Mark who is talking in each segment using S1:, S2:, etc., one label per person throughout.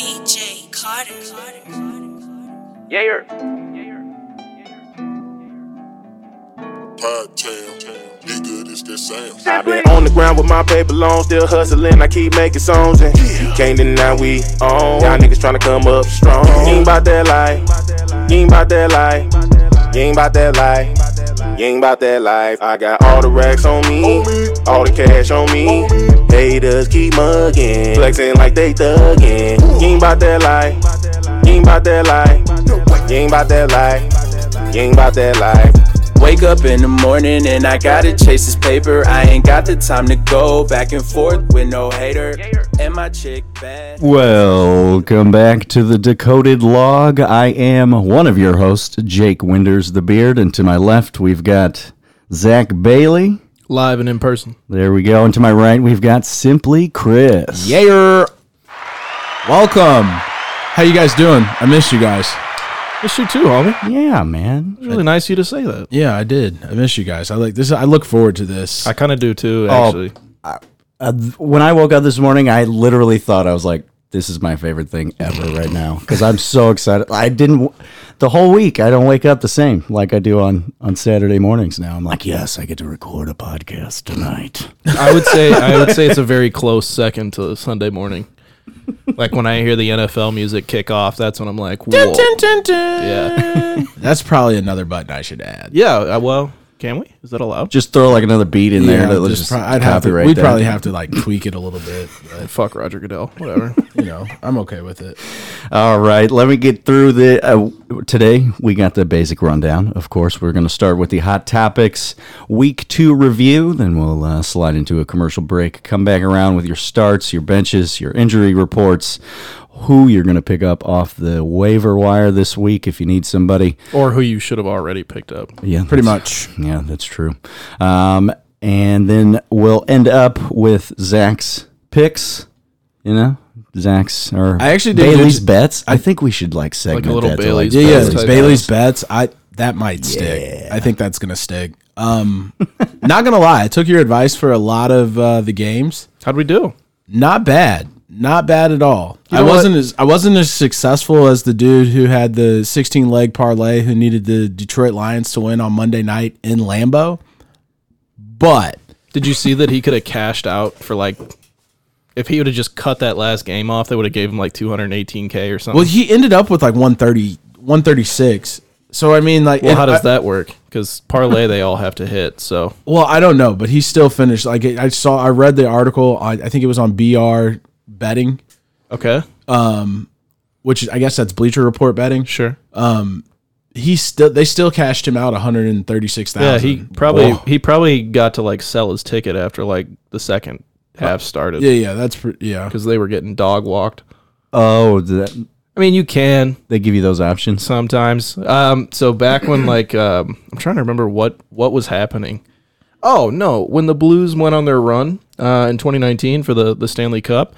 S1: E J. Carter.
S2: Yayer.
S3: Podtail, nigga, this that sound.
S2: I
S4: I
S2: been
S4: been on the ground with my paper long, still hustling. I keep making songs and you can't deny we on. Y'all niggas tryna come up strong. You ain't about that life. You ain't about that life. You ain't about that life. You ain't about that life. I got all the racks on me, all the cash on me. Haters keep mugging, flexing like they thugging. You ain't about that life. You ain't about that life. You ain't about that life. You ain't about that life.
S5: Wake up in the morning and I gotta chase this paper. I ain't got the time to go back and forth with no hater. And my chick bad.
S6: Welcome back to the Decoded Log. I am one of your hosts, Jake Winders the Beard, and to my left we've got Zach Bailey.
S7: Live and in person.
S6: There we go. And to my right we've got Simply Chris.
S8: Yayer. Welcome. How you guys doing? I missed you guys.
S7: It's you too, homie.
S6: Yeah, man.
S7: It's really nice of you to say that.
S8: Yeah, I did. I missed you guys. I like this. I look forward to this.
S7: I kind of do too,
S8: Oh.
S7: actually.
S6: Uh, th- when I woke up this morning, I literally thought I was like, "This is my favorite thing ever right now" because I'm so excited. I didn't w- the whole week. I don't wake up the same like I do on on Saturday mornings now. I'm like, "Yes, I get to record a podcast tonight."
S7: I would say I would say it's a very close second to Sunday morning. Like when I hear the NFL music kick off, that's when I'm like, whoa. Yeah.
S8: That's probably another button I should add.
S7: Yeah. uh, Well, can we? Is that allowed?
S6: Just throw like another beat in there.
S8: Yeah,
S6: that was
S8: just
S6: just
S8: pro- I'd have to,
S6: copyright
S8: we'd
S6: that.
S8: probably have to like tweak it a little bit, but
S7: Fuck Roger Goodell. Whatever.
S8: you know, I'm okay with it.
S6: All right, let me get through the. Uh, today, we got the basic rundown. Of course, we're going to start with the hot topics week two review. Then we'll uh, slide into a commercial break. Come back around with your starts, your benches, your injury reports, who you're going to pick up off the waiver wire this week if you need somebody.
S7: or who you should have already picked up.
S6: Yeah,
S8: Pretty
S6: that's-
S8: much.
S6: Yeah, that's true. Um, and then we'll end up with Zach's picks. You know, Zach's or
S8: I actually did
S6: Bailey's
S8: good-
S6: bets. I think we should like segment
S7: little
S6: that. to,
S7: Bailey's
S6: like,
S7: bet.
S8: Yeah,
S7: Bailey's
S8: yeah.
S7: bets.
S8: Bailey's bets. I that might stick. I think that's gonna stick. Um, not gonna lie, I took your advice for a lot of uh, the games.
S7: How'd we do?
S8: Not bad. Not bad at all. I
S7: know what?
S8: wasn't as I wasn't as successful as the dude who had the 16 leg parlay who needed the Detroit Lions to win on Monday night in Lambeau. But
S7: Did you see that he could have cashed out for like, if he would have just cut that last game off, they would have gave him like 218k or something.
S8: well, he ended up with like 130, 136. So I mean, like,
S7: Well,
S8: and
S7: how does
S8: I-
S7: that work? Because parlay they all have to hit. So
S8: Well, I don't know, but he still finished. Like I saw, I read the article. I, I think it was on BR betting,
S7: okay,
S8: which is- I guess that's Bleacher Report betting.
S7: sure.
S8: He still, they still cashed him out one hundred and thirty six thousand. Oh.
S7: Yeah, he probably he probably got to like sell his ticket after like the second half started
S8: yeah, yeah. That's pre- yeah.
S7: because they were getting dog walked.
S6: Oh, that,
S7: I mean, you can
S6: they give you those options.
S7: sometimes. Um, so back when like um, I'm trying to remember what what was happening. Oh no, when the Blues went on their run uh, in 2019 for the the Stanley Cup,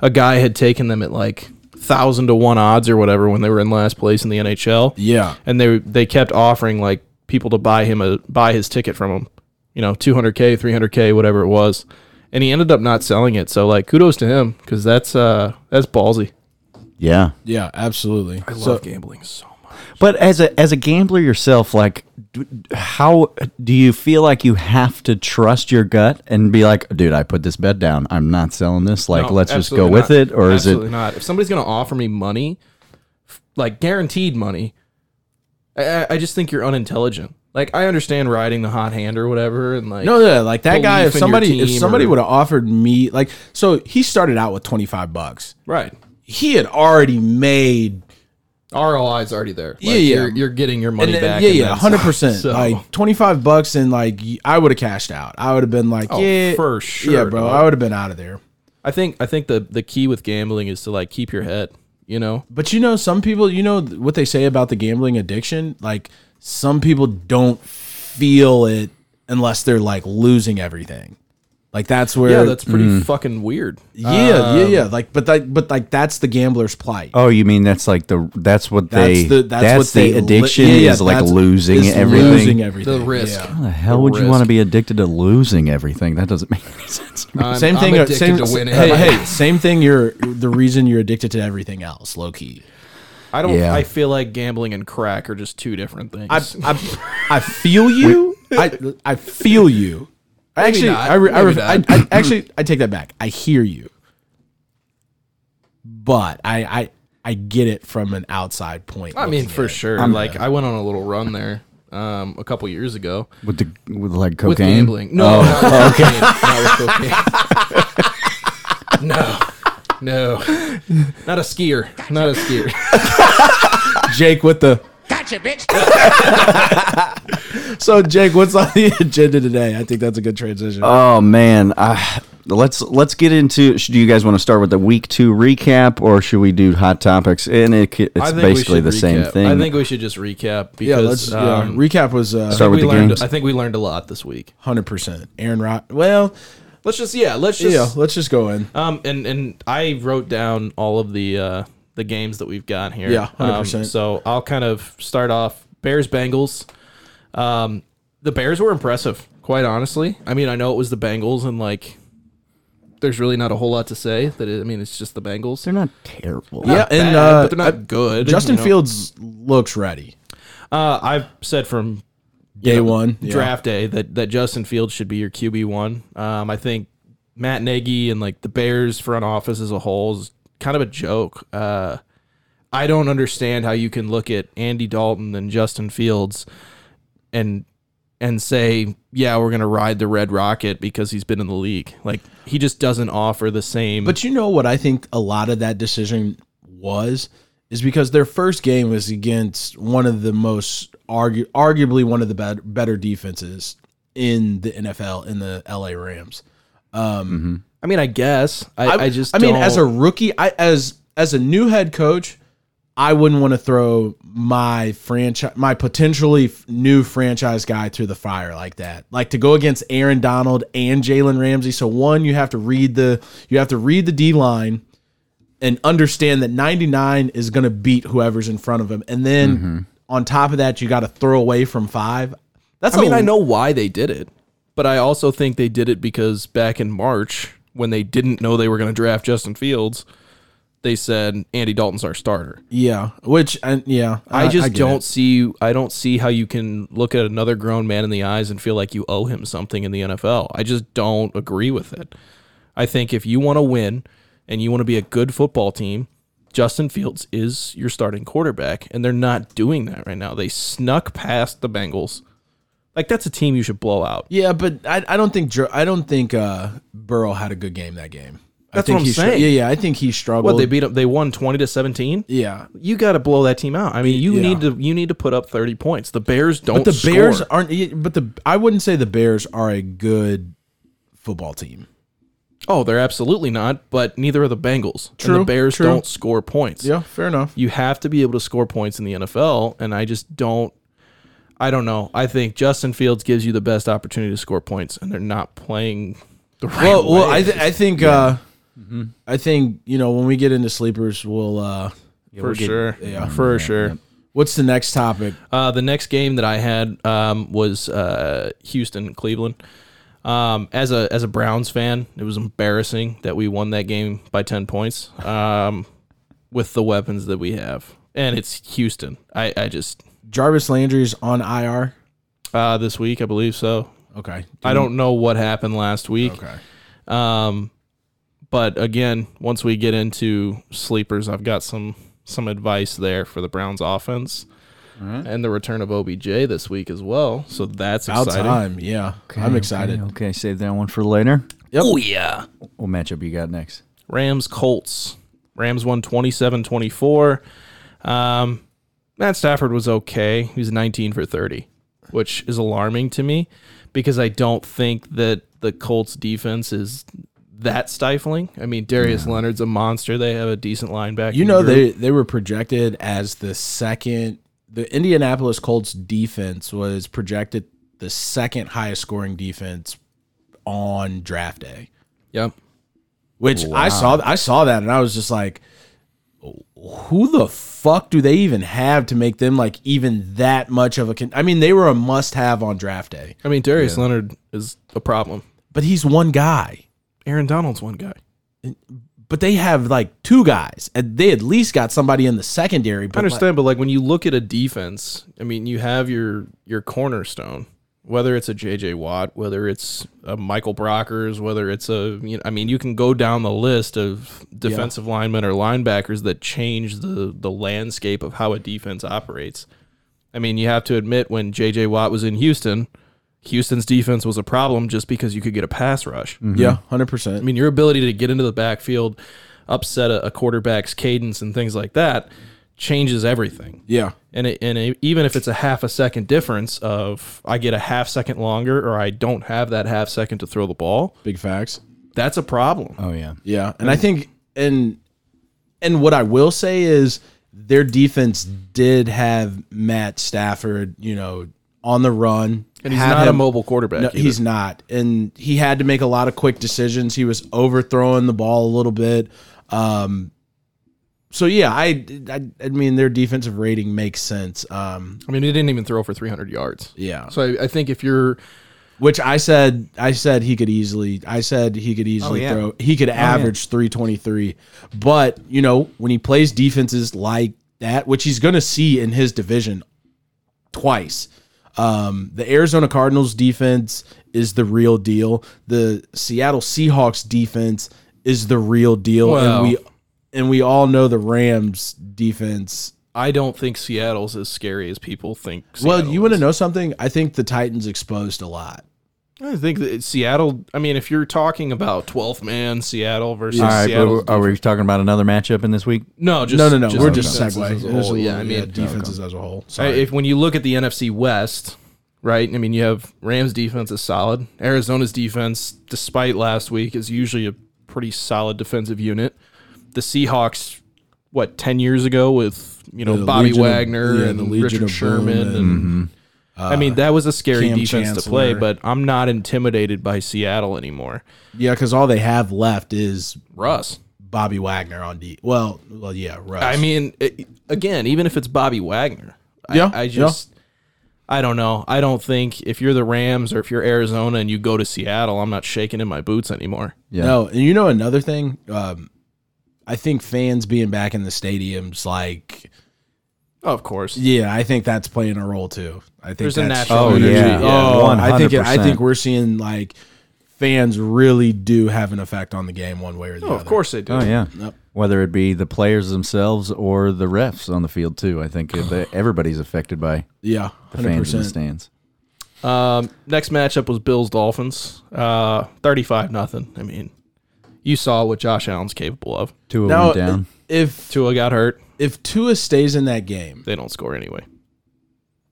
S7: a guy had taken them at like thousand to one odds or whatever when they were in last place in the NHL.
S8: Yeah.
S7: and they they kept offering like people to buy him a buy his ticket from him, you know, 200k, 300k, whatever it was, and he ended up not selling it. So like, kudos to him because that's uh that's ballsy.
S6: Yeah,
S8: Yeah, absolutely.
S7: I love gambling so much.
S6: but as a as a gambler yourself, like, d- d- how do you feel like you have to trust your gut and be like, dude, I put this bet down. I'm not selling this. Like,
S7: No,
S6: let's just go
S7: absolutely
S6: with
S7: not.
S6: it, or
S7: absolutely
S6: is it?
S7: not? If somebody's gonna offer me money, f- like guaranteed money, I, I- I just think you're unintelligent. Like I understand riding the hot hand or whatever, and like
S8: No, yeah, like that guy. If
S7: belief in your
S8: somebody, if
S7: team
S8: somebody
S7: or-
S8: would have offered me, like, so he started out with twenty five bucks.
S7: right.
S8: He had already made,
S7: ROI is already there. Like,
S8: Yeah, yeah.
S7: You're, you're getting your money
S8: and then-
S7: back.
S8: yeah,
S7: and
S8: yeah,
S7: then
S8: hundred
S7: some.
S8: percent.
S7: So-
S8: Like twenty five bucks, and like y- I would have cashed out. I would have been like,
S7: Oh,
S8: yeah,
S7: for
S8: yeah,
S7: sure,
S8: bro.
S7: dog.
S8: I would have been out of there.
S7: I think I think the the key with gambling is to like keep your head. You know,
S8: But you know, some people, you know th- what they say about the gambling addiction? Like, some people don't feel it unless they're like losing everything. Like that's where
S7: Yeah, that's pretty fucking weird. Uh,
S8: yeah, yeah, yeah.
S6: Um,
S8: Like, but that, but like that's the gambler's plight.
S6: Oh, you mean that's like the that's what they
S8: the-
S6: that's,
S8: li-
S6: the addiction
S8: yeah, yeah,
S6: is like
S8: that's-
S6: losing
S8: is
S6: everything.
S8: Losing everything.
S7: The risk.
S8: yeah.
S6: How the hell would you
S7: risk.
S6: want to be addicted to losing everything? That doesn't make any sense. to me.
S7: I'm-
S8: same
S7: I'm
S8: thing. uh,
S7: addicted
S8: same,
S7: to winning.
S8: Hey, hey, same thing. You're the reason you're addicted to everything else. Low key.
S7: I don't.
S6: Yeah.
S7: I feel like gambling and crack are just two different things.
S8: I, I, I feel you. I I feel you. I actually,
S7: not.
S8: I, re- I,
S7: Maybe
S8: re- I,
S7: not.
S8: I actually, I take that back. I hear you, but I I I get it from an outside point.
S7: I mean,
S8: looking
S7: for
S8: at it.
S7: sure. like I went on a little run there um, a couple years ago
S6: With the with like cocaine,
S7: with gambling. No, not with cocaine. Not with cocaine. no, no, not a skier. Not a skier.
S8: Jake, with the
S1: Gotcha, bitch.
S8: so Jake, what's on the agenda today? I think that's a good transition.
S6: Oh man, I, let's let's get into. Should, do you guys want to start with the week two recap, or should we do hot topics? And it, c- it's
S7: I think we
S6: basically
S7: should
S6: the same
S7: recap.
S6: thing.
S7: I think we should just recap because
S8: yeah, let's
S7: um,
S8: yeah, recap was uh,
S6: Start with
S7: we
S6: the
S7: learned.
S6: games.
S7: I think we learned a lot this week.
S8: hundred percent. Aaron Rod. Well,
S7: Let's just yeah. Let's just
S8: yeah, let's just go in.
S7: Um, and and I wrote down all of the uh, the games that we've got here.
S8: Yeah,
S7: Um,
S8: 100%.
S7: so I'll kind of start off Bears Bengals. Um, the Bears were impressive, quite honestly. I mean, I know it was the Bengals, and like, there's really not a whole lot to say. That it, I mean, it's just the Bengals.
S6: they're not terrible.
S8: yeah,
S7: Bad,
S8: and uh,
S7: but they're not good.
S8: Justin
S7: you know?
S8: Fields looks ready.
S7: Uh, I've said from
S8: Day one yeah.
S7: draft day that that Justin Fields should be your QB one. Um, I think Matt Nagy and like the Bears front office as a whole is kind of a joke. Uh, I don't understand how you can look at Andy Dalton and Justin Fields and and say, yeah, we're gonna ride the red rocket because he's been in the league. Like he just doesn't offer the same.
S8: But you know what I think a lot of that decision was is because their first game was against one of the most argu- arguably one of the better, better defenses in the NFL in the LA Rams.
S7: I mean, I guess I, I, just
S8: I mean
S7: don't-
S8: as a rookie I as as a new head coach I wouldn't want to throw my franchise my potentially f- new franchise guy through the fire like that. Like to go against Aaron Donald and Jalen Ramsey. So one you have to read the you have to read the D line and understand that 99 is going to beat whoever's in front of him. And then
S7: Mm-hmm.
S8: on top of that, you got to throw away from five. That's
S7: I mean,
S8: a-
S7: I know why they did it, but I also think they did it because back in March, when they didn't know they were going to draft Justin Fields, they said Andy Dalton's our starter.
S8: Yeah. Which, and yeah.
S7: I just
S8: get it.
S7: don't see. I don't see how you can look at another grown man in the eyes and feel like you owe him something in the NFL. I just don't agree with it. I think if you want to win and you want to be a good football team, Justin Fields is your starting quarterback, and they're not doing that right now. They snuck past the Bengals. Like that's a team you should blow out.
S8: Yeah, but I, I don't think Jer- I don't think uh, Burrow had a good game that game. I
S7: That's
S8: think
S7: what I'm
S8: he str-
S7: saying.
S8: yeah, yeah, I think he struggled.
S7: What they beat up? They won twenty to seventeen.
S8: yeah,
S7: You got to blow that team out. I mean, you
S8: Yeah.
S7: need to you need to put up thirty points. The Bears don't.
S8: but the
S7: score.
S8: Bears aren't. yeah, But the I wouldn't say the Bears are a good football team.
S7: Oh, they're absolutely not. But neither are the Bengals. And
S8: True,
S7: the Bears
S8: true.
S7: don't score points.
S8: fair enough.
S7: You have to be able to score points in the NFL, and I just don't. I don't know. I think Justin Fields gives you the best opportunity to score points, and they're not playing the right
S8: Well, well, I
S7: way.
S8: th- I think uh, I think you know when we get into sleepers, we'll. Uh,
S7: for sure. Yeah, for sure.
S8: what's the next topic?
S7: Uh, the next game that I had um, was uh, Houston Cleveland. Um, as a as a Browns fan, it was embarrassing that we won that game by ten points um, with the weapons that we have, and it's Houston. I, I just
S8: Jarvis Landry's on IR.
S7: uh, this week I believe so.
S8: Okay,
S7: I don't know what happened last week.
S8: Okay.
S7: Um, but again, once we get into sleepers, I've got some some advice there for the Browns offense. And the return of OBJ this week as well, so that's
S8: About
S7: exciting.
S8: time. Yeah, I'm excited.
S6: Okay, okay, save that one for later.
S7: Oh yeah.
S6: What matchup you got next?
S7: Rams Colts. Rams won 27-24. Um, Matt Stafford was okay. He was 19 for 30, which is alarming to me because I don't think that the Colts defense is that stifling. I mean, Darius Leonard's a monster. They have a decent linebacker.
S8: You know they they were projected as the second. The Indianapolis Colts defense was projected the second highest scoring defense on draft day,
S7: Yep.
S8: which I saw. I saw that, and I was just like, "Who the fuck do they even have to make them like even that much of a?" Con- I mean, they were a must-have on draft day,
S7: I mean, Darius Leonard is a problem.
S8: but he's one guy.
S7: Aaron Donald's one guy.
S8: But they have like two guys, and they at least got somebody in the secondary. But
S7: I understand, but like when you look at a defense, I mean, you have your your cornerstone, whether it's a JJ Watt, whether it's a Michael Brockers, whether it's a you know, I mean, you can go down the list of defensive linemen or linebackers that change the the landscape of how a defense operates. I mean, you have to admit when JJ Watt was in Houston, Houston's defense was a problem just because you could get a pass rush.
S8: Like, yeah, hundred percent.
S7: I mean, your ability to get into the backfield, upset a, a quarterback's cadence and things like that changes everything.
S8: Yeah,
S7: And it, and it, even if it's a half a second difference of I get a half second longer or I don't have that half second to throw the ball,
S8: big facts.
S7: that's a problem.
S6: Oh yeah.
S8: Yeah, and I think and and what I will say is their defense did have Matt Stafford, you know, on the run.
S7: and he's
S8: had
S7: not a
S8: him-
S7: mobile quarterback.
S8: No,
S7: either.
S8: he's not, and he had to make a lot of quick decisions. He was overthrowing the ball a little bit. Um, so yeah, I, I I mean their defensive rating makes sense. Um,
S7: I mean, he didn't even throw for 300 yards.
S8: yeah,
S7: So I, I think if you're
S8: which I said I said he could easily I said he could easily
S6: Oh, yeah.
S8: throw he could average 323 but you know when he plays defenses like that which he's going to see in his division twice um, the Arizona Cardinals defense is the real deal the Seattle Seahawks defense is the real deal
S7: Wow.
S8: and we and we all know the Rams defense
S7: I don't think Seattle's as scary as people think.
S8: well
S7: Seattle
S8: you want to
S7: is.
S8: know something I think the Titans exposed a lot
S7: I think that Seattle. I mean, if you're talking about 12th man Seattle versus
S6: All right, but
S7: Seattle,
S6: we're- are we talking about another matchup in this week?
S7: No, just
S8: no, no, no. We're just
S7: defenses
S8: segueing.
S7: as a whole. Yeah, I mean,
S8: defenses as a whole.
S7: I-
S8: Sorry.
S7: if when you look at the NFC West, right? I mean, you have Rams' defense is solid. Arizona's defense, despite last week, is usually a pretty solid defensive unit. The Seahawks, what ten years ago with you know
S8: The
S7: Bobby
S8: Legion of-
S7: Wagner
S8: yeah,
S7: and
S8: the Legion
S7: Richard
S8: of
S7: Sherman
S8: Boom uh,
S7: and. I mean that was a scary
S8: Cam
S7: defense to play,
S8: Chancellor.
S7: but I'm not intimidated by Seattle anymore.
S8: yeah, because all they have left is
S7: Russ,
S8: Bobby Wagner on D. Well, well, yeah, Russ.
S7: I mean, it, again, even if it's Bobby Wagner, I-
S8: Yeah,
S7: I,
S8: yeah.
S7: just, I don't know. I don't think if you're the Rams or if you're Arizona and you go to Seattle, I'm not shaking in my boots anymore.
S6: Yeah.
S8: no. And you know another thing, um, I think fans being back in the stadiums, like,
S7: Oh, Of course,
S8: yeah, I think that's playing a role too. I think
S7: There's a
S8: that's,
S7: natural
S6: Oh,
S7: energy.
S6: yeah.
S8: Oh, I think it, I
S6: 100%.
S8: think we're seeing like fans really do have an effect on the game one way or the
S7: Oh,
S8: other.
S7: of course they do.
S6: Oh yeah.
S8: Yep.
S6: Whether it be the players themselves or the refs on the field too, I think that everybody's affected by
S8: yeah,
S6: the fans in the
S8: 100%.
S6: stands.
S7: Um, next matchup was Bills Dolphins, uh, thirty-five nothing. I mean, you saw what Josh Allen's capable of.
S6: Two of
S8: Now,
S6: went down.
S8: if
S7: Tua got hurt.
S8: if Tua stays in that game,
S7: They don't score anyway.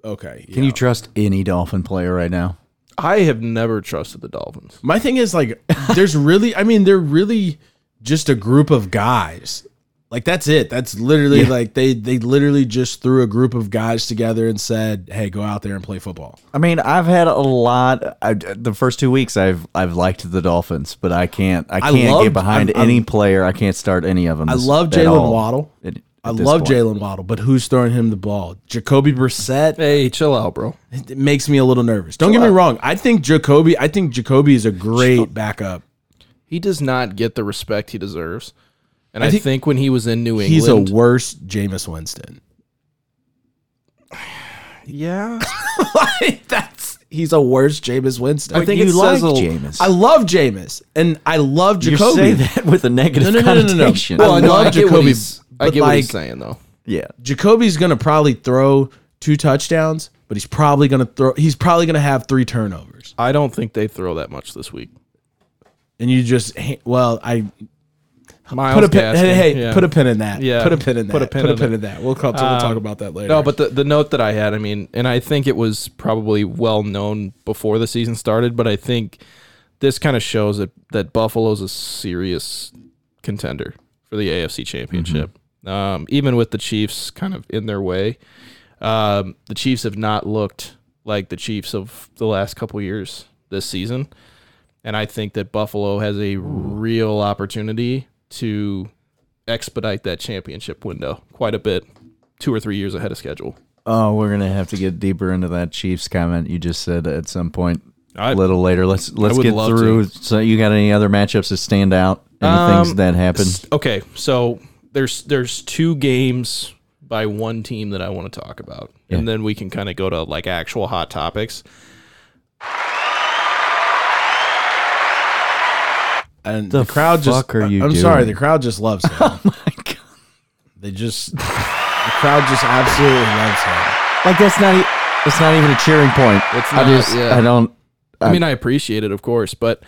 S8: okay,
S6: Can you trust any Dolphin player right now?
S7: I have never trusted the Dolphins.
S8: My thing is like there's really I mean they're really just a group of guys. Like that's it. That's literally like they they literally just threw a group of guys together and said, "Hey, go out there and play football."
S6: I mean, I've had a lot. I, the first two weeks, I've I've liked the Dolphins, but I can't I
S8: I
S6: can't
S8: loved-
S6: get behind
S8: I'm- I'm-
S6: any player. I can't start any of them.
S8: I love Jalen Waddle. I love
S6: Jalen.
S8: Jalen Waddle, but who's throwing him the ball? Jacoby Brissett
S7: Hey, chill out, bro.
S8: it it makes me a little nervous. Don't get me wrong. I think Jacoby. I think Jacoby is a great backup.
S7: He does not get the respect he deserves. And
S8: I
S7: I,
S8: think-
S7: think, when he was in New England,
S8: He's a worse Jameis Winston.
S7: yeah.
S8: like that's he's a worse Jameis Winston.
S7: I think
S6: you
S7: it says
S6: liked
S7: a-
S6: Jameis.
S8: I love Jameis and I love
S6: You
S8: Jacoby.
S6: say that with a negative
S8: No, no, no, no, no, no.
S6: connotation.
S8: Well, I know,
S7: I
S8: love
S7: get what
S8: Jacoby,
S7: he's- I
S8: but
S7: get what he's
S8: like-
S7: saying though.
S6: yeah.
S8: Jacoby's going to probably throw two touchdowns, but he's probably going to throw he's probably going to have three turnovers.
S7: I don't think they throw that much this week.
S8: And you just ha- well, I
S7: Miles
S8: put a pin,
S7: Gaskin,
S8: hey, hey
S7: yeah.
S8: put a pin in that.
S7: Yeah.
S8: Put a pin in that.
S7: Put a pin in it.
S8: in that. We'll come we'll talk about that later.
S7: No, but the, the note that I had, I mean, and I think it was probably well known before the season started, but I think this kind of shows that, that Buffalo's a serious contender for the AFC championship. Um, even with the Chiefs kind of in their way, um, the Chiefs have not looked like the Chiefs of the last couple years this season. And I think that Buffalo has a real opportunity to expedite that championship window quite a bit, two or three years ahead of schedule.
S6: Oh, we're gonna have to get deeper into that Chiefs comment you just said at some point
S7: I-
S6: a little later. Let's let's
S7: would
S6: get
S7: love
S6: through. So, you got any other matchups that stand out? Any things
S7: Um,
S6: that happen?
S7: S- Okay, so there's there's two games by one team that I want to talk about, and then we can kind of go to like actual hot topics.
S8: And
S6: The
S8: the, crowd
S6: fuck
S8: just
S6: are you
S8: I'm sorry,
S6: doing?
S8: the crowd just loves him.
S6: My God.
S8: They just the crowd just absolutely loves him.
S6: Like that's not e- that's not even a cheering point.
S7: It's
S6: I
S7: not-
S6: just
S7: yeah.
S6: I don't.
S7: I mean, I appreciate it, of course, but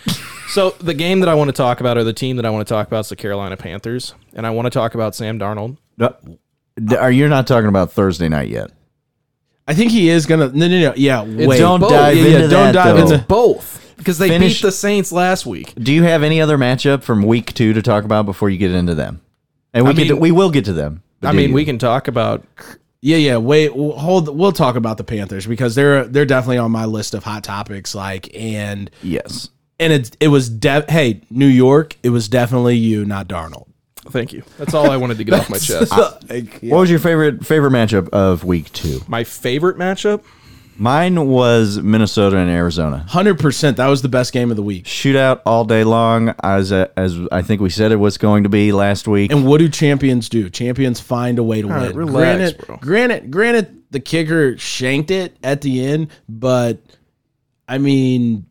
S7: so the game that I want to talk about or the team that I want to talk about is the Carolina Panthers, and I want to talk about Sam Darnold.
S6: No, uh, d- are you not talking about Thursday night yet?
S8: I think he is gonna no no no yeah wait
S6: don't
S7: both.
S6: dive
S7: Yeah,
S6: into
S7: yeah,
S6: that.
S8: don't dive
S6: though.
S8: into-
S7: Both because they
S6: Finish-
S7: beat the Saints last week.
S6: Do you have any other matchup from week two to talk about before you get into them? And we
S7: I
S6: get to-
S7: mean-
S6: we will get to them. but
S7: I
S6: do
S7: mean,
S6: you?
S7: we can talk about
S8: yeah yeah wait w- hold we'll talk about the Panthers because they're they're definitely on my list of hot topics like and
S6: yes.
S8: and it it was de- hey New York it was definitely you not Darnold
S7: Thank you. That's all I wanted to get off my chest.
S6: What was your favorite favorite matchup of week two?
S7: My favorite matchup.
S6: Mine was Minnesota and Arizona.
S8: hundred percent that was the best game of the week
S6: shootout all day long as uh, as I think we said it was going to be last week.
S8: and what do champions do champions find a way to win
S7: right, relax,
S8: granted
S7: bro.
S8: granted granted the kicker shanked it at the end but I mean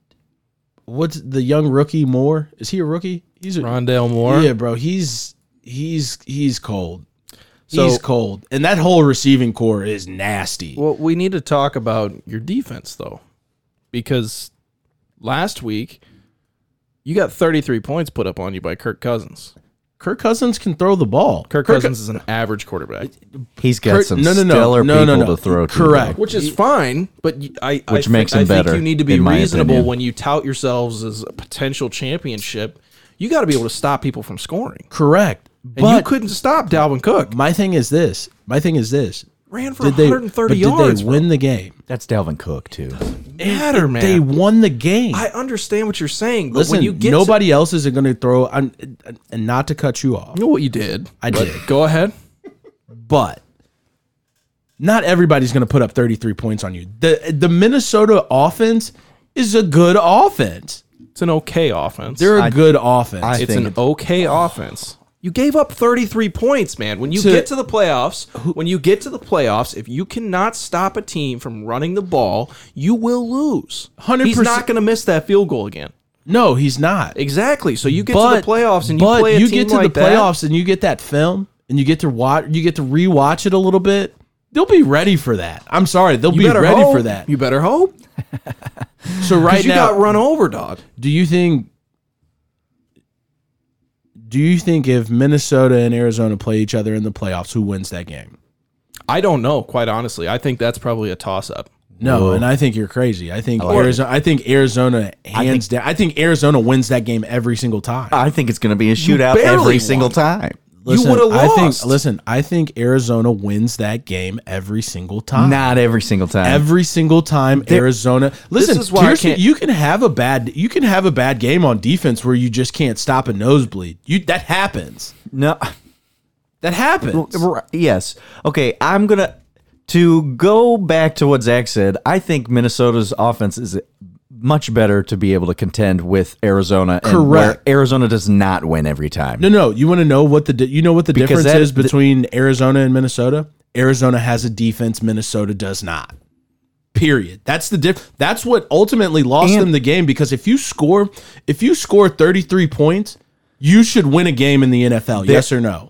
S8: what's the young rookie Moore is he a rookie he's a
S7: Rondell Moore.
S8: Yeah, bro, he's he's he's cold.
S7: So-
S8: he's cold, and that whole receiving core is nasty.
S7: Well, we need to talk about your defense though, because last week you got 33 points put up on you by Kirk Cousins.
S8: Kirk Cousins can throw the ball.
S7: Kirk Cousins is an average quarterback,
S6: He's got
S8: Kurt-
S6: some
S8: no, no, no.
S6: stellar
S8: No, no,
S6: people
S8: no.
S6: to throw to.
S8: Correct.
S6: though.
S7: which is fine, but you- I I
S6: Which
S7: thi-
S6: makes him
S7: I think
S6: better,
S7: you need to be
S6: in my
S7: reasonable
S6: opinion.
S7: when you tout yourselves as a potential championship. You got to be able to stop people from scoring.
S8: Correct.
S7: And you
S8: But
S7: couldn't stop Dalvin Cook.
S8: my thing is this. My thing is this.
S7: Ran for
S8: Did they? But
S7: 130
S8: did
S7: yards.
S8: they win the game?
S6: That's Dalvin Cook too.
S7: Matter, man.
S8: They won the game.
S7: I understand what you're saying, but
S8: Listen,
S7: when you get to-
S8: nobody else is going to throw. I'm, and not to cut you off,
S7: You know what you did.
S8: I
S7: but
S8: did.
S7: Go ahead.
S8: but not everybody's going to put up 33 points on you. the The Minnesota offense is a good offense.
S7: It's an okay offense.
S8: They're a good offense.
S6: I
S7: it's
S6: think
S7: an okay offense. You gave up 33 points, man. When you
S8: To-
S7: get to the playoffs, when you get to the playoffs, if you cannot stop a team from running the ball, you will lose.
S8: 100%.
S7: He's not going to miss that field goal again.
S8: no, he's not.
S7: Exactly. So you get
S8: but
S7: to the playoffs and you
S8: but
S7: play a
S8: you
S7: team
S8: get to
S7: like
S8: the
S7: that,
S8: playoffs and you get that film and you get to watch you get to rewatch it a little bit they'll be ready for that i'm sorry they'll
S7: you
S8: be
S7: better
S8: ready
S7: hope.
S8: for that
S7: You better hope. 'Cause
S8: so right
S7: you
S8: now
S7: got run over, dog.
S8: do you think do you think if minnesota and arizona play each other in the playoffs who wins that game
S7: I don't know, quite honestly. I think that's probably a toss up.
S8: no and i think you're crazy i think arizona i think arizona hands down i think arizona wins that game every single time
S6: I think it's going to be a shootout
S7: barely
S6: every
S7: won.
S6: single time.
S8: Listen,
S7: would've
S8: I think,
S7: lost.
S8: listen, I think Arizona wins that game every single time.
S6: Not every single time.
S8: every single time Arizona. Listen,
S7: is why I
S8: Kirsten,
S7: can't-
S8: you can have a bad you can have a bad game on defense where you just can't stop a nosebleed. You that happens.
S6: no.
S8: That happens.
S6: Right, Yes. Okay. I'm gonna to go back to what Zach said. I think Minnesota's offense is much better to be able to contend with Arizona. And where
S8: Correct.
S6: Arizona does not win every time.
S8: No, no. You want to know what the di- you know what the difference
S6: that-
S8: is between Arizona and Minnesota? Arizona has a defense, Minnesota does not. Period. That's the diff. That's what ultimately lost
S6: And-
S8: them the game because if you score, if you score thirty three points, you should win a game in the NFL. Yes or no?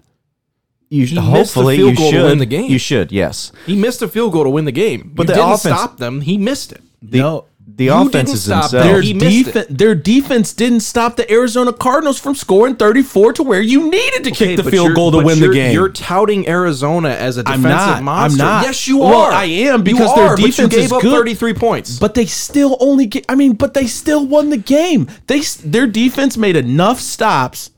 S6: You
S7: He
S6: should,
S7: missed the
S6: hopefully
S7: field
S6: you
S7: goal
S6: should
S7: to win the game.
S6: You should. Yes.
S7: He missed a field goal to win the game. But
S6: the
S7: you didn't
S6: offense-
S7: stop them. He missed it.
S6: The,
S8: No.
S6: The
S7: You
S6: offense
S7: didn't
S6: is
S7: stop
S8: Their,
S7: there.
S6: themselves.
S7: He missed
S8: defen- their defense didn't stop the Arizona Cardinals from scoring 34 to where you needed to
S7: Okay,
S8: kick the
S7: but
S8: field
S7: you're-
S8: goal to
S7: but
S8: win the
S7: you're-
S8: game.
S7: You're touting Arizona as a
S8: I'm
S7: defensive
S8: not. I'm
S7: monster.
S8: not.
S7: Yes, you are.
S8: Well, I am,
S7: You
S8: because their
S7: are, but you
S8: defense
S7: gave
S8: is
S7: up
S8: good.
S7: 33 points.
S8: but they still only get I mean, but they still won the game. They s- their defense made enough stops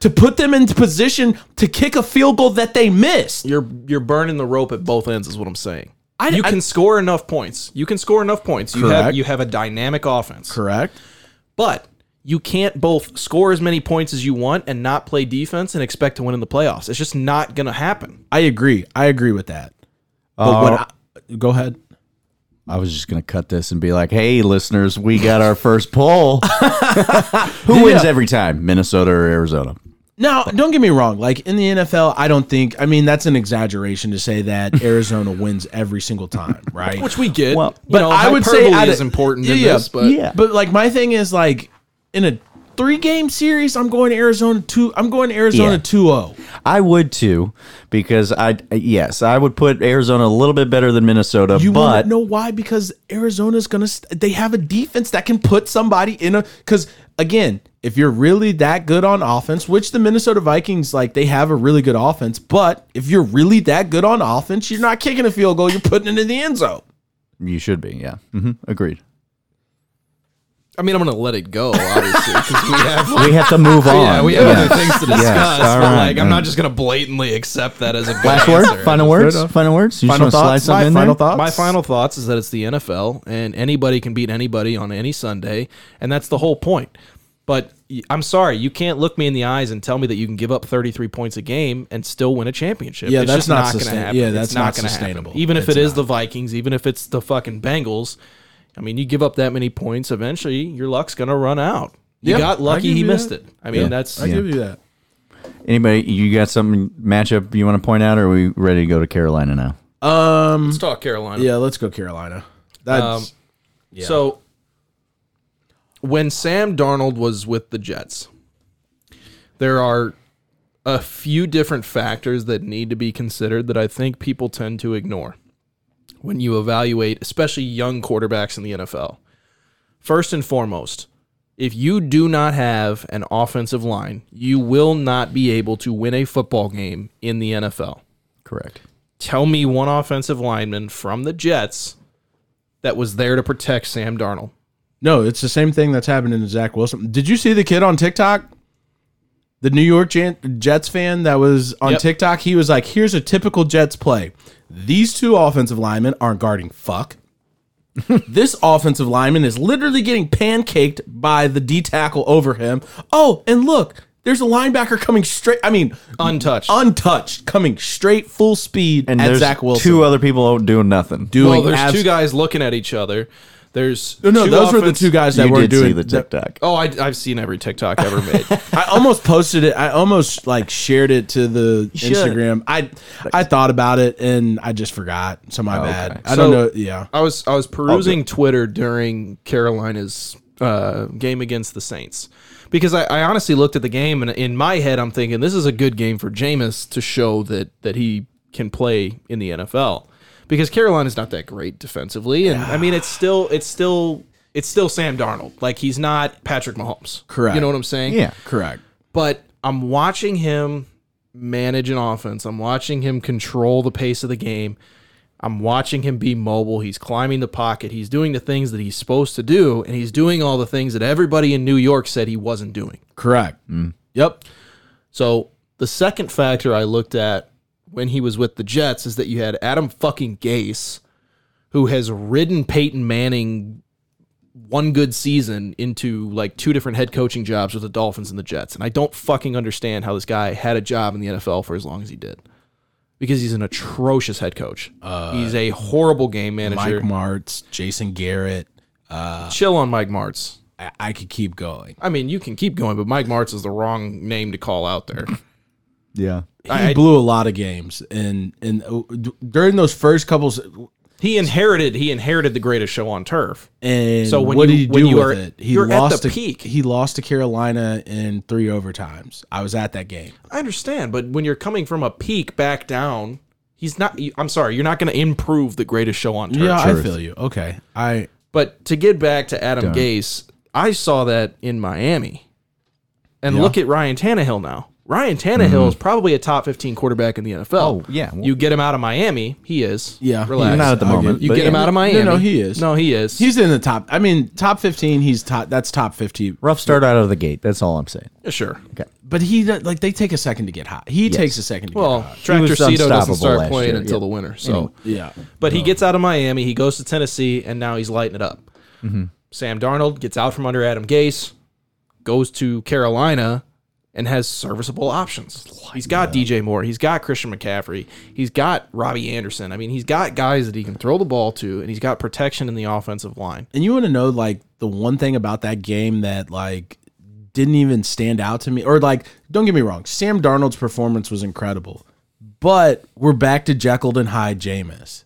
S8: to put them into position to kick a field goal that they missed.
S7: you're you're burning the rope at both ends is what I'm saying.
S8: I-
S7: you
S8: I-
S7: can score enough points. You can score enough points. You have
S8: Correct.
S7: you have a dynamic offense.
S8: Correct.
S7: But you can't both score as many points as you want and not play defense and expect to win in the playoffs. It's just not going to happen.
S8: I agree. I agree with that. But when I, go ahead.
S6: I was just gonna cut this and be like, "Hey, listeners, we got our first poll. Who wins every time, Minnesota or Arizona?"
S8: Now, don't get me wrong. Like in the NFL, I don't think. I mean, that's an exaggeration to say that Arizona wins every single time, right?
S7: Which we get.
S6: Well,
S7: you
S8: but
S7: know,
S8: I would say
S7: hyperbole
S8: out of-
S7: is important in
S8: yeah,
S7: this, but
S6: yeah.
S8: But like my thing is like in a three game series, I'm going Arizona two. I'm going Arizona
S6: Yeah.
S8: two zero.
S6: I would too, because I yes, I would put Arizona a little bit better than Minnesota,
S8: You want
S6: but
S8: to know why? Because Arizona's gonna. St- they have a defense that can put somebody in a. Because again, if you're really that good on offense, which the Minnesota Vikings like, they have a really good offense. But if you're really that good on offense, you're not kicking a field goal. You're putting it in the end zone.
S6: you should be. Yeah, hmm agreed.
S7: I mean, I'm going to let it go, obviously, 'cause we have
S6: We have to move on.
S7: Yeah, we have
S6: Yes.
S7: other things to
S6: Yes,
S7: discuss.
S6: all
S7: but
S6: right,
S7: like, I'm
S6: all
S7: not
S6: right.
S7: just gonna blatantly accept that as a good
S6: Last word,
S7: answer.
S6: final words, final words. You
S8: Final
S6: just want to slide
S8: thoughts.
S6: something
S8: My
S6: in
S8: final
S6: there?
S8: thoughts.
S7: My final thoughts is that it's the NFL and anybody can beat anybody on any Sunday, and that's the whole point. But y- I'm sorry, you can't look me in the eyes and tell me that you can give up 33 points a game and still win a championship.
S8: Yeah,
S7: It's
S8: that's
S7: just
S8: not
S7: not, going
S8: sustain-
S7: to happen.
S8: yeah,
S7: It's
S8: that's not
S7: gonna happen.
S8: sustainable.
S7: Even if
S8: It's
S7: it is
S8: not.
S7: the Vikings, even if it's the fucking Bengals, I mean, you give up that many points, eventually your luck's going to run out. You
S8: Yeah, I
S7: got lucky,
S8: give
S7: he
S8: you
S7: missed
S8: that.
S7: it. I mean,
S6: Yeah.
S7: that's
S6: I give
S8: you that.
S6: Anybody, you got something matchup you want to point out, or are we ready to go to Carolina now?
S8: Um.
S7: let's talk Carolina.
S8: Yeah, let's go Carolina. That's
S7: Um, So when Sam Darnold was with the Jets, there are a few different factors that need to be considered that I think people tend to ignore when you evaluate, especially young quarterbacks in the NFL. First and foremost, if you do not have an offensive line, you will not be able to win a football game in the NFL
S6: Correct.
S7: tell me one offensive lineman from the Jets that was there to protect Sam Darnold.
S8: no, it's the same thing that's happening to Zach Wilson. Did you see the kid on TikTok? The New York Jan- Jets fan that was on
S7: Yep.
S8: TikTok, he was like, "Here's a typical Jets play. These two offensive linemen aren't guarding fuck. this offensive lineman is literally getting pancaked by the D tackle over him. Oh, and look, there's a linebacker coming straight. I mean,
S7: Untouched.
S8: untouched, coming straight full speed
S6: Uh, And
S8: at
S6: there's
S8: Zach Wilson.
S6: two other people doing nothing.
S8: doing
S7: well, Oh, there's
S8: abs-
S7: two guys looking at each other. There's
S8: No, no,
S7: two
S8: those were the
S7: offense-
S8: two guys that
S6: you
S8: were
S6: did
S8: doing
S6: see the
S8: that-
S6: TikTok.
S7: Oh, I, I've seen every TikTok ever made.
S8: I almost posted it. I almost like shared it to the
S6: should.
S8: Instagram. I I thought about it and I just forgot. So my bad. I
S7: Oh, So-
S8: don't know. Yeah.
S7: I was I was perusing Twitter during Carolina's uh, game against the Saints because I, I honestly looked at the game and in my head I'm thinking this is a good game for Jameis to show that that he can play in the NFL because Carolina's not that great defensively and I mean it's still it's still it's still Sam Darnold like he's not Patrick Mahomes
S8: Correct.
S7: you know what I'm saying
S6: Yeah.
S8: Correct.
S7: but I'm watching him manage an offense. I'm watching him control the pace of the game. I'm watching him be mobile. He's climbing the pocket. He's doing the things that he's supposed to do, and he's doing all the things that everybody in New York said he wasn't doing.
S8: Correct.
S7: Mm.
S8: Yep.
S7: So the second factor I looked at when he was with the Jets is that you had Adam fucking Gase, who has ridden Peyton Manning one good season into like two different head coaching jobs with the Dolphins and the Jets. And I don't fucking understand how this guy had a job in the NFL for as long as he did. Because he's an atrocious head coach. he's a horrible game
S8: Mike
S7: manager.
S8: Martz, Jason Garrett.
S7: Chill on Mike Martz.
S8: I, I could keep going.
S7: I mean, you can keep going, but Mike Martz is the wrong name to call out there.
S6: Yeah.
S8: He
S7: I- I-
S8: blew a lot of games and and uh, d- during those first couples
S7: He inherited he inherited the greatest show on turf.
S8: and
S7: So when
S8: what
S7: you-
S8: did he do
S7: when you
S8: with
S7: are-
S8: it? He
S7: you're at the
S8: lost to,
S7: peak.
S8: He lost to Carolina in three overtimes. I was at that game.
S7: I understand, but when you're coming from a peak back down, he's not. I'm sorry, you're not going to improve the greatest show on turf.
S8: Yeah,
S6: Truth.
S8: I feel you. Okay. I
S7: But to get back to Adam Gase, I saw that in Miami, and look at Ryan Tannehill now. Ryan Tannehill
S8: Mm-hmm.
S7: is probably a top 15 quarterback in the NFL.
S6: Oh, yeah.
S7: you get him out of Miami, he is.
S8: Yeah,
S7: relax.
S8: he's
S6: Not at the
S8: I'll
S6: moment.
S8: give-
S7: you
S6: but
S7: get him
S6: yeah.
S7: out of
S8: No,
S7: Miami.
S8: no, he is.
S7: No, he is.
S8: He's in the top. I mean, top fifteen. He's top. That's top fifty.
S6: Rough start out of the gate. That's all I'm saying.
S7: sure.
S8: But he like they take a second to get hot. He takes a second to
S7: Well,
S8: get hot.
S6: was
S7: Tractor Cito doesn't
S6: unstoppable
S7: start
S6: last
S7: playing
S6: year,
S7: until
S6: yeah.
S7: the winter, so.
S8: Yeah,
S7: But he gets out of Miami, he goes to Mm-hmm. Tennessee, and now he's lighting it up. Sam Darnold gets out from under Adam Gase, goes to Carolina and has serviceable options. He's got DJ Moore. He's got Christian McCaffrey. He's got Robbie Anderson. I mean, he's got guys that he can throw the ball to, and he's got protection in the offensive line.
S8: And you want to know like the one thing about that game that like didn't even stand out to me, or like don't get me wrong, Sam Darnold's performance was incredible, but we're back to Jekyll and Hyde, Jameis.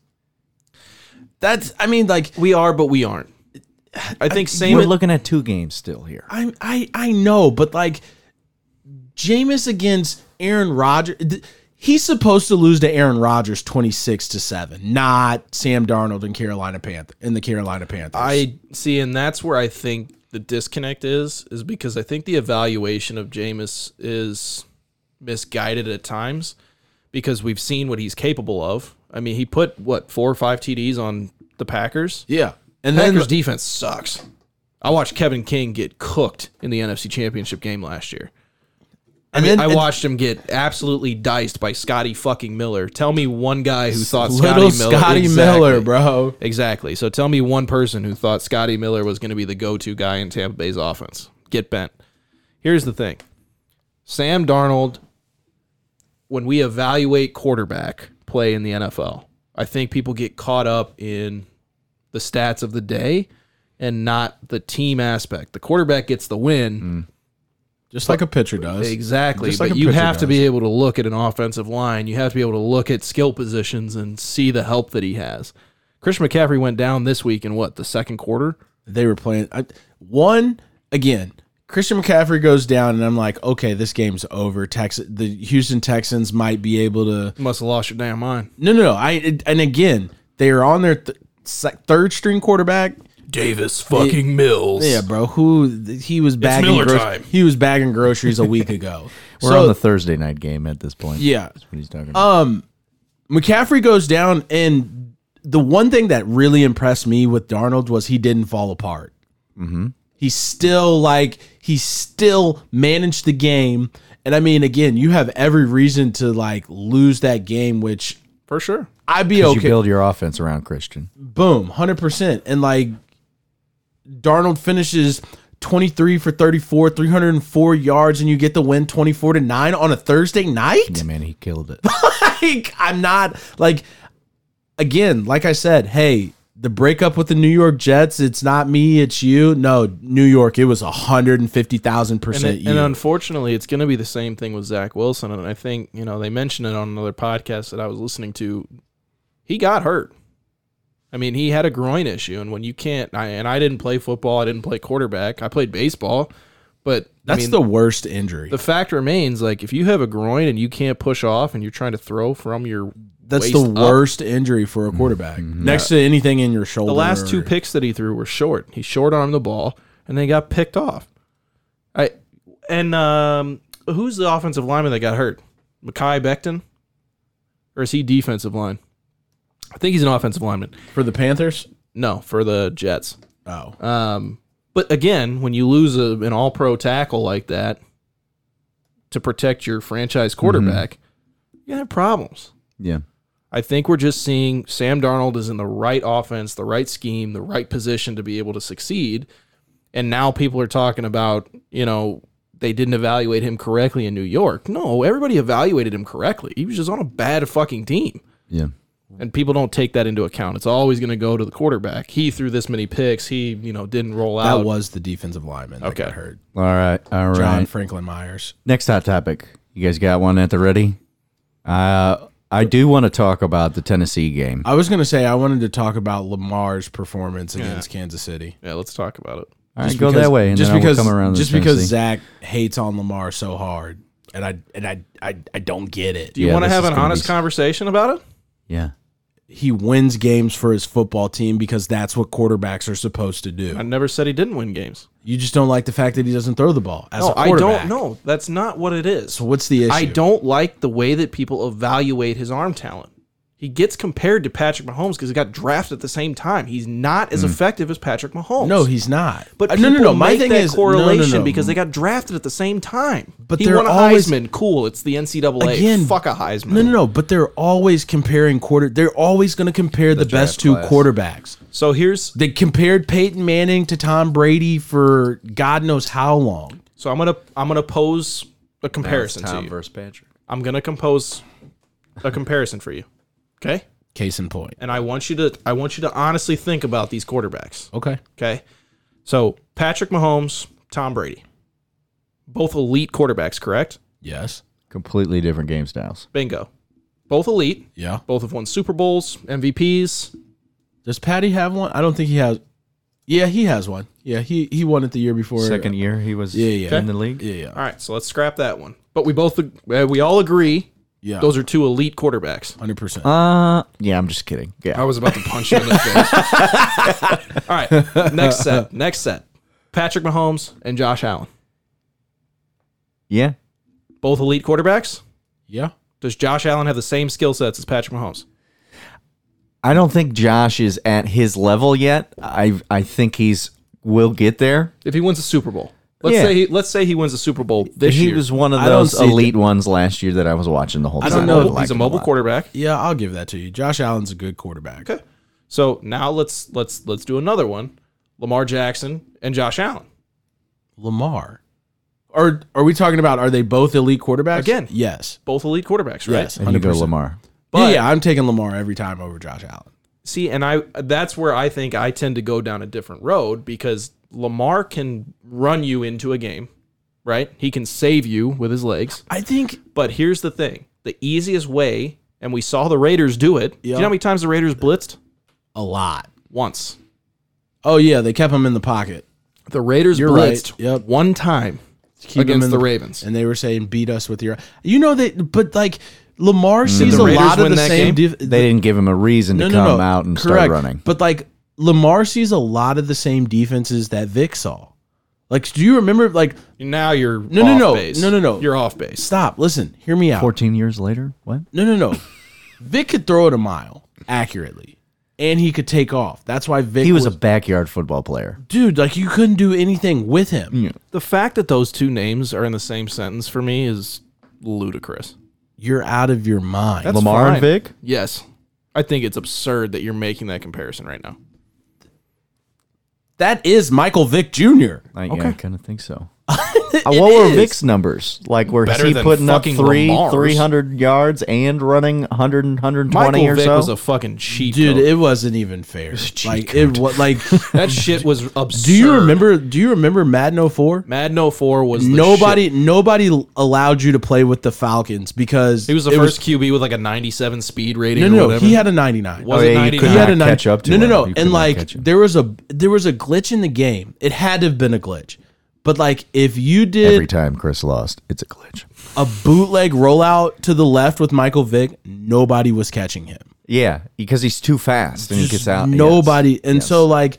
S8: That's I mean like
S7: We are, but we aren't. I think same.
S6: We're looking at two games still here.
S8: I'm I I know, but like Jameis against Aaron Rodgers. th- He's supposed to lose to Aaron Rodgers twenty six to seven, not Sam Darnold and Carolina Panther in the Carolina Panthers.
S7: I see, and that's where I think the disconnect is, is because I think the evaluation of Jameis is misguided at times because we've seen what he's capable of. I mean, he put what four or five TDs on the Packers.
S8: yeah, and then
S7: Packers defense sucks. I watched Kevin King get cooked in the NFC Championship game last year. I
S8: And
S7: mean,
S8: then-
S7: I
S8: and-
S7: watched him get absolutely diced by Scotty fucking Miller. Tell me one guy who thought
S8: little
S7: Scotty Miller,
S8: Scotty
S7: Exactly.
S8: Miller, bro.
S7: Exactly. So tell me one person who thought Scotty Miller was going to be the go-to guy in Tampa Bay's offense. Get bent. Here's the thing. Sam Darnold when we evaluate quarterback play in the NFL, I think people get caught up in the stats of the day and not the team aspect. The quarterback gets the win.
S8: Just like a pitcher does.
S7: Exactly.
S8: Just like
S7: but
S8: a
S7: you
S8: pitcher
S7: have to
S8: does.
S7: be able to look at an offensive line. You have to be able to look at skill positions and see the help that he has. Christian McCaffrey went down this week in what, the second quarter?
S8: They were playing I, one again. Christian McCaffrey goes down, and I'm like, okay, this game's over. Texas, the Houston Texans might be able to.
S7: You must have lost your damn mind.
S8: No, no, no. I and again, they are on their th- sec- third string quarterback.
S7: Davis fucking Mills.
S8: Yeah, bro. Who he was bagging?
S7: Miller
S8: gro-
S7: time.
S8: He was bagging groceries a week ago.
S6: We're
S8: So,
S6: on the Thursday night game at this point.
S8: yeah. Uh,
S6: That's what he's talking about.
S8: McCaffrey goes down, and the one thing that really impressed me with Darnold was he didn't fall apart. He still like he still managed the game, and I mean, again, you have every reason to like lose that game, which
S7: For sure.
S8: I'd be
S6: 'Cause
S8: okay.
S6: You build your offense around Christian.
S8: Boom, hundred percent, and like Darnold finishes. 23 for 34, 304 yards, and you get the win 24 to 9 on a Thursday night?
S6: Yeah, man, he killed it.
S8: like I'm not like again, like I said, hey, the breakup with the New York Jets, it's not me, it's you. No, New York, it was hundred and fifty thousand
S7: And,
S8: percent
S7: it-
S8: you.
S7: and unfortunately, it's going to be the same thing with Zach Wilson. And I think, you know, they mentioned it on another podcast that I was listening to. He got hurt. I mean, he had a groin issue. And when you can't, I, and I didn't play football, I didn't play quarterback, I played baseball. But
S8: That's
S7: I mean,
S8: the worst injury.
S7: the fact remains like, if you have a groin and you can't push off and you're trying to throw from your.
S8: That's
S7: waist
S8: the
S7: up-
S8: worst injury for a quarterback. Mm-hmm. Next to anything in your shoulder.
S7: The last two
S8: or-
S7: picks that he threw were short. He short armed the ball, and they got picked off. I and um, who's the offensive lineman that got hurt? Makai Becton, or is he defensive line? I think he's an offensive lineman.
S8: for the Panthers.
S7: No, for the Jets.
S8: Oh.
S7: Um, but again, when you lose a, an All Pro tackle like that to protect your franchise quarterback, you're gonna have problems.
S6: Yeah.
S7: I think we're just seeing Sam Darnold is in the right offense, the right scheme, the right position to be able to succeed. And now people are talking about, you know, they didn't evaluate him correctly in New York. No, everybody evaluated him correctly. He was just on a bad fucking team.
S6: Yeah.
S7: And people don't take that into account. It's always going to go to the quarterback. He threw this many picks. He, you know, didn't roll
S8: that
S7: out.
S8: was the defensive lineman that
S7: Uh, Okay.
S8: got hurt.
S6: All right. All right.
S8: John Franklin Myers.
S6: Next hot topic. You guys got one at the ready? Uh, I do want to talk about the Tennessee game.
S8: I was gonna say I wanted to talk about Lamar's performance against Kansas City.
S7: yeah, let's talk about it.
S6: All right, go that way, and
S8: just
S6: then
S8: because
S6: I will come around. to
S8: just because
S6: Tennessee.
S8: Zach hates on Lamar so hard, and I and I I, I don't get it.
S7: Do you
S6: Yeah,
S7: want to
S6: this
S7: have
S6: is
S7: an
S6: gonna
S7: honest
S6: be-
S7: conversation about it?
S6: yeah,
S8: He wins games for his football team because that's what quarterbacks are supposed to
S7: I
S8: do.
S7: never said he didn't win games.
S8: You just don't like the fact that he doesn't throw the ball as
S7: No,
S8: a
S7: I
S8: quarterback.
S7: don't. No, that's not what it is.
S8: So what's the issue?
S7: I don't like the way that people evaluate his arm talent. He gets compared to Patrick Mahomes because he got drafted at the same time. He's not as effective as Patrick Mahomes.
S8: Hmm. No, he's not.
S7: but
S8: Uh,
S7: people
S8: no, no, no. My
S7: make
S8: thing
S7: that
S8: is no, no,
S7: correlation
S8: no.
S7: because they got drafted at the same time.
S8: But
S7: he
S8: they're
S7: won a
S8: always-
S7: Heisman. Cool. It's the NCAA.
S8: Again,
S7: fuck a Heisman.
S8: No, no, no. But they're always comparing quarter. They're always going to compare the, best two quarterbacks.
S7: So here's
S8: They compared Peyton Manning to Tom Brady for God knows how long.
S7: So I'm gonna I'm gonna pose a comparison to
S6: Tom
S7: you.
S6: versus Patrick.
S7: I'm gonna compose a comparison for you. Okay?
S8: Case in point.
S7: And I want you to I want you to honestly think about these quarterbacks.
S8: Okay.
S7: Okay. So Patrick Mahomes, Tom Brady. Both elite quarterbacks, correct?
S8: Yes.
S6: Completely different game styles.
S7: Bingo. Both elite.
S8: Yeah.
S7: Both have won Super Bowls, MVPs.
S8: Does Patty have one? I don't think he has. Yeah, he has one. Yeah, he he won it the year before.
S6: Second year he was
S8: Yeah, yeah.
S6: in the league.
S8: Yeah, yeah,
S7: All right, so let's scrap that one. But we both uh, we all agree
S8: yeah.
S7: those are two elite quarterbacks.
S8: hundred percent.
S6: Uh, yeah, I'm just kidding. Yeah,
S1: I was about to punch you in the face.
S7: All right, next set. Next set. Patrick Mahomes and Josh Allen.
S6: yeah.
S7: Both elite quarterbacks.
S8: Yeah.
S7: Does Josh Allen have the same skill sets as Patrick Mahomes?
S6: I don't think Josh is at his level yet. I I think he's will get there.
S7: If he wins a Super Bowl, let's
S6: Yeah.
S7: say he let's say he wins a Super Bowl this
S6: he
S7: year.
S6: was one of
S8: I don't
S6: those
S8: see
S6: elite ones last year that I was watching the whole time.
S7: he's a
S6: I
S7: mobile,
S6: liked
S7: he's a
S6: him
S7: mobile
S6: lot.
S7: quarterback.
S8: Yeah, I'll give that to you. Josh Allen's a good quarterback.
S7: Okay. So now let's let's let's do another one. Lamar Jackson and Josh Allen.
S8: Lamar. Are are we talking about are they both elite quarterbacks?
S7: Again.
S8: Yes.
S7: Both elite quarterbacks, right?
S8: Yes.
S6: And you go
S8: 100%.
S6: Lamar.
S7: But-
S8: yeah, yeah, I'm taking Lamar every time over Josh Allen.
S7: See, and I that's where I think I tend to go down a different road because Lamar can run you into a game, right? He can save you with his legs.
S8: I think
S7: But here's the thing: the easiest way, and we saw the Raiders do it. Do you
S8: Yeah.
S7: know how many times the Raiders blitzed?
S8: a lot.
S7: Once.
S8: Oh yeah, they kept him in the pocket.
S7: The Raiders
S8: You're right.
S7: blitzed
S8: Yep.
S7: one time
S8: Keep him
S7: against
S8: in
S7: the Ravens.
S8: And they were saying beat us with your You know that but like Lamar sees
S7: the
S8: a
S7: Raiders
S8: lot of
S7: win
S8: the
S7: that
S8: same
S7: game?
S8: def-
S6: They didn't give him a reason to come out and start
S8: Correct.
S6: running.
S8: But like Lamar sees a lot of the same defenses that Vic saw. Like, do you remember? Like,
S7: now you're
S8: No, no,
S7: off
S8: no.
S7: base.
S8: No, no, no.
S7: You're off base.
S8: stop. Listen, hear me out.
S6: 14 years later, what?
S8: No, no, no. Vic could throw it a mile accurately, and he could take off. That's why Vic
S6: He was a backyard football player.
S8: dude. Like, you couldn't do anything with him.
S6: Mm.
S7: The fact that those two names are in the same sentence for me is ludicrous.
S8: You're out of your mind.
S6: Lamar and
S7: fine.
S6: Vic?
S7: Yes. I think it's absurd that you're making that comparison right now.
S8: that is Michael Vic Jr.
S6: I, Yeah, I kind of think so. Uh, what were Vic's numbers? Like, were
S7: Better
S6: he
S7: than
S6: putting up
S7: fucking
S6: three,
S7: Lamar's.
S6: 300 yards and running 100, 120
S7: Michael
S6: or
S7: Vick
S6: so?
S7: was a fucking cheat
S8: Dude,
S7: code.
S8: it wasn't even fair. Like it was like
S7: that shit was absurd.
S8: do you remember do you remember Madden 04?
S7: Madden 04 was the
S8: Nobody
S7: shit.
S8: nobody allowed you to play with the Falcons because
S7: He was the
S8: it
S7: first QB with like a 97 speed rating.
S8: No,
S7: or
S8: no, no,
S7: whatever.
S8: he had a 99.
S7: Was
S6: Oh,
S7: it
S6: yeah, you
S7: 99?
S6: could
S8: he had
S6: not
S8: a nine-
S6: catch up to
S8: no,
S6: him.
S8: no, no,
S6: You could
S8: and
S6: not
S8: like
S6: catch him.
S8: there was a there was a glitch in the game. It had to have been a glitch, but like if you
S6: Every
S8: did
S6: time Chris lost, it's a glitch.
S8: a bootleg rollout to the left with Michael Vick, nobody was catching him.
S6: Yeah, because he's too fast and he gets out. yes.
S8: Nobody, and so like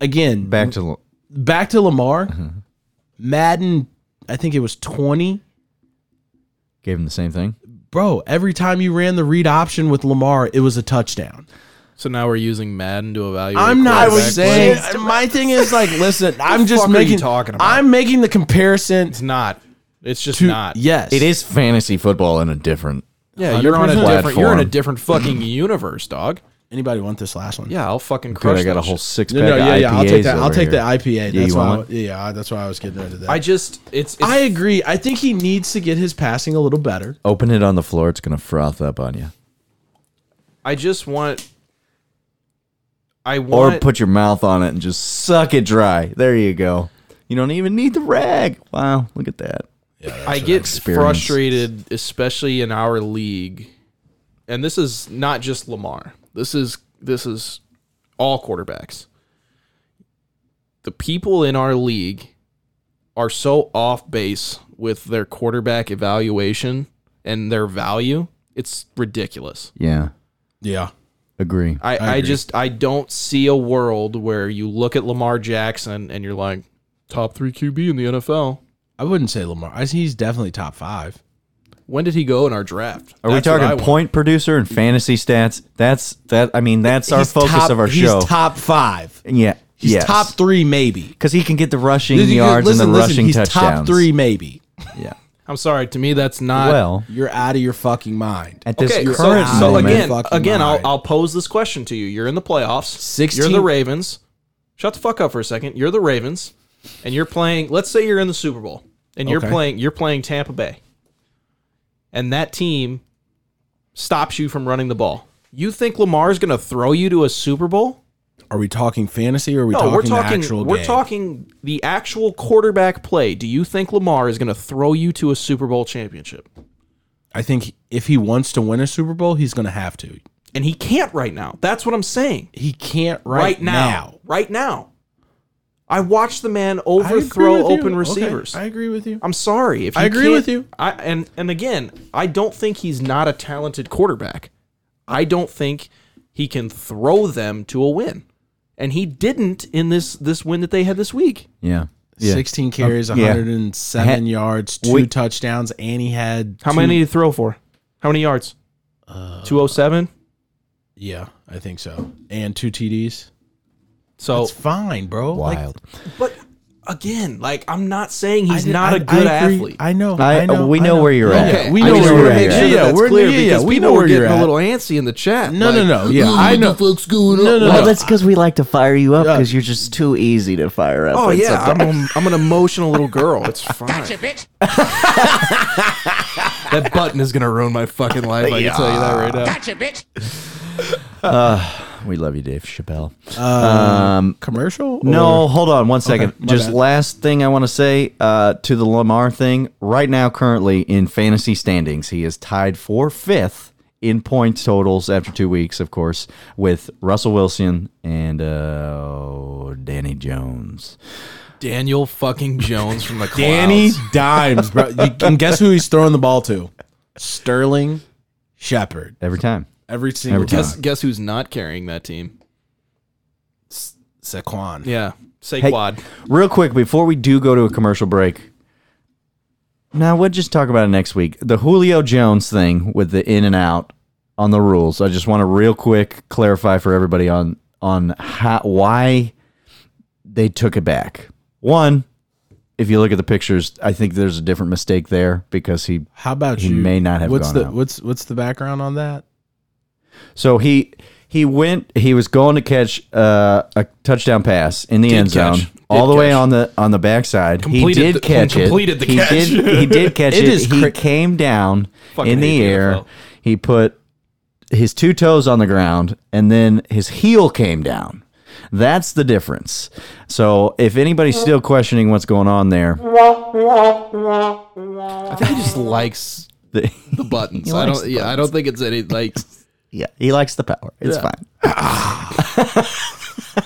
S8: again
S6: Back to L-
S8: back to Lamar,
S6: Mm-hmm.
S8: Madden. I think it was twenty.
S6: gave him the same thing.
S8: Bro, every time you ran the read option with Lamar, it was a touchdown.
S7: So now we're using Madden to evaluate.
S8: I'm not
S7: quarterback play?
S8: saying my thing is like, listen, I'm just
S7: fuck are you
S8: making
S7: talking about?
S8: I'm making the comparison
S7: It's not. It's just
S8: to
S7: not.
S8: yes,
S6: It is fantasy football in a different.
S7: Yeah, you're on a
S6: 100%
S7: different. You're in a
S6: platform.
S7: different fucking universe, dog.
S8: Anybody want this last one?
S7: Yeah, I'll fucking
S6: Dude,
S7: crush.
S6: I got
S7: that
S6: a whole
S7: shit.
S6: six pack
S8: No, no,
S6: of
S8: yeah, yeah. I'll
S6: IPAs
S8: take that. I'll
S6: over
S8: take
S6: here.
S8: the IPA.
S6: Yeah,
S8: That's
S6: you
S8: why.
S6: want
S8: I-
S6: one?
S8: Yeah, yeah, that's why I was getting rid of that.
S7: I
S8: I,
S7: just it's. it's
S8: agree. I think he needs to get his passing a little better.
S6: Open it on the floor. It's gonna froth up on you,
S7: I just want. I
S6: or
S7: want.
S6: put your mouth on it and just suck it dry. There you go. You don't even need the rag. Wow, look at that.
S7: I get
S6: experience.
S7: frustrated, especially in our league, and this is not just Lamar. This is this is all quarterbacks. The people in our league are so off base with their quarterback evaluation and their value. It's ridiculous.
S6: Yeah,
S8: Yeah.
S6: agree.
S7: I, I, just I don't see a world where you look at Lamar Jackson and you're like top three QB in the NFL.
S8: I wouldn't say Lamar. I he's definitely top five.
S7: When did he go in our draft?
S6: Are we
S7: That's what I
S6: talking
S7: want.
S6: point producer and fantasy stats? That's that. I mean, that's our
S8: He's
S6: focus
S8: top-
S6: of our
S8: he's
S6: show.
S8: top five.
S6: yeah,
S8: He's
S6: yes.
S8: top three, maybe.
S6: because he can get the rushing
S8: Listen,
S6: yards
S8: listen,
S6: and the rushing
S8: he's
S6: touchdowns.
S8: top three, maybe.
S6: Yeah.
S7: I'm sorry. To me, that's not
S6: Well,
S8: You're out of your fucking mind.
S6: at this
S7: okay. So,
S6: current
S7: so
S6: moment,
S7: again,
S8: Fucking
S7: again, I'll,
S8: mind.
S7: I'll pose this question to you. You're in the playoffs. You're
S8: 16
S7: the Ravens. Shut the fuck up for a second. You're the Ravens. and you're playing, let's say you're in the Super Bowl and you're
S6: Okay.
S7: playing you're playing Tampa Bay. And that team stops you from running the ball. You think Lamar's going to throw you to a Super Bowl?
S8: Are we talking fantasy or are we
S7: No,
S8: talking,
S7: we're
S8: the
S7: talking
S8: actual
S7: we're
S8: game?
S7: talking the actual quarterback play. Do you think Lamar is going to throw you to a Super Bowl championship?
S8: I think if he wants to win a Super Bowl, he's going to have to.
S7: And he can't right now. That's what I'm saying.
S8: He can't right,
S7: Right, now. Right now. I watched the man overthrow open receivers.
S8: I agree with you.
S7: I'm sorry. If you
S8: I agree
S7: can't-
S8: with you.
S7: I and and again, I don't think he's not a talented quarterback. I don't think he can throw them to a win, and he didn't in this this win that they had this week.
S6: Yeah. Yeah.
S8: 16 carries,
S6: yeah.
S8: 107 yards, two
S6: we-
S8: touchdowns, and he had
S7: How
S8: two-
S7: many did he throw for? How many yards?
S8: Uh,
S7: Two oh seven.
S8: Yeah, I think so. And two TDs.
S7: So,
S8: It's fine, bro. Like,
S6: Wild.
S7: but again, like I'm not saying he's
S8: I-
S7: not
S8: a
S7: a good athlete.
S8: I know.
S6: oh, I-
S8: I know.
S6: we
S8: I
S6: know where you're at.
S8: Yeah, we
S6: I
S8: know
S6: just
S8: where
S6: wanna
S8: you're
S6: make
S8: at.
S6: sure
S8: Yeah, yeah, we're yeah, yeah, we know where you're at.
S7: a little antsy in the chat.
S8: No, no, no. Yeah, I know.
S1: fuck's going
S8: No, no,
S6: Well,
S8: no.
S6: that's because we like to fire you up because you're just too easy to fire up.
S7: Oh
S6: when
S7: yeah,
S6: something-
S7: I'm, a, I'm an emotional little girl. It's fine. that button is gonna ruin my fucking life. I can tell you that right now.
S6: we love you, Dave Chappelle.
S8: commercial?
S6: No, hold on one second.
S8: my
S6: Just
S8: bad.
S6: last thing I want to say uh, to the Lamar thing. Right now, currently in fantasy standings, he is tied for fifth in points totals after two weeks, of course, with Russell Wilson and uh, Danny Jones.
S7: Daniel fucking Jones from the clouds.
S8: Danny Dimes, bro. You can guess who he's throwing the ball to? Sterling Shepard.
S6: Every time.
S8: Every single
S6: Every time.
S7: Guess, guess who's not carrying that team?
S8: Saquon.
S7: Yeah,
S6: Hey,
S7: Saquad.
S6: real quick before we do go to a commercial break. Now we'll just talk about it next week. The Julio Jones thing with the in and out on the rules. I just want to real quick clarify for everybody on on how, why they took it back. One, if you look at the pictures, I think there's a different mistake there because he
S8: How about
S6: He
S8: you?
S6: may not have
S8: what's
S6: gone
S8: the
S6: out.
S8: what's what's the background on that?
S6: So he he went. He was going to catch uh, a touchdown pass in the end zone,
S7: catch. Did
S6: all the way
S7: catch.
S6: on the on the backside.
S7: Completed
S6: he did
S7: the-
S6: catch it.
S7: completed the
S6: he
S7: catch.
S6: Did, he did catch it.
S8: It is
S6: he
S8: cra-
S6: came down
S7: Fucking
S6: in the
S7: hate the
S6: air.
S7: NFL.
S6: He put his two toes on the ground, and then his heel came down. That's the difference. So if anybody's still questioning what's going on there,
S7: I think he just likes
S6: the,
S7: the buttons.
S6: He
S7: I
S6: likes
S7: don't.
S6: the
S7: Yeah, I don't think it's any like.
S6: yeah, he likes the power. It's
S7: Yeah.
S6: fine.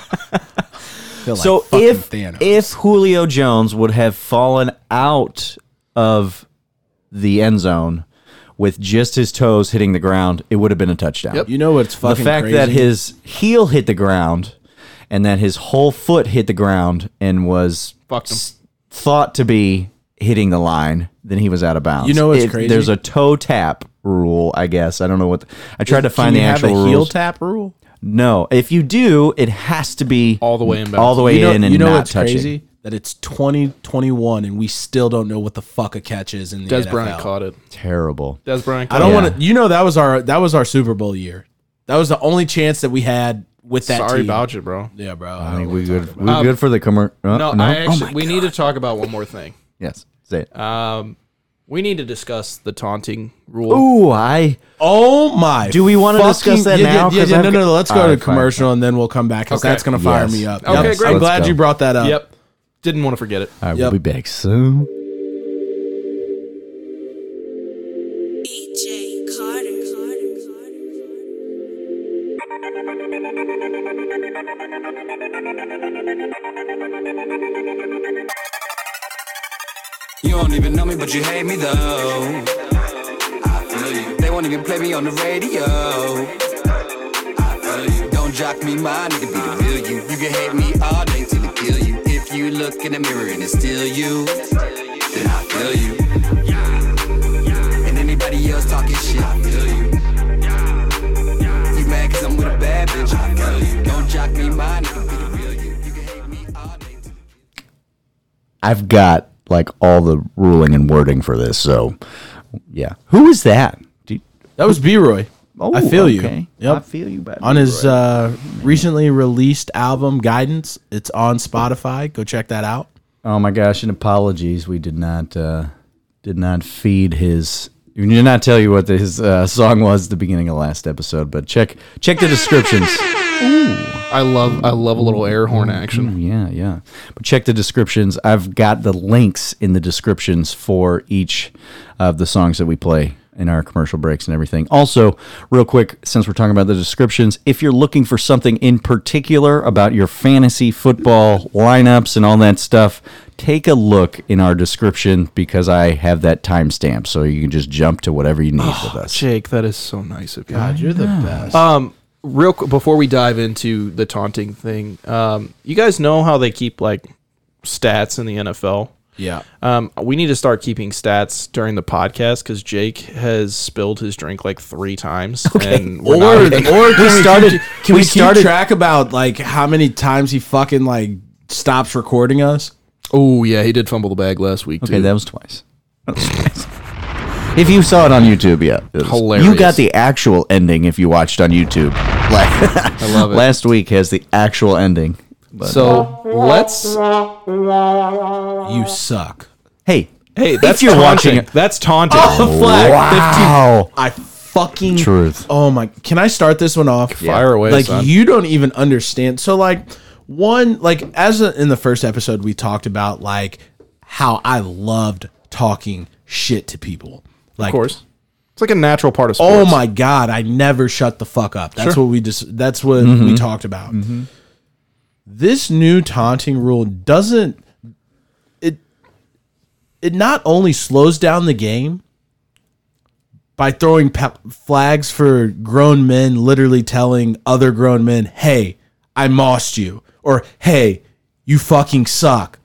S8: Feel like
S6: so
S8: fucking
S6: if
S8: Thanos.
S6: if Julio Jones would have fallen out of the end zone with just his toes hitting the ground, it would have been a touchdown.
S7: Yep.
S8: you know what's
S6: The
S8: fucking
S6: fact
S8: crazy?
S6: that his heel hit the ground and that his whole foot hit the ground and was
S7: Fucked him.
S6: s- thought to be hitting the line, then he was out of bounds.
S8: You know what's
S6: It-
S8: crazy?
S6: There's a toe tap rule, I guess. I don't know what the- I tried to
S8: Can
S6: find
S8: you
S6: the
S8: have a
S6: actual
S8: heel
S6: rules.
S8: tap rule.
S6: No, if you do, it has to be
S7: All the way in bounds.
S6: all the way
S8: you know,
S6: in and
S8: you know
S6: not
S8: what's
S6: touching.
S8: crazy? That it's 2021 and we still don't know what the fuck a catch is in the
S7: Des
S8: NFL.
S7: Bryant caught it.
S6: Terrible.
S7: Des Bryant. Caught
S8: I don't
S7: it.
S8: want to. You know that was our that was our Super Bowl year. That was the only chance that we had with that
S7: Sorry
S8: team.
S7: about you, bro.
S8: yeah, bro.
S6: I
S8: I
S6: mean,
S8: don't-
S6: we good. We
S8: Um,
S6: good for the uh, commercial.
S7: No, Oh I actually. we need to talk about one more thing.
S6: Oh yes. Say it.
S7: Um, we need to discuss the taunting rule.
S6: Ooh, I
S8: oh my!
S6: Do we wanna
S8: fucking-
S6: discuss that
S8: yeah, yeah,
S6: now?
S8: Yeah,
S6: 'Cause
S8: yeah,
S6: I've
S8: no, no,
S6: got-
S8: no. Let's go
S6: All
S8: to
S6: right, fine,
S8: commercial and then we'll come back because
S7: Okay.
S8: that's gonna fire
S6: Yes.
S8: me up.
S7: Okay,
S8: Yep.
S7: great.
S8: I'm
S6: Let's
S8: glad
S6: go.
S8: you brought that up.
S7: Yep. Didn't want to forget it.
S6: I will
S8: Yep.
S6: be back soon.
S1: E
S2: EJ Carter.
S9: You don't even know me, but you hate me though. I feel you. They won't even play me on the radio. I feel you. Don't jock me, my nigga, be the real you. You can hate me all day till it kill you. If you look in the mirror and it's still you, then I feel you. And anybody else talking shit, I feel you. You mad cause I'm with a bad bitch, I feel you. Don't jock me, my nigga, be the real you. You can hate me all day till
S6: I've got like all the ruling and wording for this. So, yeah. Who is that? Do you-
S8: That was B Roy.
S6: oh,
S8: I feel
S6: okay.
S8: you. Yep.
S6: I feel you. Baby.
S8: on his uh, recently released album Guidance. It's on Spotify. Go check that out.
S6: Oh my gosh! And apologies, we did not uh, did not feed his. We did not tell you what his uh, song was at the beginning of last episode, but check check the descriptions.
S7: I love I love a little air horn
S8: Mm.
S7: action.
S6: Oh, Yeah, yeah. But check the descriptions. I've got the links in the descriptions for each of the songs that we play in our commercial breaks and everything. Also, real quick, since we're talking about the descriptions, if you're looking for something in particular about your fantasy football lineups and all that stuff, take a look in our description because I have that timestamp. So you can just jump to whatever you need
S8: Oh,
S6: with us.
S7: Jake, that is so nice of you.
S8: You're the best.
S7: Um, real quick before we dive into the taunting thing, um, you guys know how they keep like stats in the NFL.
S8: yeah.
S7: Um, we need to start keeping stats during the podcast because Jake has spilled his drink like three times, and we're
S8: Or, or can we
S7: not,
S6: started-
S8: started. Can
S6: we
S8: we,
S6: started-
S8: keep track about like how many times he fucking like stops recording us?
S7: oh yeah, he did fumble the bag last week.
S6: Okay,
S7: too.
S6: that was twice. That was twice. if you saw it on YouTube, yeah, it was-
S7: Hilarious.
S6: You got the actual ending if you watched on YouTube. Like, I
S7: love it.
S6: Last week has the actual ending. But
S7: so let's.
S8: You suck.
S6: hey,
S7: Hey, that's
S6: you're
S7: taunting.
S6: watching- Oh,
S7: That's taunting.
S6: wow,
S8: I fucking
S6: Truth.
S8: Oh my! Can I start this one off?
S7: Fire away,
S8: Like
S7: son.
S8: you don't even understand. So like one like as a, in the first episode we talked about like how I loved talking shit to people. Like
S7: Of course, it's like a natural part of sports.
S8: Oh my god, I never shut the fuck up. That's what we just that's what
S7: Mm-hmm.
S8: we talked about. This new taunting rule doesn't it it not only slows down the game by throwing pa- flags for grown men literally telling other grown men, "Hey, I mossed you." Or, "Hey, you fucking suck."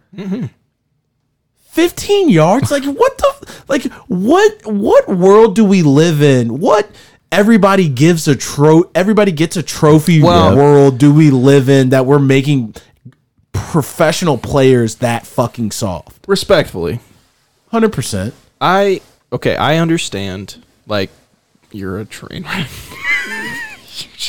S8: 15 yards like what the f- like what what world do we live in what everybody gives a tro everybody gets a trophy
S7: Well-
S8: world do we live in that we're making professional players that fucking soft
S7: Respectfully,
S8: 100%
S7: I okay, I understand. Like you're a train wreck.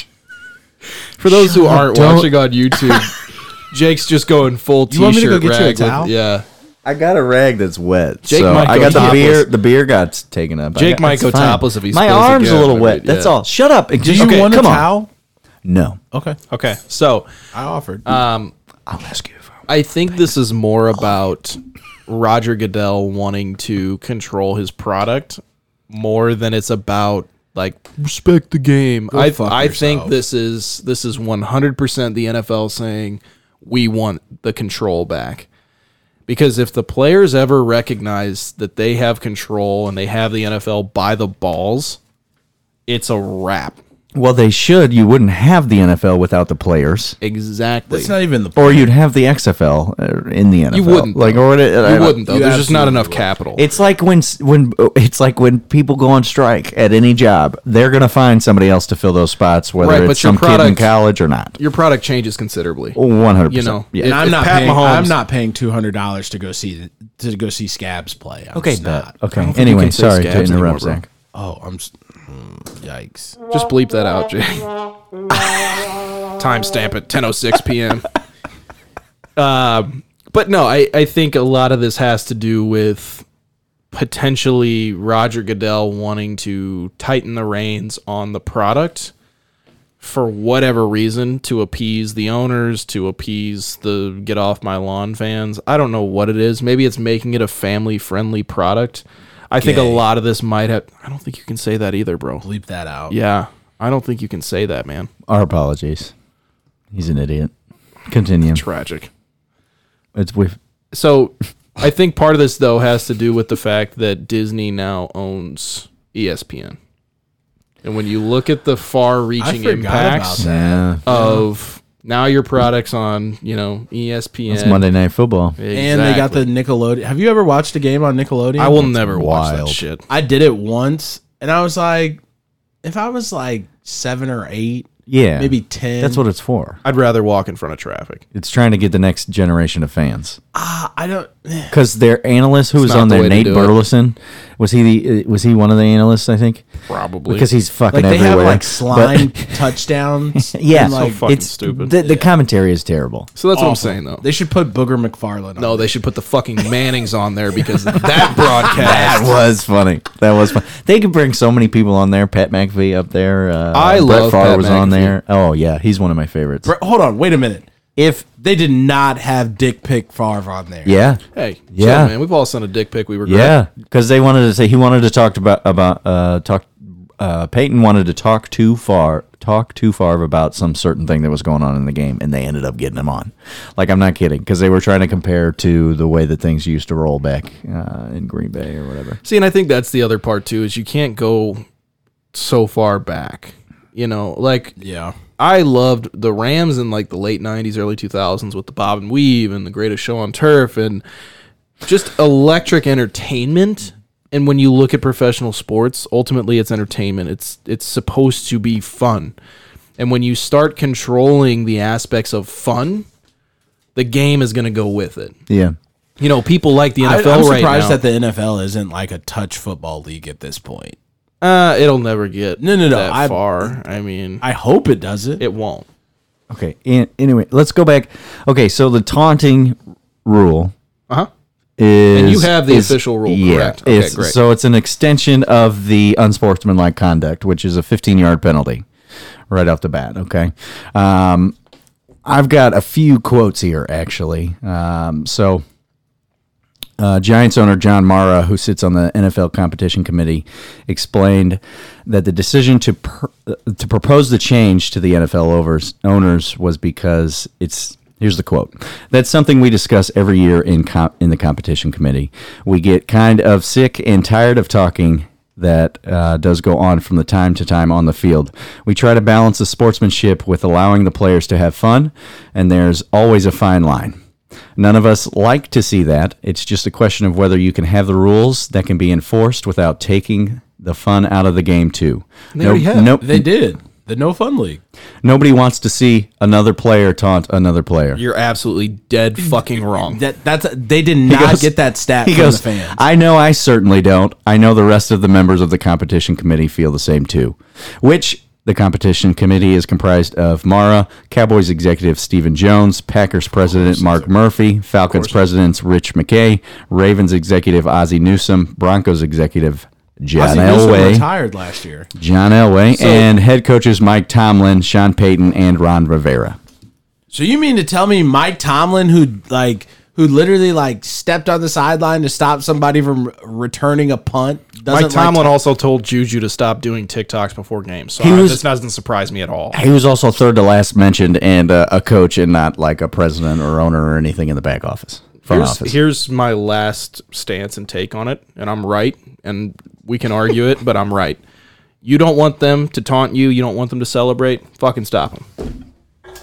S7: For those who aren't watching on YouTube, Jake's just going full t-shirt
S8: You want me to go get you a
S7: rag with-
S8: towel?
S7: yeah.
S6: I got a rag that's wet.
S7: Jake
S6: so
S7: might
S6: I
S7: go
S6: got the
S7: topless.
S6: beer. The beer got taken up. I
S7: Jake
S6: got-
S7: might
S6: it's
S7: go
S6: fine.
S7: topless if he
S6: My
S7: spills
S6: arm's
S7: again,
S6: a little
S7: I
S6: wet.
S7: mean,
S6: That's
S7: yeah.
S6: all. Shut up.
S8: do you want a
S6: come on.
S8: towel
S6: No,
S8: okay
S7: Okay. So,
S8: i offered
S6: I'll ask you. If I
S7: I think this is more about Roger Goodell wanting to control his product more than it's about like respect the game. I
S8: fuck
S7: I think
S8: yourself.
S7: this is this is 100% the NFL saying we want the control back. Because if the players ever recognize that they have control and they have the NFL by the balls, it's a wrap.
S6: well, they should. You wouldn't have the NFL without the players.
S7: Exactly.
S8: it's not even the
S6: Or you'd have the XFL uh, in the NFL.
S7: wouldn't,
S6: like, or what?
S7: you wouldn't though.
S8: You
S7: There's just not
S8: absolutely
S7: enough capital.
S6: It's like when when uh, it's like when people go on strike at any job, they're gonna find somebody else to fill those spots, whether
S7: Right, but
S6: it's
S7: your
S6: some kid in
S7: product-
S6: college or not.
S7: Your product changes considerably.
S6: One hundred
S7: you
S6: percent.
S7: know,
S6: Yeah.
S7: if-
S8: and I'm
S7: if
S8: not,
S7: Pat
S8: paying,
S7: Mahomes.
S8: I'm not paying $200 to go see to go see Scabs play. I'm
S6: okay.
S8: just not.
S6: bet. Okay.
S7: think you
S6: Anyway,
S7: can say
S6: sorry to
S7: scabs anymore,
S6: interrupt,
S7: bro.
S6: Zach.
S8: Oh, I'm s- mm, yikes.
S7: Just bleep that out, Jake. Timestamp it, 10:06 p.m. um, but no, I, I think a lot of this has to do with potentially Roger Goodell wanting to tighten the reins on the product for whatever reason to appease the owners, to appease the get off my lawn fans. I don't know what it is. Maybe it's making it a family friendly product. I think a
S8: Gay.
S7: lot of this might have. I don't think you can say that either, bro.
S8: Bleep that out.
S7: Yeah. I don't think you can say that, man.
S6: Our apologies. He's an idiot. Continue.
S7: Tragic.
S6: It's we.
S7: So I think part of this though has to do with the fact that Disney now owns E ESPN. And when you look at the far reaching
S8: forgot
S7: impacts
S8: about
S6: Yeah.
S7: of now your products on, you know, E ESPN.
S6: It's Monday Night Football.
S8: And they got the Nickelodeon. Have you ever watched a game on Nickelodeon?
S7: I will never watch
S6: wild.
S7: that shit.
S8: I did it once, and I was like, if I was like seven or eight,
S6: Yeah.
S8: maybe ten.
S6: That's what it's for.
S7: I'd rather walk in front of traffic.
S6: It's trying to get the next generation of fans.
S8: I don't.
S6: because their analyst who was
S7: not
S6: on
S7: the
S6: there,
S7: way to
S6: Nate
S7: do it.
S6: Burleson, was he the uh, was he one of the analysts? I think
S7: Probably
S6: because he's fucking
S8: Like they
S6: everywhere.
S8: have like
S6: But-
S8: slime touchdowns.
S6: yeah,
S8: and, like,
S7: fucking stupid.
S6: The, the commentary is terrible.
S7: so. That's what I'm saying though.
S8: they should put Booger McFarland. On
S7: no, they should put the fucking Mannings on there because that broadcast.
S6: That was funny. That was fun. They could bring so many people on there. Pat McAfee up there. Uh,
S7: I
S6: Brett
S7: love
S6: Favre
S7: Pat
S6: was on
S7: McAfee.
S6: there. Oh yeah, he's one of my favorites.
S8: Br- Hold on, wait a minute.
S6: if
S8: They did not have Dick Pick Favre on there.
S6: yeah,
S7: Hey, chill,
S6: Yeah.
S7: man, we've all sent a dick pic. We regret.
S6: yeah, because they wanted to say he wanted to talk about about uh talk. Uh, Peyton wanted to talk too far, talk too far about some certain thing that was going on in the game, and they ended up getting him on. Like I'm not kidding, because they were trying to compare to the way that things used to roll back uh, in Green Bay or whatever.
S7: See, and I think that's the other part too is you can't go so far back. You know, like
S8: Yeah.
S7: I loved the Rams in like the late '90s, early 2000s with the Bob and Weave and the Greatest Show on Turf and just electric entertainment. And when you look at professional sports, ultimately it's entertainment. It's it's supposed to be fun. And when you start controlling the aspects of fun, the game is going to go with it.
S6: Yeah,
S7: You know, people like the
S8: I,
S7: NFL
S8: am
S7: right
S8: surprised
S7: now.
S8: that the NFL isn't like a touch football league at this point.
S7: Uh, it'll never get
S8: No, no, no,
S7: that
S8: I-
S7: far. I mean,
S8: I hope it does it.
S7: it won't.
S6: Okay. An anyway, let's go back. Okay, so the taunting rule
S7: Uh huh.
S6: is
S7: you have the
S6: is-
S7: official rule, correct? Okay,
S6: it's-
S7: great.
S6: So it's an extension of the unsportsmanlike conduct, which is a 15-yard penalty right off the bat. Okay. Um, I've got a few quotes here, actually. Um, so uh, Giants owner John Mara, who sits on the NFL competition committee, explained that the decision to per, uh, to propose the change to the NFL overs, owners was because it's here's the quote. That's something we discuss every year in com- in the competition committee. We get kind of sick and tired of talking that uh, does go on from the time to time on the field. We try to balance the sportsmanship with allowing the players to have fun, and there's always a fine line. None of us like to see that. It's just a question of whether you can have the rules that can be enforced without taking the fun out of the game too. They
S7: already have.
S8: They did. The No Fun League.
S6: Nobody wants to see another player taunt another player.
S7: You're absolutely dead fucking wrong.
S8: That that's they did not
S6: goes-
S8: get that stat
S6: he
S8: from
S6: goes,
S8: the fans.
S6: I know I certainly don't. I know the rest of the members of the competition committee feel the same too. Which the competition committee is comprised of Mara, Cowboys executive Stephen Jones, Packers president Mark Murphy, Falcons presidents Rich McKay, Ravens executive Ozzie Newsome, Broncos executive John
S8: Ozzie Newsome
S6: Elway,
S8: retired last year.
S6: John Elway, and head coaches Mike Tomlin, Sean Payton, and Ron Rivera.
S8: So you mean to tell me Mike Tomlin, who like who literally like stepped on the sideline to stop somebody from returning a punt, doesn't
S7: Mike
S8: like
S7: Tomlin also told Juju to stop doing TikToks before games. So
S6: He
S7: I-
S6: was-
S7: this doesn't surprise me at all.
S6: He was also third to last mentioned and uh, a coach and not like a president or owner or anything in the back office. Front
S7: Here's,
S6: office.
S7: here's my last stance and take on it, and I'm right, and we can argue it, but I'm right. You don't want them to taunt you. You don't want them to celebrate. Fucking stop them.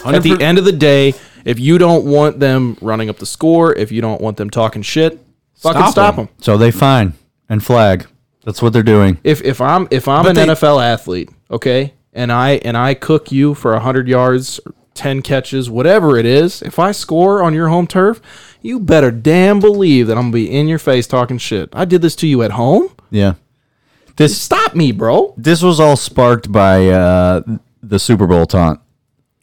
S7: At the end of the day, if you don't want them running up the score, if you don't want them talking shit, fucking
S8: Stop
S7: stop,
S8: 'em.
S7: them.
S6: So they fine and flag. That's what they're doing.
S7: if if I'm if I'm an
S8: they-
S7: NFL athlete, okay, and I and I cook you for hundred yards, ten catches, whatever it is, if I score on your home turf, you better damn believe that I'm gonna be in your face talking shit. I did this to you at home.
S6: Yeah. This
S7: Stop me, bro.
S6: this was all sparked by uh, the Super Bowl taunt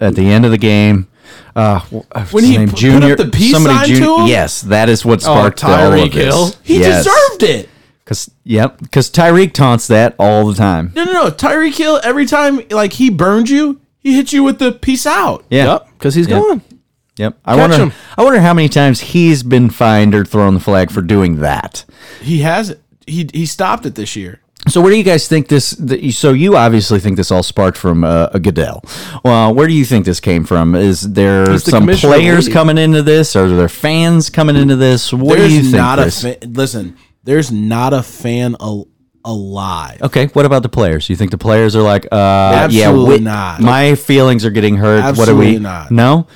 S6: at the end of the game. Uh, when
S8: he pu- put up the peace sign to him?
S6: Yes, that is what sparked all
S7: Tyreek
S6: of this.
S7: Hill.
S8: He
S6: Yes.
S8: deserved it.
S6: Cause yep, because Tyreek taunts that all the time.
S8: No, no, no. Tyreek Hill, every time like he burned you, he hit you with the peace out.
S6: Yeah.
S7: Yep, because he's
S6: Yeah.
S7: gone.
S6: Yep. I
S7: Catch
S6: wonder.
S7: him.
S6: I wonder how many times he's been fined or thrown the flag for doing that.
S8: He has he he stopped it this year.
S6: So where do you guys think this? The, so you obviously think this all sparked from uh, a Goodell. Well, where do you think this came from? Is there
S7: He's the
S6: some
S7: commissioner of the
S6: players
S7: league.
S6: coming into this? Are there fans coming into this? What do you think?
S8: not a
S6: Chris?
S8: fan, listen. There's not a fan al- alive.
S6: okay, what about the players? You think the players are like, uh, yeah,
S8: Absolutely
S6: wait,
S8: not.
S6: My feelings are getting hurt. what are
S8: Absolutely
S6: we?
S8: not.
S6: No.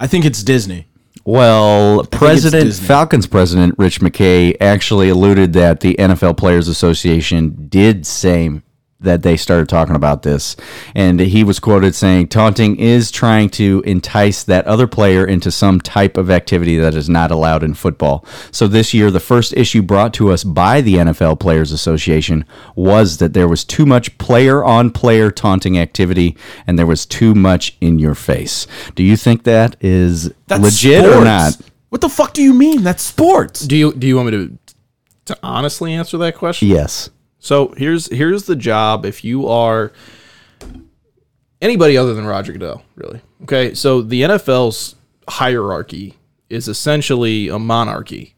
S8: I think it's Disney.
S6: Well, President
S8: Disney.
S6: Falcons President Rich McKay actually alluded that the NFL Players Association did same that they started talking about this. And he was quoted saying, Taunting is trying to entice that other player into some type of activity that is not allowed in football. So this year, the first issue brought to us by the NFL Players Association was that there was too much player on player taunting activity and there was too much in your face. Do you think that is legit or
S8: sports.
S6: not?
S8: What the fuck do you mean? That's sports.
S7: Do you do you want me to to honestly answer that question?
S6: Yes.
S7: So here's here's the job if you are anybody other than Roger Goodell, really. Okay, so the NFL's hierarchy is essentially a monarchy,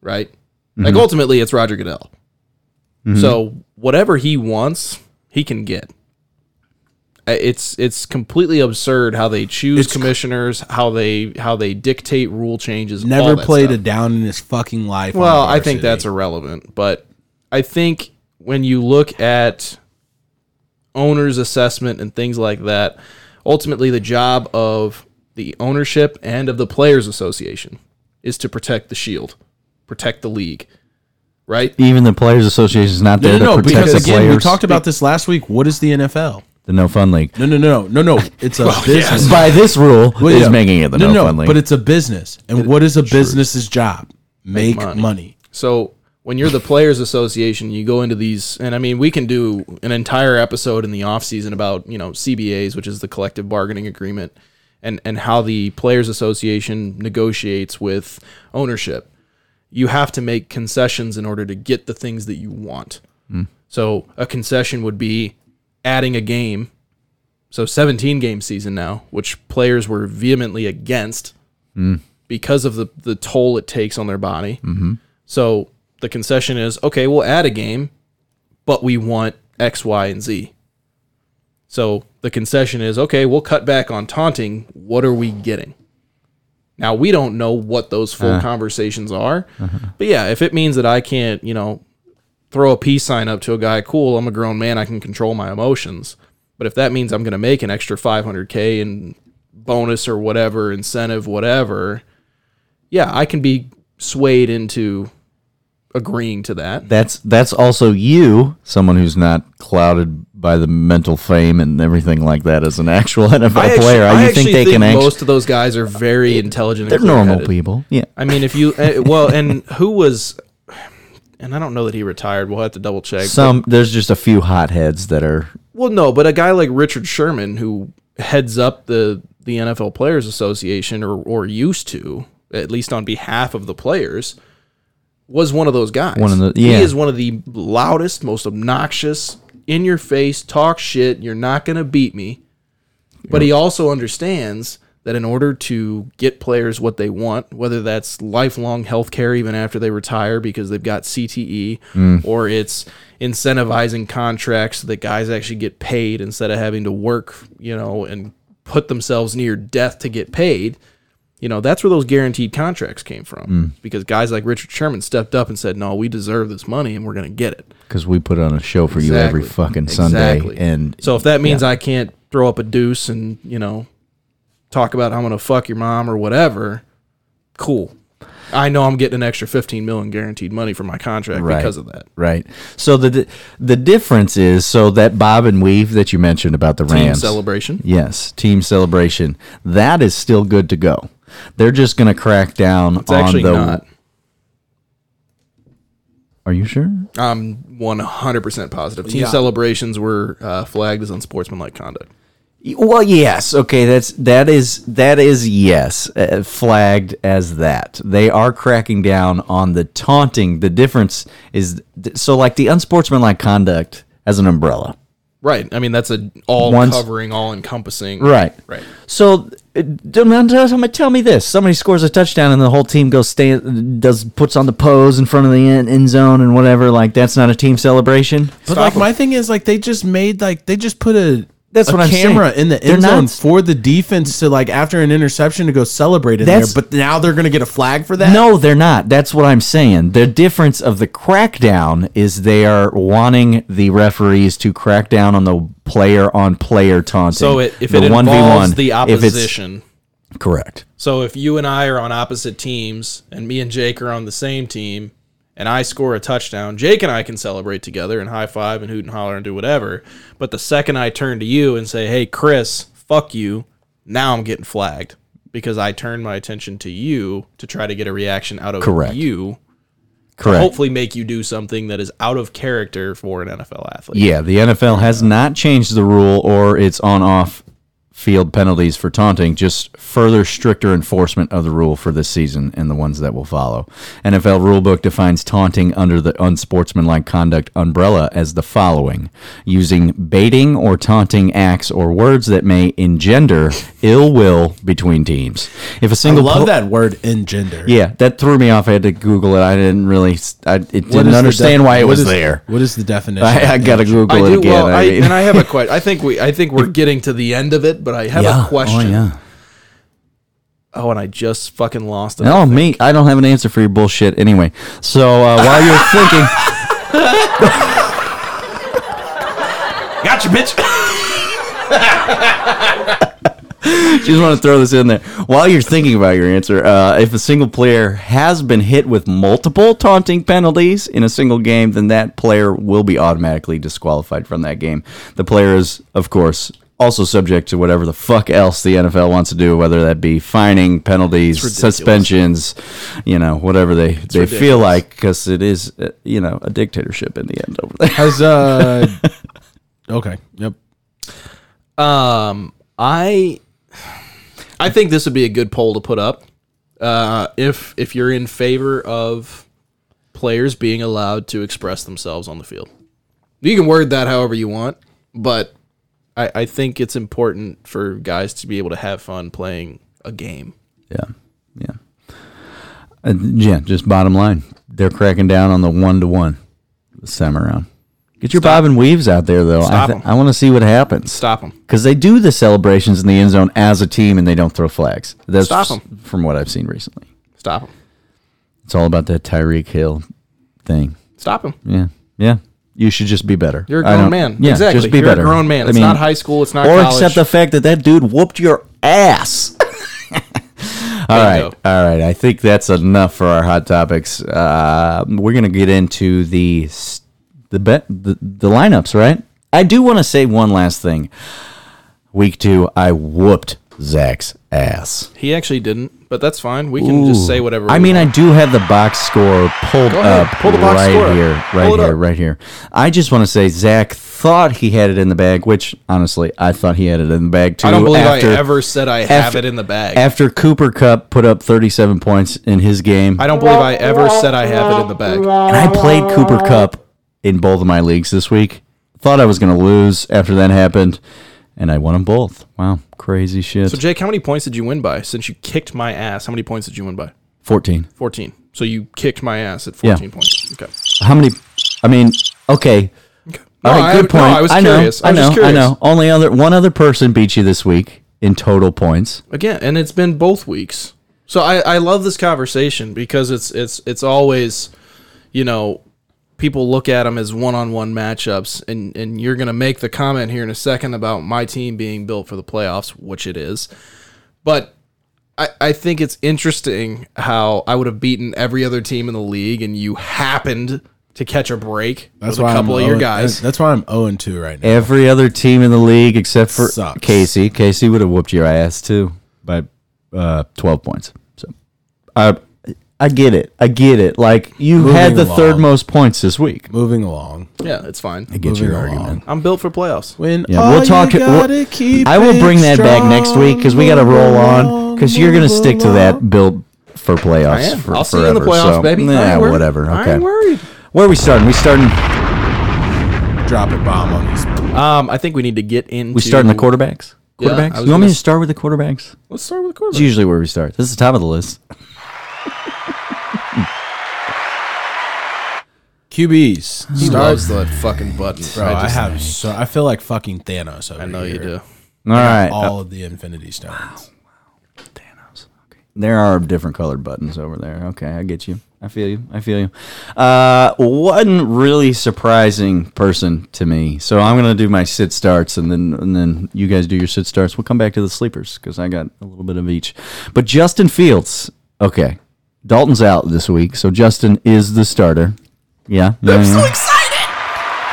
S7: right?
S8: Mm-hmm.
S7: Like ultimately, it's Roger Goodell. So whatever he wants, he can get. Uh, It's it's completely absurd how they choose commissioners, how they how they dictate rule changes. all
S8: Never
S7: that
S8: played
S7: stuff.
S8: a down in his fucking life. on
S7: Well, I think
S8: varsity.
S7: that's irrelevant, but I think when you look at owner's assessment and things like that, ultimately the job of the ownership and of the players association is to protect the shield, protect the league, right?
S6: Even the Players Association is not
S8: no,
S6: there
S8: no, no.
S6: to protect
S8: Because
S6: the
S8: again,
S6: players.
S8: we talked about this last week. What is the NFL?
S6: the No Fun League.
S8: No, no, no, no, no. It's a business.
S6: By this rule,
S8: Well,
S6: is
S8: yeah.
S6: making it the No, Fun League.
S8: But it's a business, and what is a business's job? Make,
S7: money.
S8: money.
S7: So when you're the players association, you go into these and I mean we can do an entire episode in the offseason about, you know, CBAs, which is the collective bargaining agreement, and and how the players association negotiates with ownership. You have to make concessions in order to get the things that you want. So a concession would be adding a game. So 17 game season now, which players were vehemently against because of the the toll it takes on their body. So the concession is okay, we'll add a game, but we want X, Y, and Z. So the concession is okay, we'll cut back on taunting. What are we getting? Now we don't know what those full conversations are. But yeah, if it means that I can't, you know, throw a peace sign up to a guy, cool, I'm a grown man, I can control my emotions. But if that means I'm going to make an extra 500k in bonus or whatever, incentive whatever, yeah, I can be swayed into agreeing to that.
S6: that's that's also you, someone who's not clouded by the mental fame and everything like that as an actual NFL player. you think they can act-
S7: most of those guys are very intelligent. and
S6: They're normal
S7: clear-headed.
S6: people. Yeah.
S7: I mean, if you eh, well, and who was, and I don't know that he retired. We'll have to double check.
S6: Some there's just a few hotheads that are
S7: Well, no, but a guy like Richard Sherman, who heads up the the NFL Players Association, or or used to, at least on behalf of the players, was one of those guys.
S6: One of the-
S7: He
S6: yeah.
S7: is one of the loudest, most obnoxious, in your face, talk shit. You're not gonna beat me. But he also understands that in order to get players what they want, whether that's lifelong health care even after they retire because they've got CTE, or it's incentivizing contracts so that guys actually get paid instead of having to work, you know, and put themselves near death to get paid. You know, that's where those guaranteed contracts came from because guys like Richard Sherman stepped up and said, No, we deserve this money and we're going to get it.
S6: because we put on a show for you every
S7: Exactly.
S6: fucking Sunday,
S7: Exactly.
S6: and
S7: So if that means I can't throw up a deuce and, you know, talk about how I'm going to fuck your mom or whatever, cool. I know I'm getting an extra 15 million guaranteed money for my contract
S6: Right.
S7: because of that.
S6: right. So the di- the difference is so that Bob and Weave that you mentioned about the
S7: Team
S6: Rams
S7: celebration.
S6: Yes, team celebration. That is still good to go. They're just going to crack down
S7: It's
S6: on
S7: actually
S6: the.
S7: not.
S6: Are you sure?
S7: I'm 100% positive. Team celebrations were uh, flagged as unsportsmanlike conduct.
S6: Well, yes. Okay, that's that is that is yes, uh, flagged as that. They are cracking down on the taunting. The difference is so like the unsportsmanlike conduct as an umbrella.
S7: Right. I mean, that's a all
S6: Once-
S7: covering, all encompassing.
S6: Right.
S7: Right.
S6: So uh, don't- don't- don't- tell me this: somebody scores a touchdown, and the whole team goes stand, does puts on the pose in front of the end, end zone and whatever. Like that's not a team celebration.
S8: But like my thing is like they just made like they just put a
S6: That's
S8: a
S6: what I'm saying.
S8: camera in the
S6: They're
S8: end zone
S6: not-
S8: for the defense to like after an interception to go celebrate in
S6: That's-
S8: there. But now they're gonna get a flag for that.
S6: No, they're not. That's what I'm saying. The difference of the crackdown is they are wanting the referees to crack down on the player on player taunting.
S7: So it, if
S6: The
S7: it involves
S6: 1v1,
S7: the
S6: if it's-
S7: opposition.
S6: correct.
S7: So if you and I are on opposite teams and me and Jake are on the same team and I score a touchdown, Jake and I can celebrate together and high five and hoot and holler and do whatever. But the second I turn to you and say, "Hey, Chris, fuck you," now I'm getting flagged because I turned my attention to you to try to get a reaction out of
S6: Correct.
S7: you.
S6: Correct.
S7: Hopefully, make you do something that is out of character for an NFL athlete.
S6: Yeah, the NFL has not changed the rule or its on off field penalties for taunting, just further stricter enforcement of the rule for this season and the ones that will follow. NFL rulebook defines taunting under the unsportsmanlike conduct umbrella as the following using baiting or taunting acts or words that may engender ill will between teams. If a
S8: I
S6: single
S8: love
S6: pl-
S8: that word engender.
S6: Yeah, that threw me off. I had to Google it. I didn't really, I it
S8: What is
S6: didn't
S8: the
S6: understand
S8: defi-
S6: why it
S8: what
S6: was
S8: is-
S6: there.
S8: What is the definition?
S6: I, I gotta Google
S7: I
S6: it
S7: do
S6: again.
S7: well, I,
S6: mean-
S7: and I have a question. I think we, I think we're getting to the end of it, but I have a question.
S6: Oh, yeah.
S7: Oh, and I just fucking lost it.
S6: No, me. I don't have an answer for your bullshit anyway. So uh, while you're thinking,
S7: Gotcha, bitch.
S6: just want to throw this in there. While you're thinking about your answer, uh, if a single player has been hit with multiple taunting penalties in a single game, then that player will be automatically disqualified from that game. The player is, of course. Also subject to whatever the fuck else the NFL wants to do, whether that be fining, penalties,
S7: ridiculous.
S6: suspensions, you know, whatever they, they feel like, because it is, uh, you know, a dictatorship in the end over there.
S8: Has uh, okay, yep.
S7: Um, I, I think this would be a good poll to put up. Uh, if if you're in favor of players being allowed to express themselves on the field, you can word that however you want, but I, I think it's important for guys to be able to have fun playing a game.
S6: Yeah, yeah, uh, yeah. Just bottom line, they're cracking down on the one to one this time around. Get your bob and weaves out there though.
S7: Stop
S6: I, th-
S7: 'em.
S6: I want to see what happens
S7: Stop them.
S6: because they do the celebrations in the end zone as a team and they don't throw flags. That's
S7: Stop
S6: just
S7: 'em.
S6: from what I've seen recently.
S7: Stop them.
S6: It's all about that Tyreek Hill thing.
S7: Stop them.
S6: Yeah, yeah. You should just be better.
S7: You're a
S6: I
S7: grown
S6: don't-
S7: man.
S6: Yeah,
S7: exactly.
S6: Just be
S7: You're
S6: better.
S7: a grown man.
S6: I
S7: It's
S6: mean,
S7: not high school. It's not
S6: or
S7: college.
S6: accept the fact that that dude whooped your ass. all right,
S7: Bingo.
S6: all right. I think that's enough for our hot topics. Uh, we're gonna get into the s- the bet the, the lineups, right? I do want to say one last thing. Week two, I whooped Zach's ass.
S7: He actually didn't, but that's fine. We can just say whatever.
S6: I
S7: we
S6: mean,
S7: want.
S6: I do have the box score pulled
S7: Go ahead.
S6: up
S7: Pull the box
S6: right
S7: score up.
S6: here, right
S7: Pull it
S6: here,
S7: up.
S6: right here. I just want to say Zach thought he had it in the bag, which honestly, I thought he had it in the bag too.
S7: I don't believe
S6: after,
S7: I ever said I have
S6: after-
S7: it in the bag.
S6: After Cooper Cup put up 37 points in his game,
S7: I don't believe I ever said I have it in the bag.
S6: and I played Cooper Cup in both of my leagues this week. Thought I was going to lose after that happened, and I won them both. Wow, crazy shit.
S7: So Jake, how many points did you win by? Since you kicked my ass, how many points did you win by?
S6: 14.
S7: Fourteen. So you kicked my ass at fourteen points. Okay.
S6: How many? I mean, okay.
S7: No,
S6: All right, good
S7: I,
S6: point.
S7: No, I was curious.
S6: Know, I,
S7: was
S6: know.
S7: just curious.
S6: I know. Only other one other person beat you this week in total points.
S7: again and it's been both weeks so i i love this conversation because it's it's it's always you know people look at them as one-on-one matchups and and you're gonna make the comment here in a second about my team being built for the playoffs which it is but I, I think it's interesting how I would have beaten every other team in the league, and you happened to catch a break
S8: That's
S7: with
S8: why
S7: a couple
S8: I'm
S7: of your
S8: 0
S7: guys.
S8: That's why I'm zero and two right now.
S6: Every other team in the league except for
S8: Sucks.
S6: Casey. Casey would have whooped your ass too by uh, 12 points. So I I get it. I get it. Like you
S8: Moving
S6: had the
S8: along.
S6: third most points this week.
S8: Moving along.
S7: Yeah, it's fine.
S6: I get
S8: Moving
S6: your
S8: along.
S6: argument.
S7: I'm built for playoffs.
S8: When
S6: Yeah, we'll talk. we'll- I will bring that back next week because we got to roll on because you're going to stick to that build for
S7: I
S6: playoffs.
S7: am.
S6: For,
S7: I'll see you
S6: forever,
S7: in the playoffs,
S6: so-
S7: baby. I ain't
S6: Yeah,
S7: worried.
S6: whatever.
S7: I
S6: Okay.
S7: ain't worried.
S6: Where are we starting? We starting?
S8: Drop a bomb on these.
S7: Um, I think we need to get into.
S6: We starting the quarterbacks.
S7: Yeah,
S6: Quarterbacks.
S7: I was
S6: you want me
S7: gonna-
S6: to start with the quarterbacks?
S7: Let's start with the
S6: It's
S7: quarterback.
S6: usually where we start. This is the top of the list.
S8: QBs.
S7: He loves the fucking button.
S8: Bro, I, have so I feel like fucking Thanos over
S7: I know you
S8: here.
S7: do.
S6: All right.
S8: All of the Infinity Stones.
S6: There are different colored buttons over there. Okay, I get you. I feel you. I feel you. Uh, one really surprising person to me. So I'm gonna do my sit starts, and then and then you guys do your sit starts. We'll come back to the sleepers because I got a little bit of each. But Justin Fields. Okay, Dalton's out this week, so Justin is the starter. Yeah. yeah, yeah.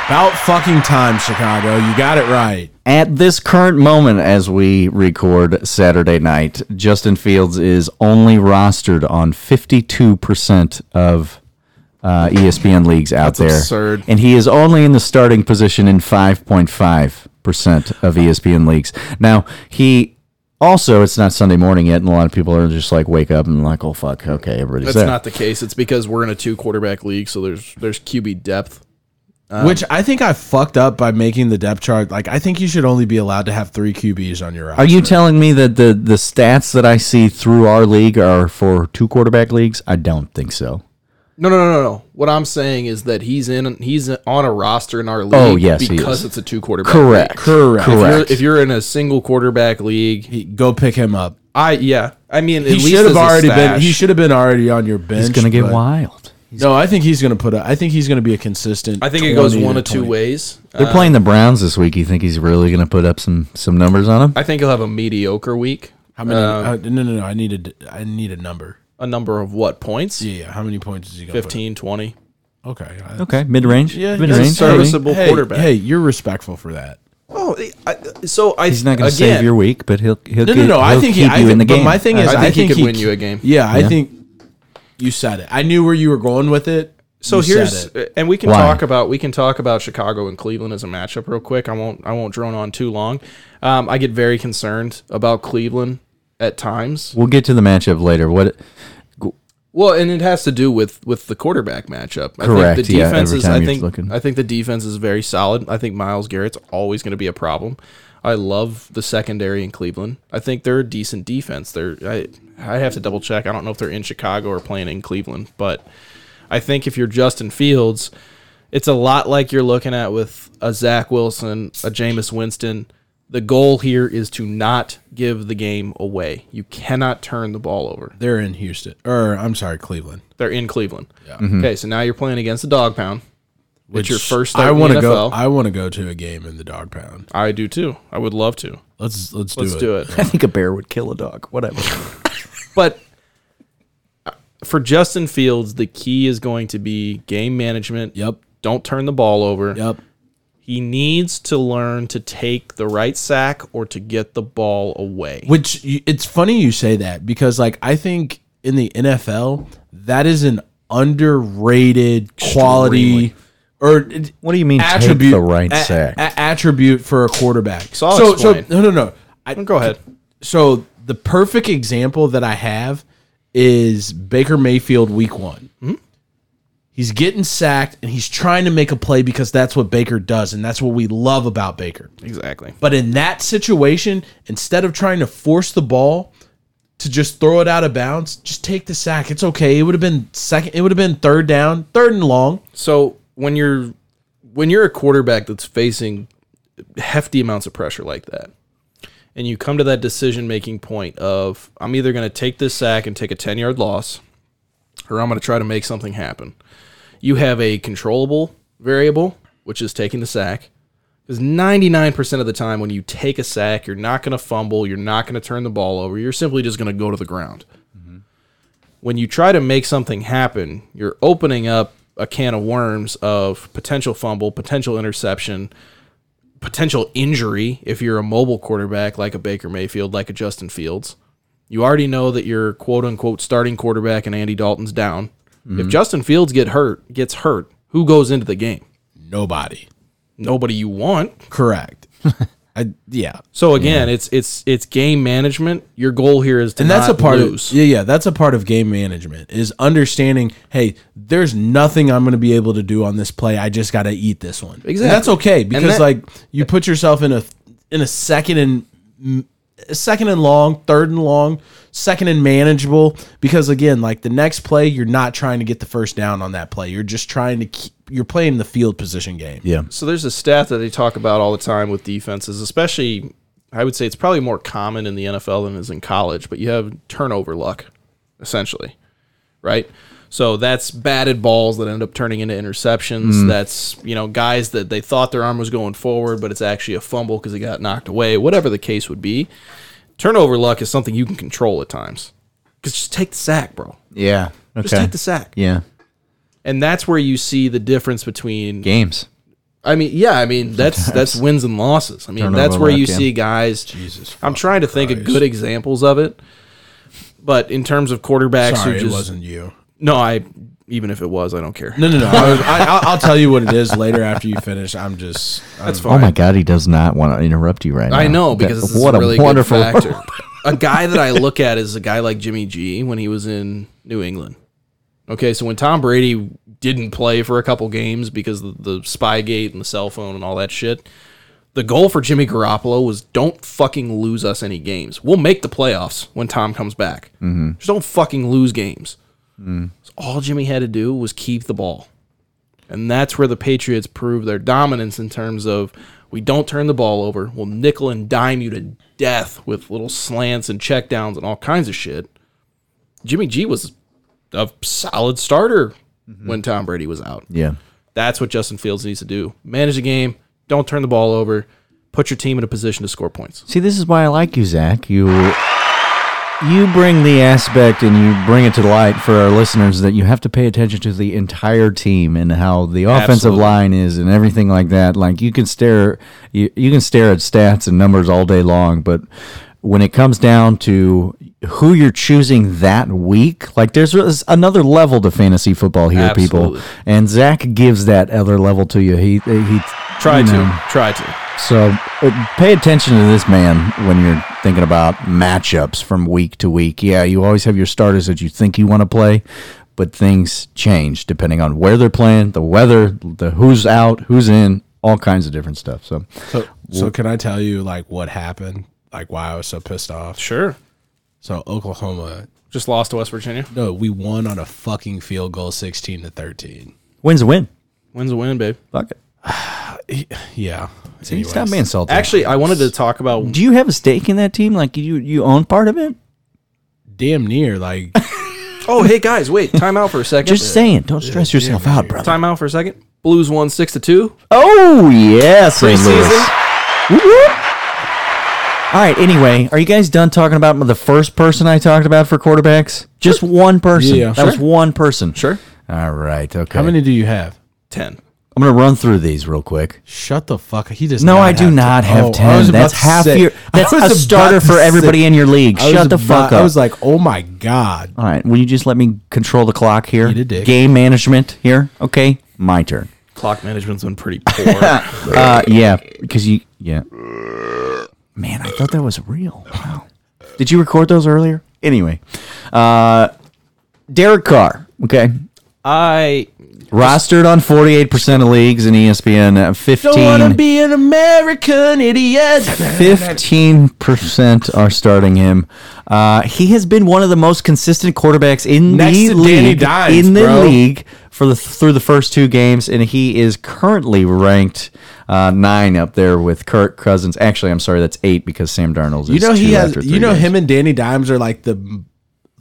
S8: About fucking time, Chicago. You got it right.
S6: At this current moment, as we record Saturday night, Justin Fields is only rostered on 52% of uh, ESPN leagues out there.
S7: absurd.
S6: And he is only in the starting position in 5.5% of E ESPN leagues. Now, he. Also, it's not Sunday morning yet, and a lot of people are just like wake up and like, oh fuck, okay, everybody's
S7: That's
S6: there.
S7: not the case. It's because we're in a two quarterback league, so there's there's QB depth. Uh,
S8: Which I think I fucked up by making the depth chart. Like I think you should only be allowed to have three QBs on your roster.
S6: Are you telling me that the the stats that I see through our league are for two quarterback leagues? I don't think so.
S7: No, no, no, no, no. What I'm saying is that he's in he's on a roster in our league
S6: Oh, yes, he
S7: because
S6: is.
S7: it's a two quarterback.
S6: Correct.
S7: League. If you're,
S6: Correct.
S7: if you're in a single quarterback league,
S8: Go pick him up.
S7: I yeah. I mean, at
S8: He
S7: least
S8: should
S7: as
S8: have
S7: a
S8: already been.
S7: stash.
S8: He should have been already on your bench.
S6: He's gonna get
S8: but-
S6: wild.
S8: No, I think he's gonna put. A, I think he's gonna be a consistent.
S7: I think it goes
S8: 20
S7: one
S8: to
S7: of two
S8: 20.
S7: ways.
S6: They're playing the Browns this week. You think he's really gonna put up some some numbers on him?
S7: I think he'll have a mediocre week.
S8: How many?
S7: Um,
S8: uh, no, no, no. I need a. d- I need a number.
S7: A number of what points?
S8: Yeah, yeah. How many points is he gonna? put up?
S7: 15, 20.
S8: Okay. I-
S6: Okay, mid range.
S8: Yeah,
S6: mid
S8: yeah,
S6: range.
S7: serviceable.
S8: Hey,
S7: quarterback.
S8: Hey, you're respectful for that.
S7: Oh, I, so I
S6: He's not gonna save your week, but he'll he'll
S8: No, no,
S6: get,
S8: no. I
S6: he'll
S8: think he.
S6: keep
S8: I
S6: you
S8: think,
S6: in the game. Uh,
S8: But my thing is,
S7: I
S8: I
S7: think
S8: think,
S7: he could
S8: he
S7: win
S8: c-
S7: you a game.
S8: Yeah, I
S6: Yeah.
S8: think you said it. I knew where you were going with it.
S7: So
S8: You said
S7: here's uh,
S8: it.
S7: and we can
S6: Why?
S7: talk about we can talk about Chicago and Cleveland as a matchup real quick. I won't I won't drone on too long. Um, I get very concerned about Cleveland at times.
S6: We'll get to the matchup later. What?
S7: Well, and it has to do with with the quarterback matchup. I
S6: Correct,
S7: Think the
S6: yeah,
S7: defense
S6: every
S7: is.
S6: time
S7: I
S6: you're
S7: think.
S6: looking.
S7: I think the defense is very solid. I think Miles Garrett's always going to be a problem. I love the secondary in Cleveland. I think they're a decent defense. They're. I. I have to double check. I don't know if they're in Chicago or playing in Cleveland, but I think if you're Justin Fields, it's a lot like you're looking at with a Zach Wilson, a Jameis Winston. The goal here is to not give the game away. You cannot turn the ball over.
S8: They're in Houston, or I'm sorry, Cleveland.
S7: They're in Cleveland.
S8: Mm-hmm.
S7: Okay, so now you're playing against the dog pound.
S8: Which
S7: your first start
S8: I
S7: in the
S8: want to
S7: NFL.
S8: go. I want to go to a game in the dog pound.
S7: I do too. I would love to.
S8: Let's let's do
S7: Let's
S8: it.
S7: do it.
S6: I think a bear would kill a dog. Whatever.
S7: but uh, for Justin Fields, the key is going to be game management.
S8: Yep.
S7: Don't turn the ball over.
S8: Yep.
S7: He needs to learn to take the right sack or to get the ball away.
S8: Which you, it's funny you say that because like I think in the NFL that is an underrated quality or
S6: What do you mean, take
S8: attribute
S6: the right
S8: a-
S6: sack?
S8: a- attribute for a quarterback.
S7: So I'll explain.
S8: no no no. I,
S7: Go ahead.
S8: so the perfect example that I have is Baker Mayfield week one.
S7: Hmm?
S8: He's getting sacked and he's trying to make a play because that's what Baker does and that's what we love about Baker.
S7: Exactly.
S8: But in that situation, instead of trying to force the ball to just throw it out of bounds, just take the sack. It's okay. It would have been second. It would have been third down, third and long.
S7: So when you're when you're a quarterback that's facing hefty amounts of pressure like that, and you come to that decision making point of I'm either going to take this sack and take a 10 yard loss, or I'm going to try to make something happen. You have a controllable variable, which is taking the sack. Because 99% of the time, when you take a sack, you're not going to fumble, you're not going to turn the ball over, you're simply just going to go to the ground when you try to make something happen, you're opening up a can of worms of potential fumble, potential interception, potential injury if you're a mobile quarterback like a Baker Mayfield, like a Justin Fields. You already know that your quote unquote starting quarterback and Andy Dalton's down.
S8: Mm-hmm.
S7: If Justin Fields get hurt, gets hurt, who goes into the game?
S8: Nobody.
S7: Nobody you want.
S8: Correct. I, yeah.
S7: So again, it's it's it's game management. Your goal here is to
S8: and that's a
S7: not
S8: part
S7: lose.
S8: of yeah yeah that's a part of game management is understanding hey there's nothing i'm going to be able to do on this play i just got to eat this one And that's
S7: Exactly.
S8: okay because
S7: that-
S8: like you put yourself in a in a second and a second and long third and long second and manageable because again like the next play you're not trying to get the first down on that play you're just trying to keep you're playing the field position game
S6: yeah.
S7: So there's a stat that they talk about all the time with defenses, especially I would say it's probably more common in the NFL than it is in college, but you have turnover luck, essentially. Right? So that's batted balls that end up turning into interceptions. That's, you know, guys that they thought their arm was going forward, but it's actually a fumble because it got knocked away, whatever the case would be. Turnover luck is something you can control at times. Because just take the sack, bro.
S6: Yeah.
S7: Just
S6: Okay.
S7: take the sack.
S6: Yeah.
S7: And that's where you see the difference between
S6: Games.
S7: I mean, yeah, I mean that's that's wins and losses. I mean
S6: Turnover
S7: that's where you
S6: luck, yeah.
S7: see guys.
S1: Jesus
S7: I'm trying to think of
S1: Christ.
S7: good examples of it, but in terms of quarterbacks
S8: Sorry,
S7: who
S8: it
S7: just
S8: wasn't you.
S7: no, I even if it was, I don't care.
S8: No, no, no. I was, I, I'll, I'll tell you what it is later after you finish. I'm just. That's
S6: Oh my God, he does not want to interrupt you right now.
S7: I know
S6: That-
S7: because this is a really good factor. a guy that I look at is a guy like Jimmy G when he was in New England. Okay, so when Tom Brady didn't play for a couple games because of the spygate and the cell phone and all that shit, the goal for Jimmy Garoppolo was don't fucking lose us any games. We'll make the playoffs when Tom comes back. Just don't fucking lose games. So all Jimmy had to do was keep the ball. And that's where the Patriots prove their dominance in terms of we don't turn the ball over. We'll nickel and dime you to death with little slants and checkdowns and all kinds of shit. Jimmy G was a solid starter when Tom Brady was out.
S6: Yeah.
S7: That's what Justin Fields needs to do. Manage the game, don't turn the ball over, put your team in a position to score points.
S6: See, this is why I like you, Zach. You you bring the aspect and you bring it to light for our listeners that you have to pay attention to the entire team and how the offensive
S7: Absolutely.
S6: line is and everything like that. Like you can stare you, you can stare at stats and numbers all day long, but when it comes down to who you're choosing that week, like there's there's another level to fantasy football here,
S7: Absolutely.
S6: people. And Zach gives that other level to you. He he
S7: Try
S6: you
S7: to.
S6: know.
S7: Try to.
S6: So uh, pay attention to this man when you're thinking about matchups from week to week. Yeah, you always have your starters that you think you want to play, but things change depending on where they're playing, the weather, the who's out, who's in, all kinds of different stuff. So
S8: So, so can I tell you like what happened? Like why I was so pissed off?
S7: Sure.
S8: So Oklahoma,
S7: Just lost to West Virginia.
S8: no, we won on a fucking field goal, sixteen to thirteen.
S6: wins a win.
S7: Wins a win, babe.
S6: Fuck it.
S8: Yeah.
S6: You
S8: Anyways.
S6: stop being salty.
S7: Actually, I wanted to talk about
S6: do you have a stake in that team? Like you you own part of it?
S8: damn near like
S7: Oh, hey guys, wait. Time out for a second.
S6: Just saying. Don't stress yourself out, brother.
S7: Time out for a second. Blues won six to two.
S6: Oh yes, St. Louis.
S7: Preseason.
S6: Whoop, whoop. All right. Anyway, are you guys done talking about the first person I talked about for quarterbacks? Just one person.
S8: Yeah.
S6: that was one person.
S7: Sure.
S6: All right. Okay.
S8: how many do you have?
S7: Ten.
S6: I'm gonna run through these real quick.
S8: Shut the fuck. He does.
S6: No, I do
S8: have
S6: not
S8: ten. Oh,
S6: have
S8: I
S6: ten.
S8: was about
S6: That's
S8: to
S6: half
S8: say-
S6: your.
S8: I
S6: That's
S8: was
S6: a
S8: about
S6: starter
S8: to
S6: for
S8: say-
S6: everybody in your league.
S8: I was
S6: Shut the
S8: about-
S6: fuck up.
S8: I was like, oh my god.
S6: All right. Will you just let me control the clock here?
S8: Eat a dick.
S6: Game management here. Okay. My turn.
S7: Clock management's been pretty poor.
S6: Uh, yeah, because you, yeah. Man, I thought that was real. Wow. Did you record those earlier? Anyway, uh, Derek Carr. Okay,
S7: I
S6: rostered on forty-eight percent of leagues in ESPN. uh, Fifteen.
S7: be an American idiot.
S6: Fifteen percent are starting him. Uh, he has been one of the most consistent quarterbacks in
S8: Next
S6: the
S8: to Danny
S6: league.
S8: Dimes,
S6: in the
S8: bro.
S6: league for the through the first two games, and he is currently ranked uh, nine up there with Kirk Cousins. Actually, I'm sorry, that's eight because Sam Darnold's.
S8: You
S6: is
S8: know he
S6: two
S8: has.
S6: after
S8: You
S6: three
S8: know
S6: games.
S8: him and Danny Dimes are like the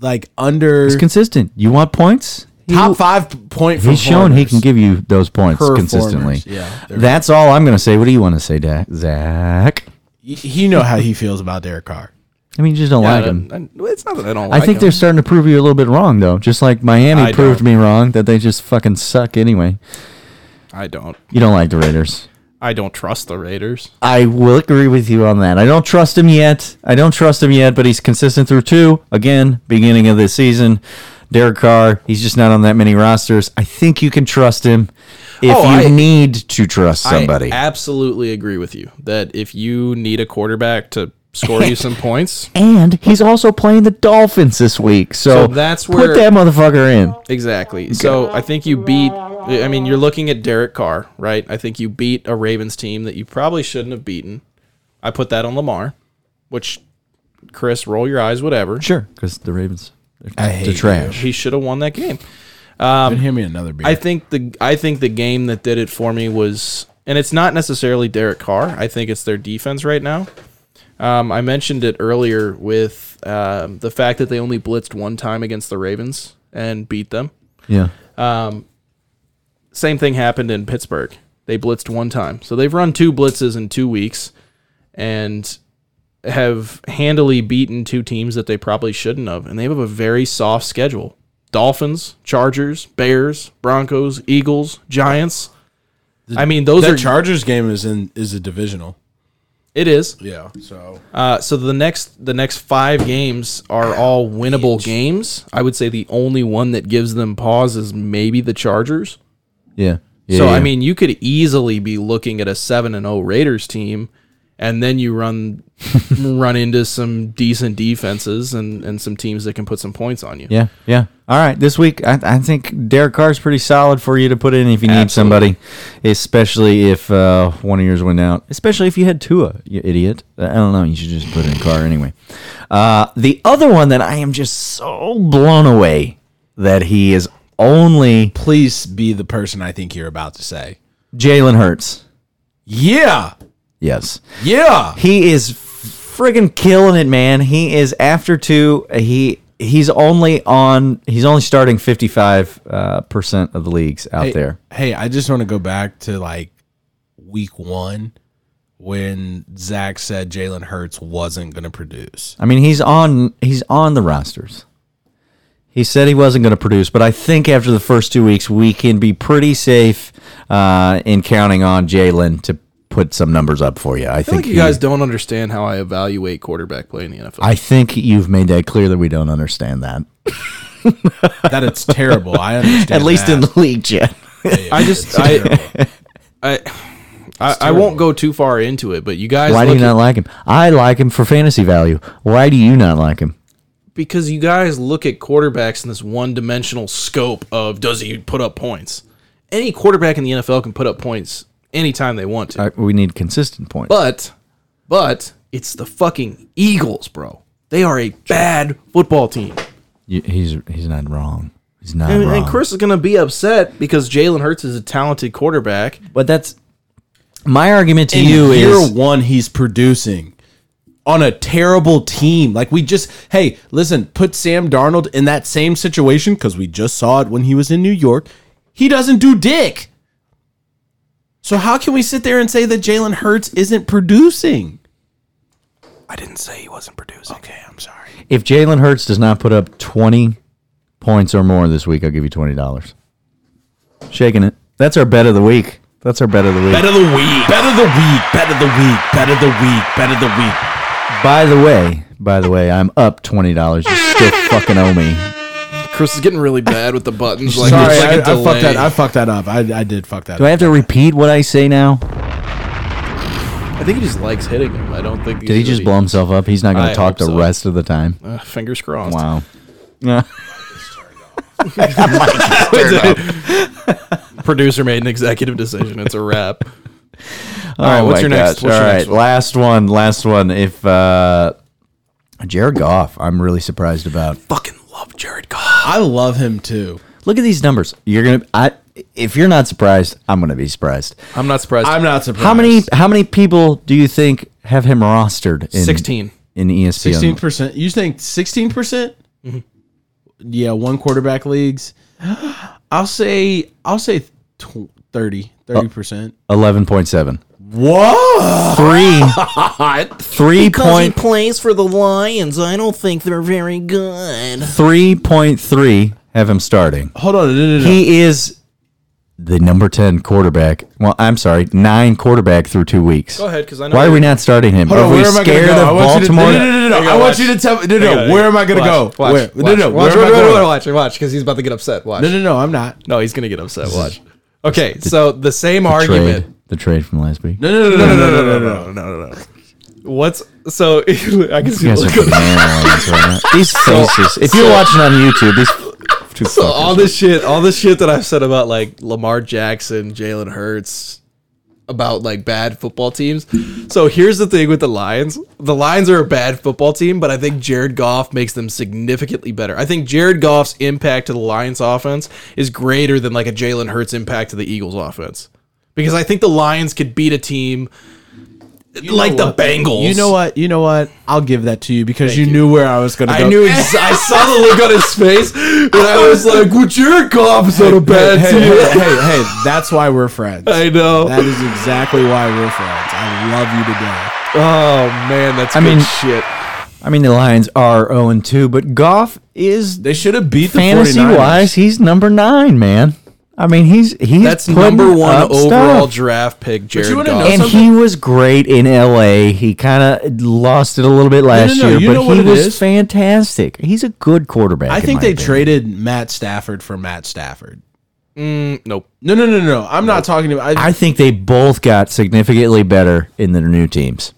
S8: like under
S6: He's consistent. You want points?
S8: top five point.
S6: He's shown he
S8: performers.
S6: can give you those points
S8: Performers,
S6: consistently.
S8: yeah, there we
S6: that's all I'm going to say. What do you want to say, Da- Zach?
S8: Y- He know how he feels about Derek Carr.
S6: I mean, you just don't
S7: I
S6: like him.
S7: don't- I- it's not that I don't.
S6: I
S7: like
S6: think
S7: him.
S6: they're starting to prove you a little bit wrong, though. Just like Miami
S7: I
S6: proved me
S7: don't.
S6: wrong that they just fucking suck anyway.
S7: I don't.
S6: You don't like the Raiders.
S7: I don't trust the Raiders.
S6: I will agree with you on that. I don't trust him yet. I don't trust him yet, but he's consistent through two. Again, beginning of the season. Derek Carr, he's just not on that many rosters. I think you can trust him if
S7: Oh,
S6: you
S7: I-
S6: need to trust
S7: I
S6: somebody.
S7: absolutely agree with you that if you need a quarterback to score you some points,
S6: and he's also playing the Dolphins this week. So,
S7: So that's
S6: put
S7: where-
S6: that motherfucker in.
S7: exactly. So I think you beat. I mean, you're looking at Derek Carr, right? I think you beat a Ravens team that you probably shouldn't have beaten. I put that on Lamar, which Chris, roll your eyes, whatever.
S6: Sure, because the Ravens,
S8: I
S6: they're
S8: hate
S6: trash.
S7: He should have won that game.
S8: Um, hand me another beer.
S7: I think the I think the game that did it for me was, and it's not necessarily Derek Carr. I think it's their defense right now. Um, I mentioned it earlier with um, the fact that they only blitzed one time against the Ravens and beat them.
S6: Yeah.
S7: Same thing happened in Pittsburgh. They blitzed one time, so they've run two blitzes in two weeks, and have handily beaten two teams that they probably shouldn't have. And they have a very soft schedule. Dolphins, Chargers, Bears, Broncos, Eagles, Giants. I mean, those
S8: that
S7: are
S8: Chargers game is in is a divisional.
S7: it is.
S8: Yeah. So
S7: Uh, so the next the next five games are all winnable games. I would say the only one that gives them pause is maybe the Chargers.
S6: Yeah. yeah
S7: so
S6: yeah.
S7: I mean, you could easily be looking at a seven and zero Raiders team, and then you run run into some decent defenses and and some teams that can put some points on you.
S6: Yeah, yeah. All right, this week I, I think Derek Carr's pretty solid for you to put in if you need
S7: Absolutely.
S6: somebody, especially if uh, one of yours went out. Especially if you had Tua, you idiot. I don't know. You should just put in Carr anyway. Uh, the other one that I am just so blown away that he is only
S8: please be the person I think you're about to say.
S6: Jalen Hurts.
S8: Yeah.
S6: Yes,
S8: Yeah.
S6: he is friggin' killing it, man. He is after two. He. He's only on. He's only starting fifty-five uh, percent of the leagues out
S8: Hey-
S6: there.
S8: Hey, I just want to go back to like week one when Zach said Jalen Hurts wasn't going to produce.
S6: I mean, he's on he's on the rosters. He said he wasn't going to produce, but I think after the first two weeks, we can be pretty safe uh, in counting on Jalen to put some numbers up for you. I,
S7: I feel
S6: think
S7: like you
S6: he-
S7: guys don't understand how I evaluate quarterback play in the NFL.
S6: I think you've made that clear that we don't understand that,
S8: That it's terrible. I understand.
S6: at least
S8: that.
S6: in the league, yet.
S7: I just I I, I, I won't go too far into it, but you guys
S6: Why do you
S7: look at-
S6: not like him? I like him for fantasy value. Why do you not like him?
S7: because you guys look at quarterbacks in this one dimensional scope of does he put up points? Any quarterback in the NFL can put up points anytime they want to.
S6: Uh, we need consistent points.
S7: But but it's the fucking Eagles, bro. They are a bad football team.
S6: You- he's he's not wrong. He's not
S7: And,
S6: wrong.
S7: and Chris is gonna be upset because Jalen Hurts is a talented quarterback.
S6: but that's my argument to you
S8: year
S6: is
S8: one he's producing on a terrible team. Like we just hey, listen, put Sam Darnold in that same situation because we just saw it when he was in New York. He doesn't do dick. So how can we sit there and say that Jalen Hurts isn't producing?
S7: I didn't say he wasn't producing. Okay, I'm sorry.
S6: If Jalen Hurts does not put up 20 points or more this week, I'll give you $20. Shaking it. That's our bet of the week. That's our bet of the week.
S8: Bet of the week. Bet of the week. Bet of the week. Bet of the week. Bet of the week.
S6: By the way, by the way, I'm up $20. You still fucking owe me.
S7: Chris is getting really bad with the buttons. Like,
S8: Sorry,
S7: it's like a
S8: I, I fucked
S7: delay.
S8: that. I fucked that up. I, I did fuck that.
S6: Do I
S8: up.
S6: have to repeat what I say now?
S7: I think he just likes hitting him. I don't think
S6: Did he just blow himself up? He's not going
S7: I
S6: to talk
S7: hope
S6: the
S7: so.
S6: rest of the time.
S7: Uh, fingers crossed.
S6: Wow. Yeah.
S7: Producer made an executive decision. It's a wrap.
S6: All right,
S7: what's your next- what's
S6: All
S7: your
S6: right,
S7: next one?
S6: last one. Last one. If uh, Jared Goff, I'm really surprised about.
S7: Fucking love Jared Goff.
S8: I love him too.
S6: Look at these numbers. You're gonna. I if you're not surprised, I'm gonna be surprised.
S7: I'm not surprised.
S8: I'm not surprised.
S6: How many how many people do you think have him rostered? In,
S7: 16.
S6: in E ESPN.
S8: Sixteen percent. You think sixteen percent?
S6: Mm-hmm.
S8: Yeah, one quarterback leagues. I'll say. I'll say tw- 30
S6: Oh.
S8: percent.
S6: Eleven point seven.
S8: Whoa!
S6: Three. three point
S2: plays for the Lions. I don't think they're very good.
S6: three point three have him starting.
S8: Hold on. No, no, no, no.
S6: He is the number ten quarterback. Well, I'm sorry, nine quarterback through two weeks. Go
S7: ahead, 'cause I know
S6: Why are
S7: you're-
S6: we not starting him?
S8: Hold
S6: are
S8: on.
S6: we
S8: Where am I going to
S6: scared
S8: go? I
S6: of
S8: want you to,
S6: Baltimore?
S8: no, no, no, no, no.
S7: I
S8: I
S7: gotta
S8: want you to
S7: watch.
S8: tell me. No, no.
S7: gotta-
S8: Where am I going to go?
S7: watch, Watch,
S8: Where-
S7: watch,
S8: No, no.
S7: watch,
S8: Where am I
S7: watch,
S8: going?
S7: watch, watch, watch, because he's about to get upset. Watch.
S8: No, no, no. I'm not.
S7: No, he's gonna get upset. Watch. Okay, so the same argument.
S6: Trade, the trade from last week.
S8: No, no, no, no, no, no, no, no.
S7: What's so? I can see.
S6: You guys are
S7: the look on-
S6: banana lines right now. These faces. If you're watching on YouTube, these f- two
S7: So all
S6: fuckers.
S7: this shit, all this shit that I've said about like Lamar Jackson, Jalen Hurts, about like bad football teams. So here's the thing with the Lions: the Lions are a bad football team, but I think Jared Goff makes them significantly better. I think Jared Goff's impact to the Lions offense is greater than like a Jalen Hurts impact to the Eagles offense, because I think the Lions could beat a team like the Bengals.
S8: You know what? You know what? I'll give that to you because you, knew where I was going to go.
S7: I knew. Ex- I saw the look on his face, and I was like, "Well, Jared Goff's on a
S8: Hey,
S7: bad
S8: hey,
S7: team."
S8: hey, hey, hey, that's why we're friends.
S7: I know.
S8: That is exactly why we're friends. I love you to death.
S7: oh man, that's
S6: I
S7: good
S6: mean-
S7: shit.
S6: I mean, the Lions are 0 2, but Goff is
S8: They should have beat the
S6: fantasy
S8: 49ers.
S6: wise, he's number nine, man. I mean, he's he's
S7: That's
S6: putting
S7: number one
S6: up
S7: overall
S6: stuff.
S7: draft pick, Jared
S8: wanna know
S7: Goff.
S6: And
S8: something?
S6: he was great in LA. He kind of lost it a little bit last
S8: no, you
S6: year,
S8: know
S6: but
S8: what
S6: he
S8: it
S6: was
S8: is?
S6: fantastic. He's a good quarterback.
S8: I
S6: in
S8: think
S6: my
S8: they
S6: opinion.
S8: traded Matt Stafford for Matt Stafford.
S7: Mm, nope.
S8: No, no, no, no. no. I'm not talking about. I,
S6: I think they both got significantly better in their new teams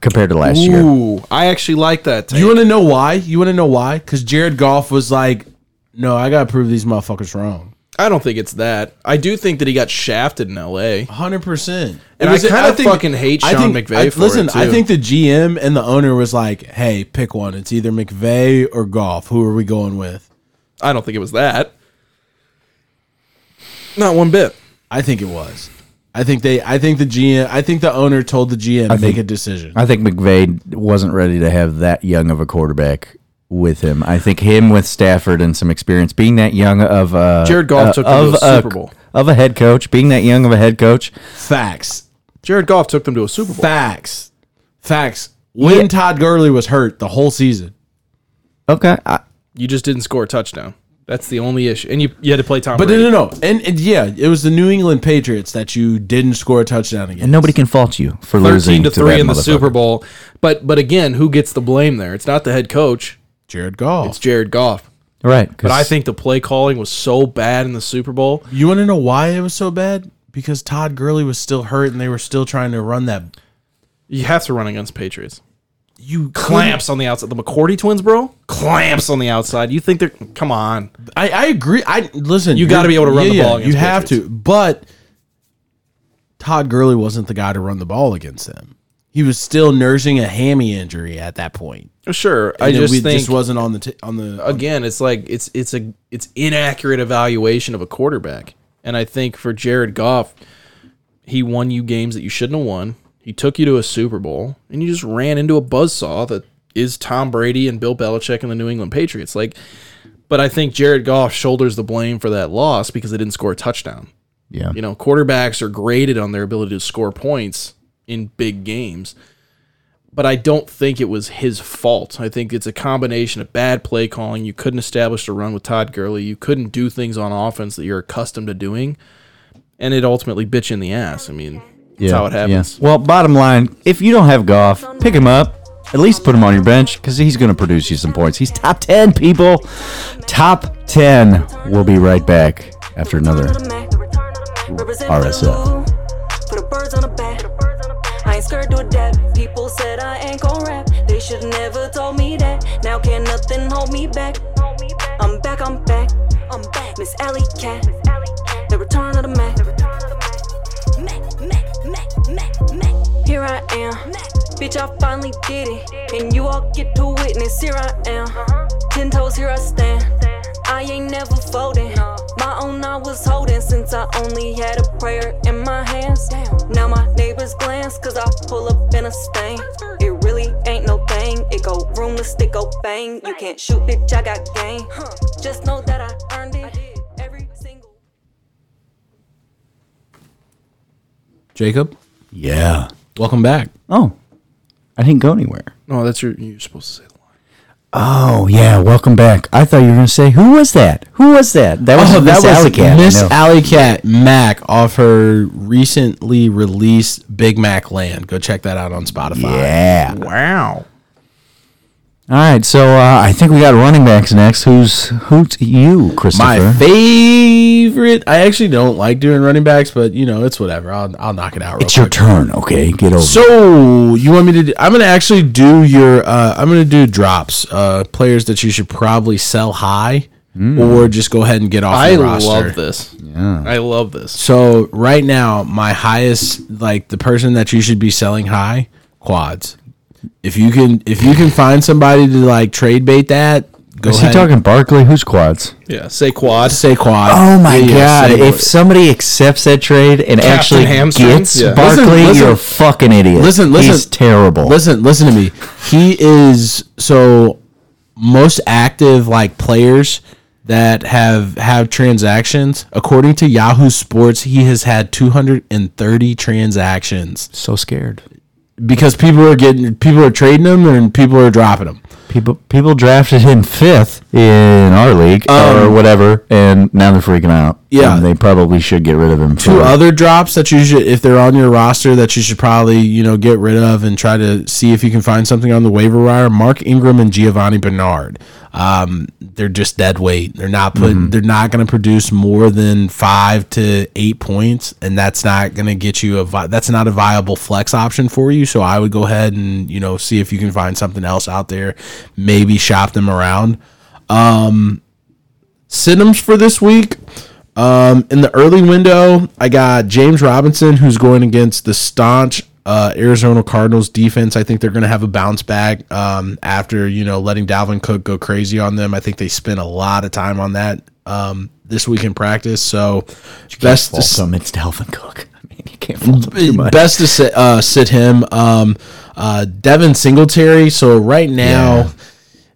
S6: compared to last year.
S7: Ooh, I actually like that. Take.
S8: you want to know why? You want to know why? Because Jared Goff was like, "No, I gotta prove these motherfuckers wrong."
S7: I don't think it's that. I do think that he got shafted in L.A.
S8: Hundred percent.
S7: And I kinda fucking hate Sean McVay for
S8: listen,
S7: it,
S8: I
S7: too.
S8: think the GM and the owner was like, "Hey, pick one. It's either McVay or Goff. Who are we going with?"
S7: I don't think it was that. Not one bit.
S8: I think it was. I think they. I think the GM. I think the owner told the GM make
S6: think-
S8: a decision.
S6: I think McVay wasn't ready to have that young of a quarterback with him. I think him with Stafford and some experience, being that young of a
S7: Jared Goff took them to a Super Bowl.
S6: of a head coach, being that young of a head coach.
S8: Facts.
S7: Jared Goff took them to a Super Bowl.
S8: Facts. Facts. When Todd Gurley was hurt the whole season.
S6: Okay, I,
S7: You just didn't score a touchdown. That's the only issue. And you, you had to play Tom
S8: But
S7: Brady.
S8: no, no, no. And, and yeah, it was the New England Patriots that you didn't score a touchdown against.
S6: and nobody can fault you for losing
S7: 13 to 3
S6: that
S7: in the
S6: motherfucker.
S7: Super Bowl. But but again, who gets the blame there? It's not the head coach.
S8: Jared Goff.
S7: It's Jared Goff.
S6: right?
S7: But I think the play calling was so bad in the Super Bowl.
S8: you want to know why it was so bad? Because Todd Gurley was still hurt and they were still trying to run that.
S7: You have to run against Patriots.
S8: You
S7: Clamps on the outside. The McCourty twins, bro. Clamps on the outside. You think they're come on.
S8: I, I agree. I listen.
S7: You gotta
S8: you're-
S7: be able to run the ball
S8: you
S7: against
S8: have
S7: Patriots.
S8: to, but Todd Gurley wasn't the guy to run the ball against them. He was still nursing a hammy injury at that point.
S7: Sure. I
S8: And
S7: just
S8: we
S7: think
S8: just wasn't on the t- on the
S7: again, it's like it's it's a it's inaccurate evaluation of a quarterback. And I think for Jared Goff, he won you games that you shouldn't have won. He took you to a Super Bowl, and you just ran into a buzzsaw that is Tom Brady and Bill Belichick and the New England Patriots. Like, but I think Jared Goff shoulders the blame for that loss because they didn't score a touchdown.
S6: Yeah.
S7: You know, quarterbacks are graded on their ability to score points in big games. But I don't think it was his fault. I think it's a combination of bad play calling. You couldn't establish a run with Todd Gurley. You couldn't do things on offense that you're accustomed to doing. And it ultimately bit you in the ass. I mean, that's how it happens.
S6: Well, bottom line, if you don't have Goff, pick him up. At least put him on your bench because he's going to produce you some points. He's top 10, people. Top 10. We'll be right back after another RSL.
S10: Put the birds on the back. I ain't scared to adapt. People said I ain't gon' rap. They should never told me that. Now can nothing hold me back. I'm back, I'm back. I'm back. Miss Alley Cat. The return of the Mac. Here I am. Bitch, I finally did it. And you all get to witness. Here I am. Ten toes, here I stand. I ain't never folding. My own I was holding since I only had a prayer in my hands. Now my neighbors glance, cause I pull up in a stain. It really ain't no thing. It go roomless, it go bang. You can't shoot, bitch, I got game. Just know that I earned it. Every single
S8: Jacob.
S6: Yeah.
S8: Welcome back.
S6: Oh, I didn't go anywhere.
S7: No, that's your, you're supposed to say the line.
S6: Oh, yeah. Welcome back. I thought you were going to say, who was that? Who was that? Oh, That was Miss Alley Cat.
S8: Miss
S6: No.
S8: Alley Cat Mac off her recently released Big Mac Land. Go check that out on Spotify.
S6: Yeah.
S7: Wow.
S6: All right. So uh, I think we got running backs next. Who's who's you,
S8: My
S6: Christopher?
S8: favorite. I actually don't like doing running backs, but you know it's whatever. I'll, I'll knock it out. Real
S6: it's your
S8: quick.
S6: turn. Okay. Get over it.
S8: So you want me to? Do, I'm gonna actually do your. Uh, I'm gonna do drops. Uh, players that you should probably sell high,
S6: Mm.
S8: or just go ahead and get off.
S7: I
S8: your roster.
S7: love this. Yeah. I love this.
S8: So right now, my highest, like the person that you should be selling high, quads. If you can, if you can find somebody to like trade bait that, go
S6: Is he
S8: ahead.
S6: talking Barkley? Who's quads?
S7: Yeah. Say quad.
S8: Say quad.
S6: Oh my
S8: Yeah, yeah,
S6: god!
S8: say
S6: If
S8: quad.
S6: somebody accepts that trade and actually
S7: hamstring?
S6: gets
S7: Yeah.
S6: Barkley,
S8: Listen, listen.
S6: you're a fucking idiot.
S8: Listen,
S6: he's
S8: listen.
S6: terrible.
S8: Listen, listen to me. He is so most active like players that have have transactions. According to Yahoo Sports, he has had 230 transactions.
S6: So scared.
S8: because people are getting people are trading them and people are dropping them.
S6: People people drafted him fifth in our league or whatever, and now they're freaking out.
S8: Yeah.
S6: And they probably should get rid of him.
S8: Two
S6: for-
S8: other drops that you should, if they're on your roster, that you should probably you know get rid of and try to see if you can find something on the waiver wire. Mark Ingram and Giovanni Bernard. Um, they're just dead weight. They're not put. They're not going to produce more than five to eight points, and that's not going to get you a. Vi- that's not a viable flex option for you. So I would go ahead and you know see if you can find something else out there. Maybe shop them around. Sit-ems for this week. Um, in the early window, I got James Robinson, who's going against the staunch uh, Arizona Cardinals defense. I think they're going to have a bounce back um, after you know letting Dalvin Cook go crazy on them. I think they spent a lot of time on that um, this week in practice. So best to,
S6: Fault him, It's Dalvin Cook. I mean, you can't fault him too much.
S8: best to sit, uh, sit him. Um, uh, Devin Singletary. So right now,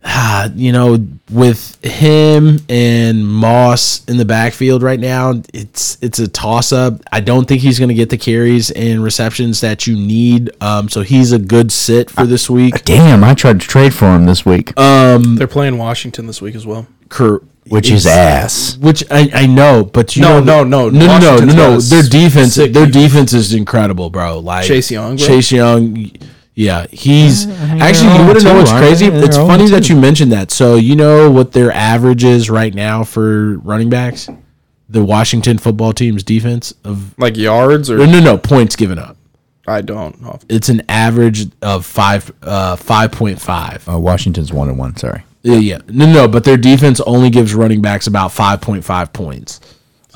S8: ah, you know, with him and Moss in the backfield right now, it's it's a toss up. I don't think he's going to get the carries and receptions that you need. Um, so he's a good sit for this week. Um,
S6: Damn, I tried to trade for him this week,
S7: They're playing Washington this week as well.
S8: Cur-
S6: which is ass.
S8: Which I, I know, but you
S7: No,
S8: know,
S7: no, no.
S8: no, no, no,
S7: Washington's
S8: no.
S7: got a
S8: Their defense,
S7: sick
S8: their
S7: defense.
S8: defense is incredible, bro. Like
S7: Chase Young, bro?
S8: Chase Young. Yeah, he's actually. You
S6: they're
S8: want to know
S6: all
S8: what's
S6: two, aren't
S8: crazy?
S6: they?
S8: It's
S6: They're all
S8: funny that
S6: two.
S8: you mentioned that. So you know what their average is right now for running backs? The Washington football team's defense of
S7: Like yards
S8: no,
S7: or
S8: no, no points given up.
S7: I don't. know.
S8: It's an average of five, uh, five point five.
S6: Uh, Washington's one and one. Sorry.
S8: Yeah, yeah, no, no, but their defense only gives running backs about five point five points.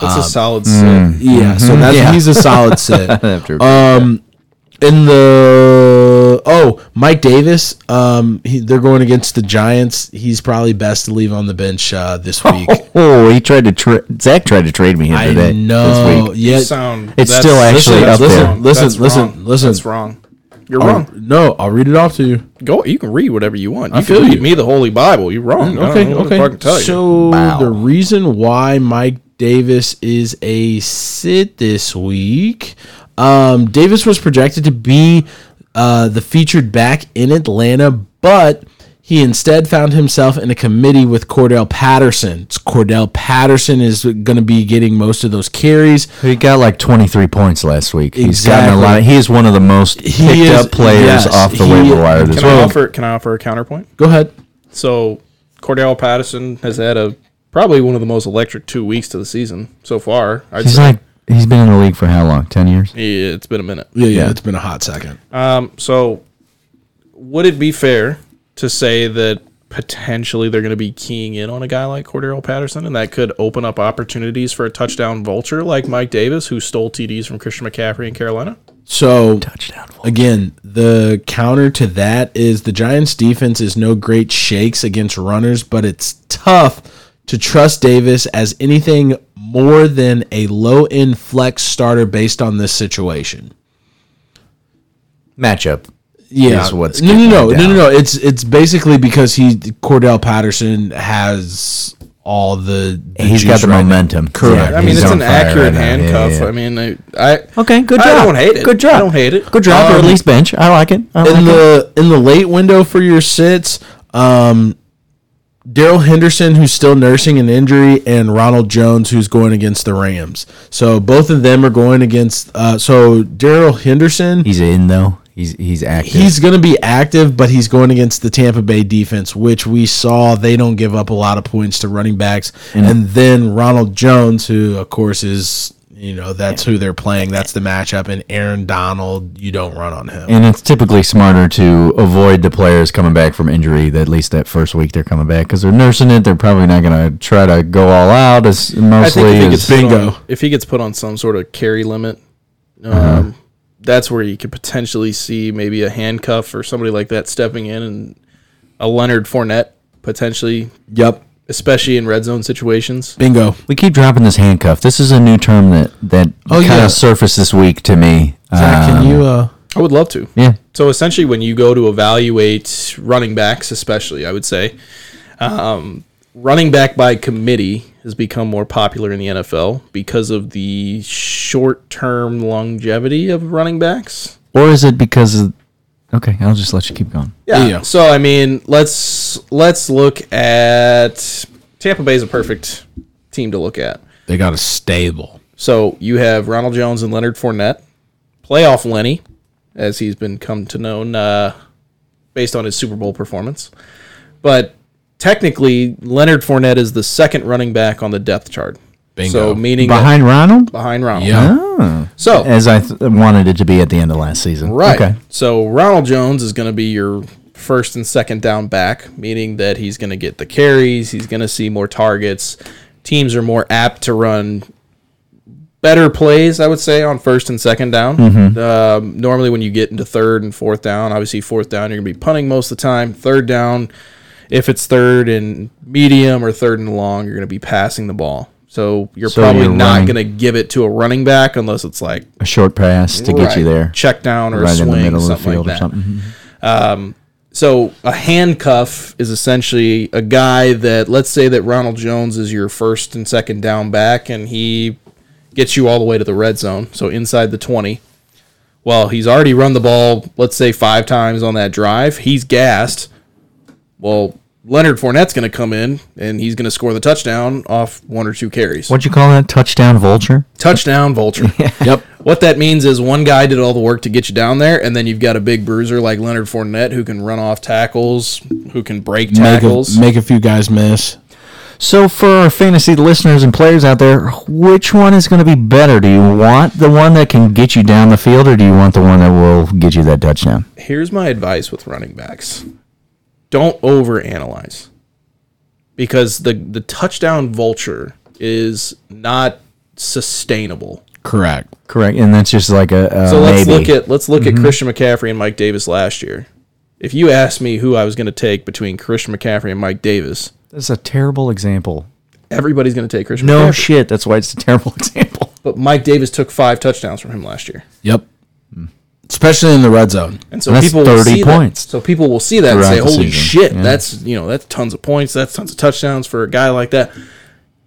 S7: That's a solid sit.
S8: Yeah, so that's
S6: Mm-hmm. Yeah.
S8: he's a solid sit.
S6: After
S8: in the oh Mike Davis, um, he, they're going against the Giants. He's probably best to leave on the bench uh, this week.
S6: oh, he tried to trade. Zach tried to trade me him
S8: I
S6: today.
S8: know.
S6: This week.
S8: Yeah,
S7: Sound.
S6: It's
S7: that's-
S6: still actually
S7: that's
S6: up there.
S7: wrong.
S8: Listen,
S7: That's
S8: listen,
S7: wrong.
S8: listen.
S7: That's wrong. You're
S8: I'll-
S7: wrong.
S8: no, I'll read it off to you.
S7: Um, Go. You can read whatever you want. You Mm,
S8: feel
S7: can read
S8: you.
S7: me the Holy Bible. You're wrong. I don't know what to fucking tell you.
S8: So
S6: Wow.
S8: the reason why Mike Davis is a sit this week, um, Davis was projected to be uh, the featured back in Atlanta, but he instead found himself in a committee with Cordell Patterson. It's Cordell Patterson is going to be getting most of those carries.
S6: He got like 23 points last week. He's gotten a
S8: Exactly.
S6: lot. Of, he is one of the most picked
S8: is-
S6: up players
S8: yes,
S6: off the
S8: he-
S6: waiver wire this
S7: Can
S6: week.
S7: I offer? Can I offer a counterpoint?
S8: Go ahead.
S7: So Cordell Patterson has had a probably one of the most electric two weeks to the season so far. I'd
S6: He's
S7: say
S6: like he's been in the league for how long? 10 years.
S7: Yeah, it's been a minute.
S8: Yeah, yeah, it's been a hot second.
S7: Um, so would it be fair to say that potentially they're going to be keying in on a guy like Cordero Patterson, and that could open up opportunities for a touchdown vulture like Mike Davis, who stole TDs from Christian McCaffrey in Carolina?
S8: So
S6: Touchdown.
S8: Again, the counter to that is the Giants' defense is no great shakes against runners, but it's tough to trust Davis as anything more than a low end flex starter based on this situation.
S6: Matchup.
S8: Yeah,
S6: Is what's
S8: no, no,
S6: getting
S8: no,
S6: it
S8: no, no,
S6: down.
S8: no. It's it's basically because he Cordell Patterson has all the, the
S6: He's
S8: juice
S6: got the
S8: right now.
S6: momentum.
S8: Correct.
S7: I mean,
S6: he's
S7: it's
S6: on
S7: an
S6: fire
S7: accurate
S6: right now. Yeah,
S7: handcuff.
S6: yeah, yeah.
S7: I mean, I, I
S6: Okay, good
S7: I
S6: job.
S7: don't hate it.
S6: Good job.
S7: I don't hate it.
S6: Good job, or at least bench. I like it. I like
S8: in
S6: it.
S8: the in the late window for your sits, um, Daryl Henderson, who's still nursing an injury, and Ronald Jones, who's going against the Rams. So both of them are going against. Uh, so Daryl Henderson,
S6: He's in though. He's he's active.
S8: he's going to be active, but he's going against the Tampa Bay defense, which we saw they don't give up a lot of points to running backs. And then Ronald Jones, who of course is. You know that's who they're playing. That's the matchup. And Aaron Donald, you don't run on him.
S6: and it's typically smarter to avoid the players coming back from injury. That at least that first week they're coming back because they're nursing it. They're probably not going to try to go all out. As
S7: I
S6: mostly
S7: think if he
S6: as-
S7: gets put
S8: Bingo.
S7: on- if he gets put on some sort of carry limit, um, that's where you could potentially see maybe a handcuff or somebody like that stepping in and a Leonard Fournette potentially,
S8: Yep,
S7: especially in red zone situations.
S8: bingo.
S6: we keep dropping this handcuff. This is a new term that that
S8: Oh,
S6: kind of
S8: yeah.
S6: surfaced this week to me.
S8: Zach,
S6: Um,
S8: can you? Uh,
S7: I would love to.
S6: yeah,
S7: So essentially, when you go to evaluate running backs, especially, I would say, um, running back by committee has become more popular in the NFL because of the short term longevity of running backs.
S6: or is it because of Okay, I'll just let you keep going.
S7: Yeah. So I mean, let's let's look at Tampa Bay's a perfect team to look at.
S11: They got a stable.
S7: So you have Ronald Jones and Leonard Fournette, playoff Lenny, as he's been come to known uh, based on his Super Bowl performance. But technically, Leonard Fournette is the second running back on the depth chart.
S11: Bingo.
S7: So meaning that-
S6: Behind Ronald?
S7: behind Ronald.
S11: Yeah.
S7: So
S6: As I th- wanted it to be at the end of last season.
S7: Right.
S6: Okay.
S7: So Ronald Jones is going to be your first and second down back, meaning that he's going to get the carries, he's going to see more targets. Teams are more apt to run better plays, I would say, on first and second down.
S6: Mm-hmm.
S7: Um, normally, when you get into third and fourth down, obviously fourth down you're going to be punting most of the time. Third down, if it's third and medium or third and long, you're going to be passing the ball. So you're
S6: So
S7: probably
S6: you're
S7: not
S6: running-
S7: going to give it to a running back unless it's like
S6: A short pass to get you
S7: Right.
S6: there.
S7: Check down or a
S6: Right in
S7: swing,
S6: the middle of the
S7: something
S6: field
S7: like
S6: or
S7: that.
S6: something.
S7: So a handcuff is essentially a guy that let's say that Ronald Jones is your first and second down back, and he gets you all the way to the red zone, so inside the twenty. Well, he's already run the ball, let's say five times on that drive. He's gassed. Well, Leonard Fournette's going to come in and he's going to score the touchdown off one or two carries.
S6: What'd you call that? Touchdown vulture?
S7: Touchdown vulture.
S11: Yep.
S7: What that means is one guy did all the work to get you down there, and then you've got a big bruiser like Leonard Fournette who can run off tackles, who can break
S8: Make a,
S7: tackles.
S8: make a few guys miss.
S6: So, for our fantasy listeners and players out there, which one is going to be better? Do you want the one that can get you down the field, or do you want the one that will get you that touchdown?
S7: Here's my advice with running backs: don't overanalyze, because the the touchdown vulture is not sustainable.
S8: Correct.
S6: Correct. And that's just like a, a
S7: So let's
S6: Uh, maybe.
S7: look at let's look at Christian McCaffrey and Mike Davis last year. If you asked me who I was going to take between Christian McCaffrey and Mike Davis,
S6: That's a terrible example.
S7: everybody's going to take Christian.
S6: No
S7: McCaffrey.
S6: shit. That's why it's a terrible example.
S7: but Mike Davis took five touchdowns from him last year.
S8: Yep. Especially in the red zone.
S7: And so
S6: And that's
S7: people will
S6: 30
S7: see
S6: points
S7: That, so people will see that and
S6: throughout
S7: say,
S6: the
S7: "Holy
S6: season."
S7: shit,
S6: Yeah.
S7: that's you know that's tons of points, that's tons of touchdowns for a guy like that."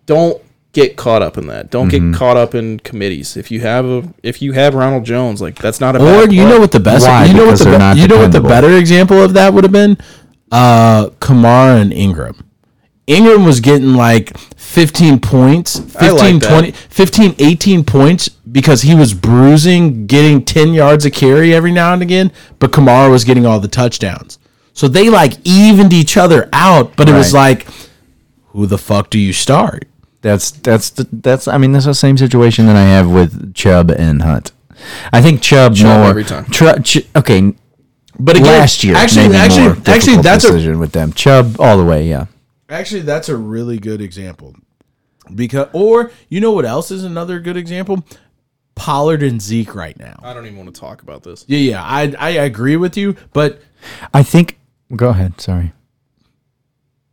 S7: Don't get caught up in that. Don't get caught up in committees. If you have a if you have Ronald Jones, like that's not a
S8: Or
S7: bad
S8: you
S7: play.
S8: know what the best
S6: Why?
S8: you know
S6: Because
S8: what the
S6: they're
S8: be-
S6: not
S8: you know what the
S6: dependable.
S8: better example of that would have been uh Kamara and Ingram. Ingram was getting like 15 points, 15
S7: like that.
S8: 20 15 18 points because he was bruising, getting 10 yards a carry every now and again, but Kamara was getting all the touchdowns. So they like evened each other out, but it was like who the fuck do you start?
S6: That's that's the, that's. I mean, that's the same situation that I have with Chubb and Hunt. I think Chubb,
S7: Chubb
S6: more
S7: every time.
S6: Tru- Ch- okay,
S8: But
S6: last year
S8: actually
S6: maybe
S8: actually
S6: more
S8: actually
S6: difficult
S8: that's a
S6: decision with them. Chubb all the way. Yeah,
S8: Actually, that's a really good example. Because or you know what else is another good example? Pollard and Zeke right now.
S7: I don't even want to talk about this.
S8: Yeah, yeah, I I agree with you, but
S6: I think. Go ahead. Sorry.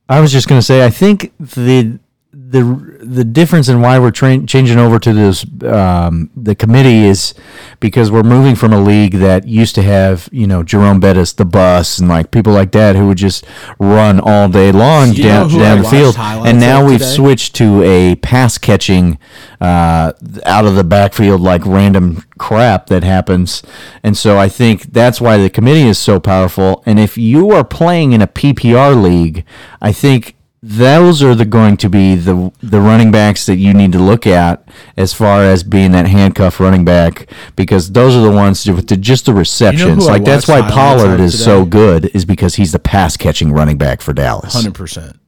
S6: I was just gonna say. I think the the the difference in why we're tra- changing over to this um, the committee is because we're moving from a league that used to have you know Jerome Bettis, the bus, and like people like that who would just run all day long
S8: You know
S6: down,
S8: who I
S6: down the
S8: watched
S6: field,
S8: highlights
S6: and now
S8: of
S6: we've
S8: today?
S6: switched to a pass catching uh, out of the backfield like random crap that happens, and so I think that's why the committee is so powerful. And if you are playing in a PPR league, I think those are the going to be the the running backs that you need to look at as far as being that handcuff running back because those are the ones with the, just the receptions.
S8: who I
S6: like that's why
S8: watched highlights
S6: Pollard
S8: of
S6: is so
S8: today?
S6: good is because he's the pass catching running back for Dallas.
S8: 100%.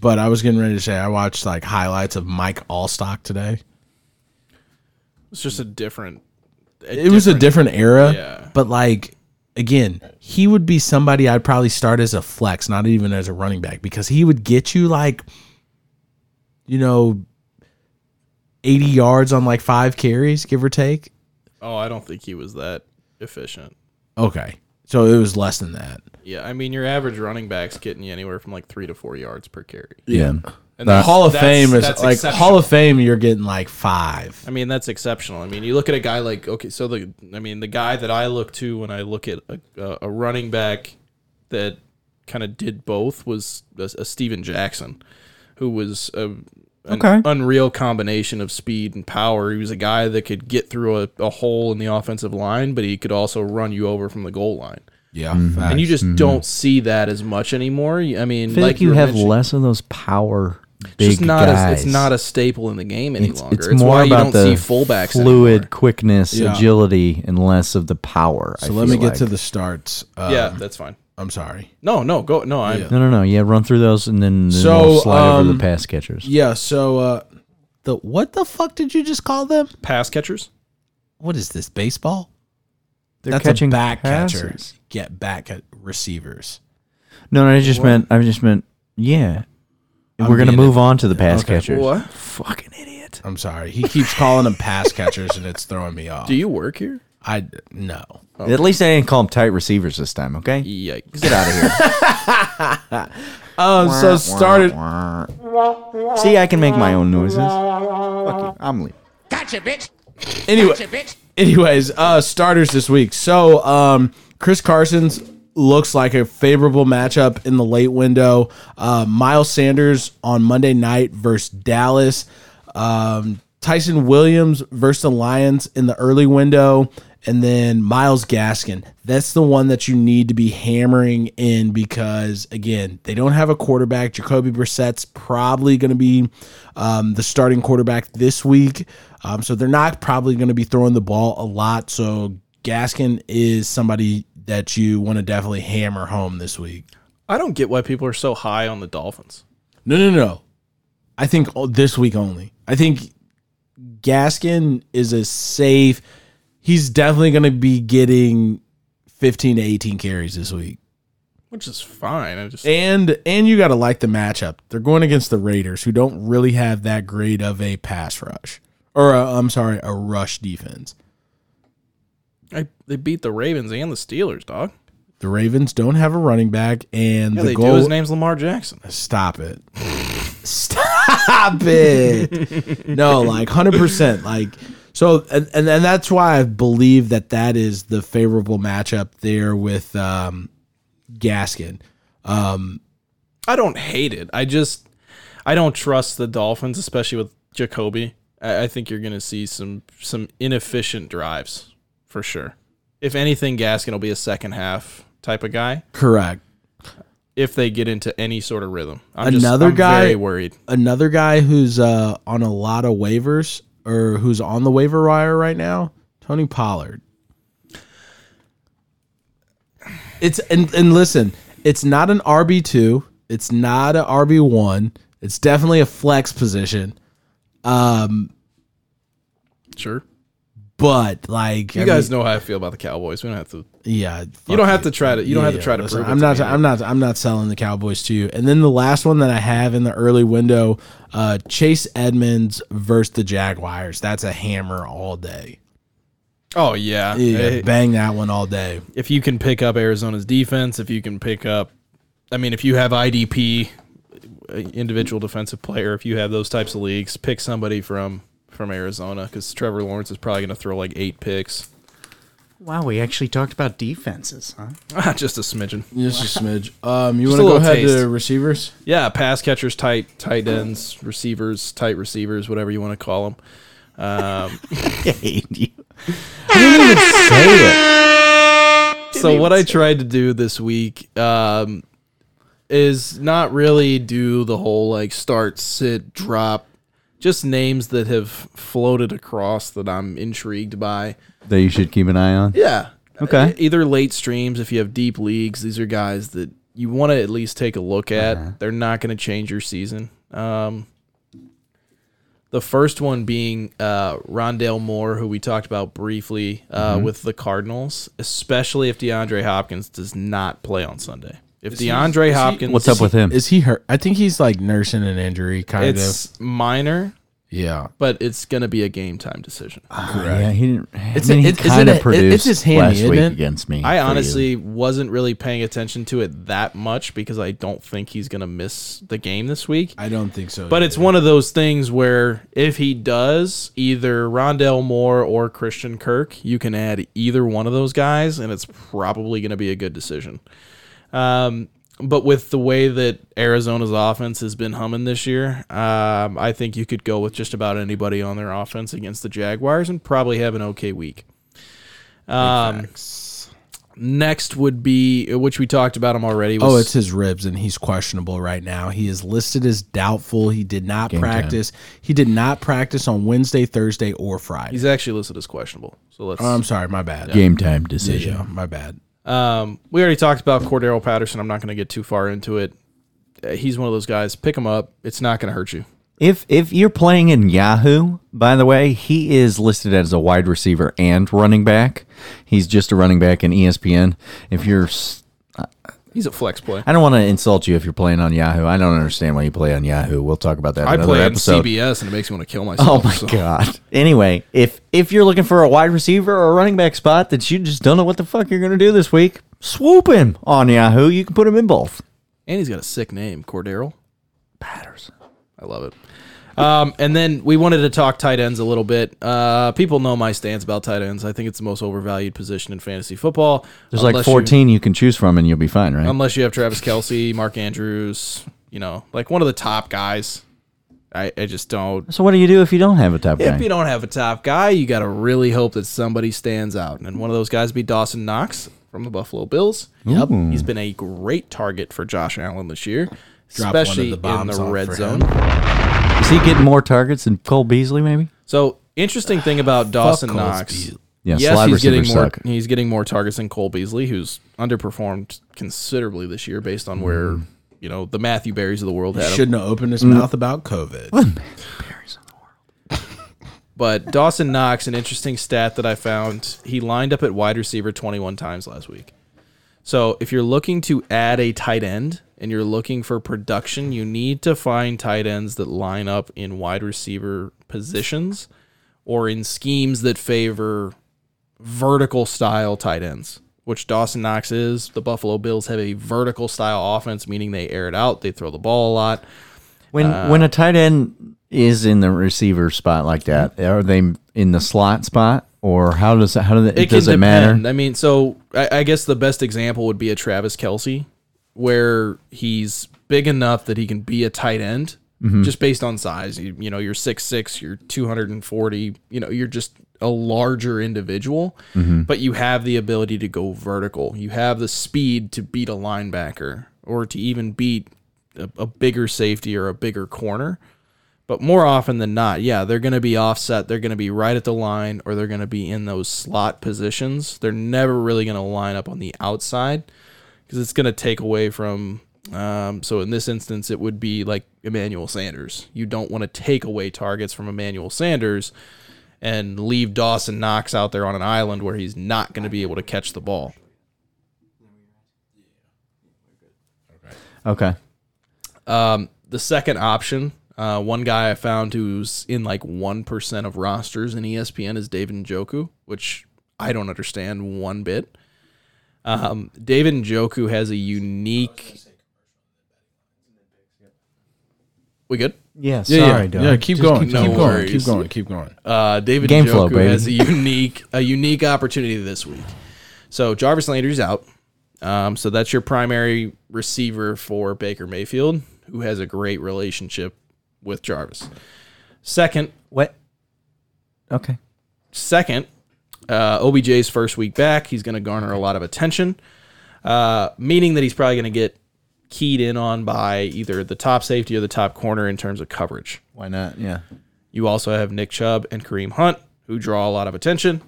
S8: But I was getting ready to say I watched like highlights of Mike Allstock today.
S7: It's just a different.
S8: It was a different era,
S7: Yeah.
S8: but like again, he would be somebody I'd probably start as a flex, not even as a running back because he would get you like you know 80 yards on like 5 carries give or take.
S7: Oh, I don't think he was that efficient.
S8: Okay. So it was less than that.
S7: Yeah, I mean your average running back's getting you anywhere from like three to four yards per carry.
S6: Yeah.
S7: And that's-
S8: Hall of
S7: that's-
S8: Fame is
S7: that's
S8: like
S7: exceptional.
S8: Hall of Fame you're getting like 5.
S7: I mean, that's exceptional. I mean, you look at a guy like okay, so the I mean, the guy that I look to when I look at a, a- a running back that kind of did both was a, a Steven Jackson, who was a, an
S12: Okay.
S7: unreal combination of speed and power. He was a guy that could get through a, a hole in the offensive line, but he could also run you over from the goal line.
S1: Yeah,
S12: Mm-hmm.
S7: And you
S1: facts.
S7: just don't see that as much anymore. You- I mean,
S12: I feel like,
S7: you
S12: you
S7: were
S12: have
S7: mentioning,
S12: less of those power
S7: it's
S12: big
S7: just not
S12: guys.
S7: a, it's not a staple in the game any
S12: It's-
S7: longer.
S12: It's,
S7: It's,
S12: more
S7: why you
S12: about
S7: don't see
S12: the
S7: fullbacks
S12: fluid
S7: anymore.
S12: quickness,
S8: Yeah.
S12: agility, and less of the power. I
S8: So let me
S12: feel
S8: get
S12: like.
S8: to the starts. Uh,
S7: yeah, that's fine.
S8: I'm sorry.
S7: No, no, go no. I
S8: Yeah.
S12: No, no, no. Yeah, run through those and then, then
S8: So,
S12: we'll slide over
S8: um,
S12: the pass catchers.
S8: Yeah. So uh, the what the fuck did you just call them?
S7: pass catchers.
S8: What is this baseball?
S12: They're
S8: That's
S12: catching
S8: a back catcher.
S12: passes.
S8: Get back at receivers.
S12: No, no. I just meant. I just meant. Yeah,
S8: I'm
S12: we're gonna
S8: being-
S12: move on to the pass
S8: Okay.
S12: catchers.
S7: What?
S12: Fucking idiot.
S8: I'm sorry. He keeps calling them pass catchers, and it's throwing me off.
S7: Do you work here?
S8: I no.
S7: Oh.
S12: At least I didn't call them tight receivers this time. Okay.
S7: Yikes!
S12: Get out of here.
S8: Oh, so started.
S12: See, I can make my own noises. Fuck you. I'm leaving.
S8: Anyway, anyways, uh, starters this week. So, um, Chris Carson's looks like a favorable matchup in the late window. Uh, Miles Sanders on Monday night versus Dallas. Um, Tyson Williams versus the Lions in the early window. And then Miles Gaskin. That's the one that you need to be hammering in because, again, they don't have a quarterback. Jacoby Brissett's probably going to be um, the starting quarterback this week. Um, so they're not probably going to be throwing the ball a lot. So Gaskin is somebody that you want to definitely hammer home this week.
S7: I don't get why people are so high on the Dolphins.
S8: No, no, no. I think o- this week only. I think Gaskin is a safe. He's definitely going to be getting 15 to 18 carries this week.
S7: Which is fine. I just
S8: And and you got to like the matchup. They're going against the Raiders who don't really have that great of a pass rush or i I'm sorry, a rush defense.
S7: I, they beat the Ravens and the Steelers, dog.
S8: The Ravens don't have a running back, and
S7: Yeah,
S8: the
S7: they
S8: goal.
S7: do. His name's Lamar Jackson.
S8: Stop it! Stop it! no, like hundred percent. Like so, and, and and that's why I believe that that is the favorable matchup there with um, Gaskin.
S7: I don't hate it. I just I don't trust the Dolphins, especially with Jacoby. I, I think you're going to see some some inefficient drives for sure. If anything, Gaskin will be a second half type of guy
S8: Correct.
S7: if they get into any sort of rhythm. I'm
S8: Another
S7: just, I'm
S8: guy-
S7: very worried.
S8: Another guy who's uh, on a lot of waivers or who's on the waiver wire right now, Tony Pollard. It's and and listen, it's not an RB two. It's not an RB one. It's definitely a flex position.
S7: Sure,
S8: But like
S7: you guys know how I feel about the Cowboys. We don't have to.
S8: yeah,
S7: You don't have to try to. You don't have to try to prove. it
S8: I'm
S7: to
S8: not.
S7: me.
S8: I'm not. I'm not selling the Cowboys to you. And then the last one that I have in the early window, uh, Chase Edmonds versus the Jaguars. That's a hammer all day.
S7: Oh yeah.
S8: Yeah,
S7: Hey,
S8: bang that one all day.
S7: if you can pick up Arizona's defense, if you can pick up, I mean, if you have IDP, uh, individual defensive player, if you have those types of leagues, pick somebody from from Arizona because Trevor Lawrence is probably going to throw like eight picks,
S2: Wow, we actually talked about defenses, huh?
S7: Ah, just a smidgen.
S8: Just a smidge. Um, you want to go
S7: Just a little
S8: ahead
S7: taste.
S8: to receivers?
S7: Yeah, pass catchers, tight tight ends, receivers, tight receivers, whatever you want to call them.
S12: I hate you. I didn't even say it.
S7: so what I tried to do this week um, is not really do the whole like start, sit, drop, just names that have floated across that I'm intrigued by.
S12: That you should keep an eye on.
S7: Yeah.
S12: Okay.
S7: E- Either late streams if you have deep leagues, these are guys that you want to at least take a look at.
S12: Uh-huh.
S7: They're not going to change your season. Um, the first one being uh, Rondale Moore, who we talked about briefly uh,
S12: Mm-hmm.
S7: with the Cardinals, especially if DeAndre Hopkins does not play on Sunday. If DeAndre Hopkins,
S12: What's up with him?
S8: Is he hurt? I think he's like nursing an injury, kind of.
S7: It's minor,
S8: Yeah.
S7: but it's going to be a game time decision.
S12: Ah, Yeah, he didn't.
S8: It's
S12: I mean,
S8: a-
S12: he
S8: it's- isn't
S12: kind
S8: it-
S12: of
S8: it-
S12: produced
S8: it's his handy,
S12: last
S8: isn't
S12: week
S8: it?
S12: against me.
S7: I
S12: for you.
S7: honestly wasn't really paying attention to it that much because I don't think he's going to miss the game this week.
S8: I don't think so.
S7: But it's one of those things where if he does, either Rondell Moore or Christian Kirk, you can add either one of those guys, and it's probably going to be a good decision. Um, but with the way that Arizona's offense has been humming this year, um, I think you could go with just about anybody on their offense against the Jaguars and probably have an okay week. Um, next would be which we talked about him already. Was
S8: Oh, it's his ribs, and he's questionable right now. He is listed as doubtful. He did not
S6: time.
S8: practice. He did not practice on Wednesday, Thursday, or Friday.
S7: he's actually listed as questionable. So let's.
S8: Oh, I'm sorry, my bad.
S6: Game time decision.
S8: Yeah, my bad.
S7: Um, we already talked about Cordero Patterson. I'm not going to get too far into it. Uh, He's one of those guys. Pick him up. It's not going to hurt you.
S6: If if you're playing in Yahoo, by the way, he is listed as a wide receiver and running back. He's just a running back in E ESPN. If you're, s-
S7: He's a flex play.
S6: I don't want to insult you if you're playing on Yahoo. I don't understand why you play on Yahoo. We'll talk about that. in
S7: I
S6: another
S7: play on
S6: episode.
S7: CBS and it makes me want to kill myself.
S6: Oh my
S7: so.
S6: god. Anyway, if if you're looking for a wide receiver or a running back spot that you just don't know what the fuck you're gonna do this week, swoop him on Yahoo. You can put him in both.
S7: And he's got a sick name, Cordero Patterson. I love it. Um, and then we wanted to talk tight ends a little bit. Uh, people know my stance about tight ends. I think it's the most overvalued position in fantasy football.
S6: There's like
S7: Unless you- Um,
S6: 14 you, can choose from and you'll be fine, right?
S7: unless you have Travis Kelsey, Mark Andrews, you know, like one of the top guys. I, I just don't.
S6: so what do you do if you don't have a top guy?
S7: If you don't have a top guy, you got to really hope that somebody stands out. And one of those guys be Dawson Knox from the Buffalo Bills. Yep. He's been a great target for Josh Allen this year,
S8: Drop one of
S7: especially
S8: the
S7: in
S8: bombs
S7: the
S8: off
S7: red
S8: for
S7: zone.
S6: Is he getting more targets than Cole Beasley maybe?
S7: So, interesting thing about Dawson
S8: Coles
S7: Knox.
S8: Beasley.
S6: Yeah,
S7: yes,
S6: slide
S7: he's getting
S6: receivers
S7: more.
S6: suck.
S7: He's getting more targets than Cole Beasley, who's underperformed considerably this year, based on where
S8: Mm.
S7: you know the Matthew Berries of the world had him.
S8: Shouldn't have opened his mouth about COVID.
S7: But Dawson Knox, an interesting stat that I found, he lined up at wide receiver 21 times last week. So if you're looking to add a tight end and you're looking for production, you need to find tight ends that line up in wide receiver positions or in schemes that favor vertical style tight ends, which Dawson Knox is. The Buffalo Bills have a vertical style offense, meaning they air it out, they throw the ball a lot.
S6: When when a tight end is in the receiver spot like that, are they in the slot spot or how does how do they, does it matter?
S7: I mean, so I, I guess the best example would be a Travis Kelsey, where he's big enough that he can be a tight end
S6: Mm-hmm.
S7: just based on size. You, you know, you're 6'6, you're 240, you know, you're just a larger individual,
S6: Mm-hmm.
S7: but you have the ability to go vertical. You have the speed to beat a linebacker or to even beat a, a bigger safety or a bigger corner. But more often than not, yeah, they're going to be offset. They're going to be right at the line or they're going to be in those slot positions. They're never really going to line up on the outside because it's going to take away from. Um, so in this instance, it would be like Emmanuel Sanders. You don't want to take away targets from Emmanuel Sanders and leave Dawson Knox out there on an island where he's not going to be able to catch the ball.
S6: Okay.
S7: Um, the second option, uh, one guy I found who's in like 1% of rosters in E ESPN is David Njoku, which I don't understand one bit. Um, David Njoku has a unique. We good?
S6: Yeah,
S8: yeah, keep going,
S7: No
S8: keep going,
S7: worries.
S8: keep going, keep going.
S7: Uh, David
S6: Game
S7: Njoku
S6: flow, baby.
S7: has a unique a unique opportunity this week. So Jarvis Landry's out. Um, so that's your primary receiver for Baker Mayfield, who has a great relationship with Jarvis. Second,
S6: What? Okay.
S7: second, uh, OBJ's first week back, he's going to garner a lot of attention, uh, meaning that he's probably going to get keyed in on by either the top safety or the top corner in terms of coverage.
S6: Why not? Yeah.
S7: You also have Nick Chubb and Kareem Hunt, who draw a lot of attention.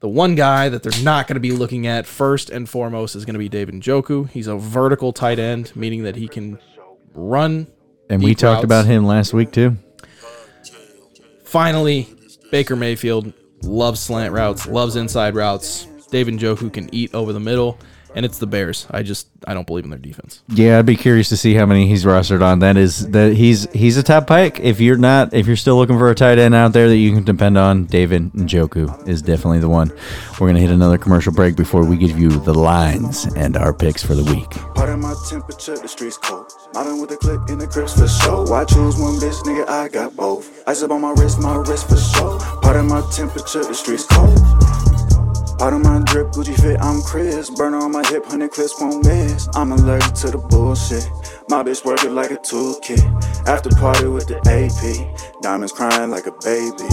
S7: The one guy that they're not going to be looking at first and foremost is going to be David Njoku. He's a vertical tight end, meaning that he can run.
S6: And we
S7: deep
S6: talked
S7: routes.
S6: about him last week too.
S7: Finally, Baker Mayfield loves slant routes, loves inside routes. David Njoku can eat over the middle, and it's the Bears. I just I don't believe in their defense.
S6: Yeah, I'd be curious to see how many he's rostered on. That is that he's he's a top pick. If you're not if you're still looking for a tight end out there that you can depend on, David Njoku is definitely the one. We're gonna hit another commercial break before we give you the lines and our picks for the week.
S13: Pardon my temperature, the streets cold. Modding with the clip in the grips for show. Why choose one bitch, nigga? I got both. Ice up on my wrist, my wrist for show. Pardon my temperature, the streets cold. Part of my drip, Gucci fit, I'm Chris. Burner on my hip, 100 clips won't miss. I'm allergic to the bullshit. My bitch work it like a toolkit. After party with the AP. Diamonds crying like a baby.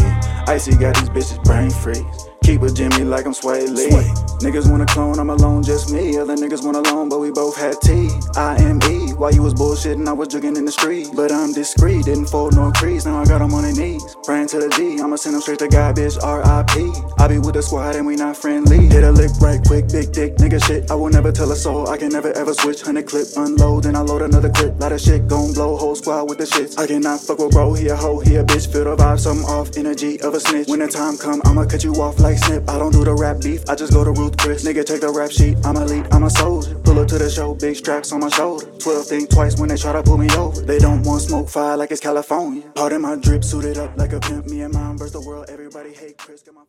S13: Icy got these bitches brain freeze. Keep a Jimmy like I'm Sway Lee. Niggas wanna clone, I'm alone, just me. Other niggas want alone, but we both had tea. I am E. While you was bullshitting, I was jugging in the street. But I'm discreet, didn't fold no crease. Now I got 'em on their knees. Praying to the G, I'ma send them straight to God, bitch, RIP. I be with the squad and we not friendly. Hit a lick right quick, big dick, nigga shit. I will never tell a soul, I can never ever switch. Hundred clip, unload, then I load another clip. Lot of shit gon' blow, whole squad with the shits. I cannot fuck with bro, he a hoe, he a bitch. Feel the vibe, something off, energy of a snitch. When the time come, I'ma cut you off like snip. I don't do the rap beef, I just go to Ruth Chris. Nigga, take the rap sheet, I'm elite, I'm a soldier. Pull up to the show, big straps on my shoulder. Twelve think twice when they try to pull me over. They don't want smoke fire like it's California. Part in my drip, suited up like a pimp. Me and mine versus the world, everybody hate Chris. Got my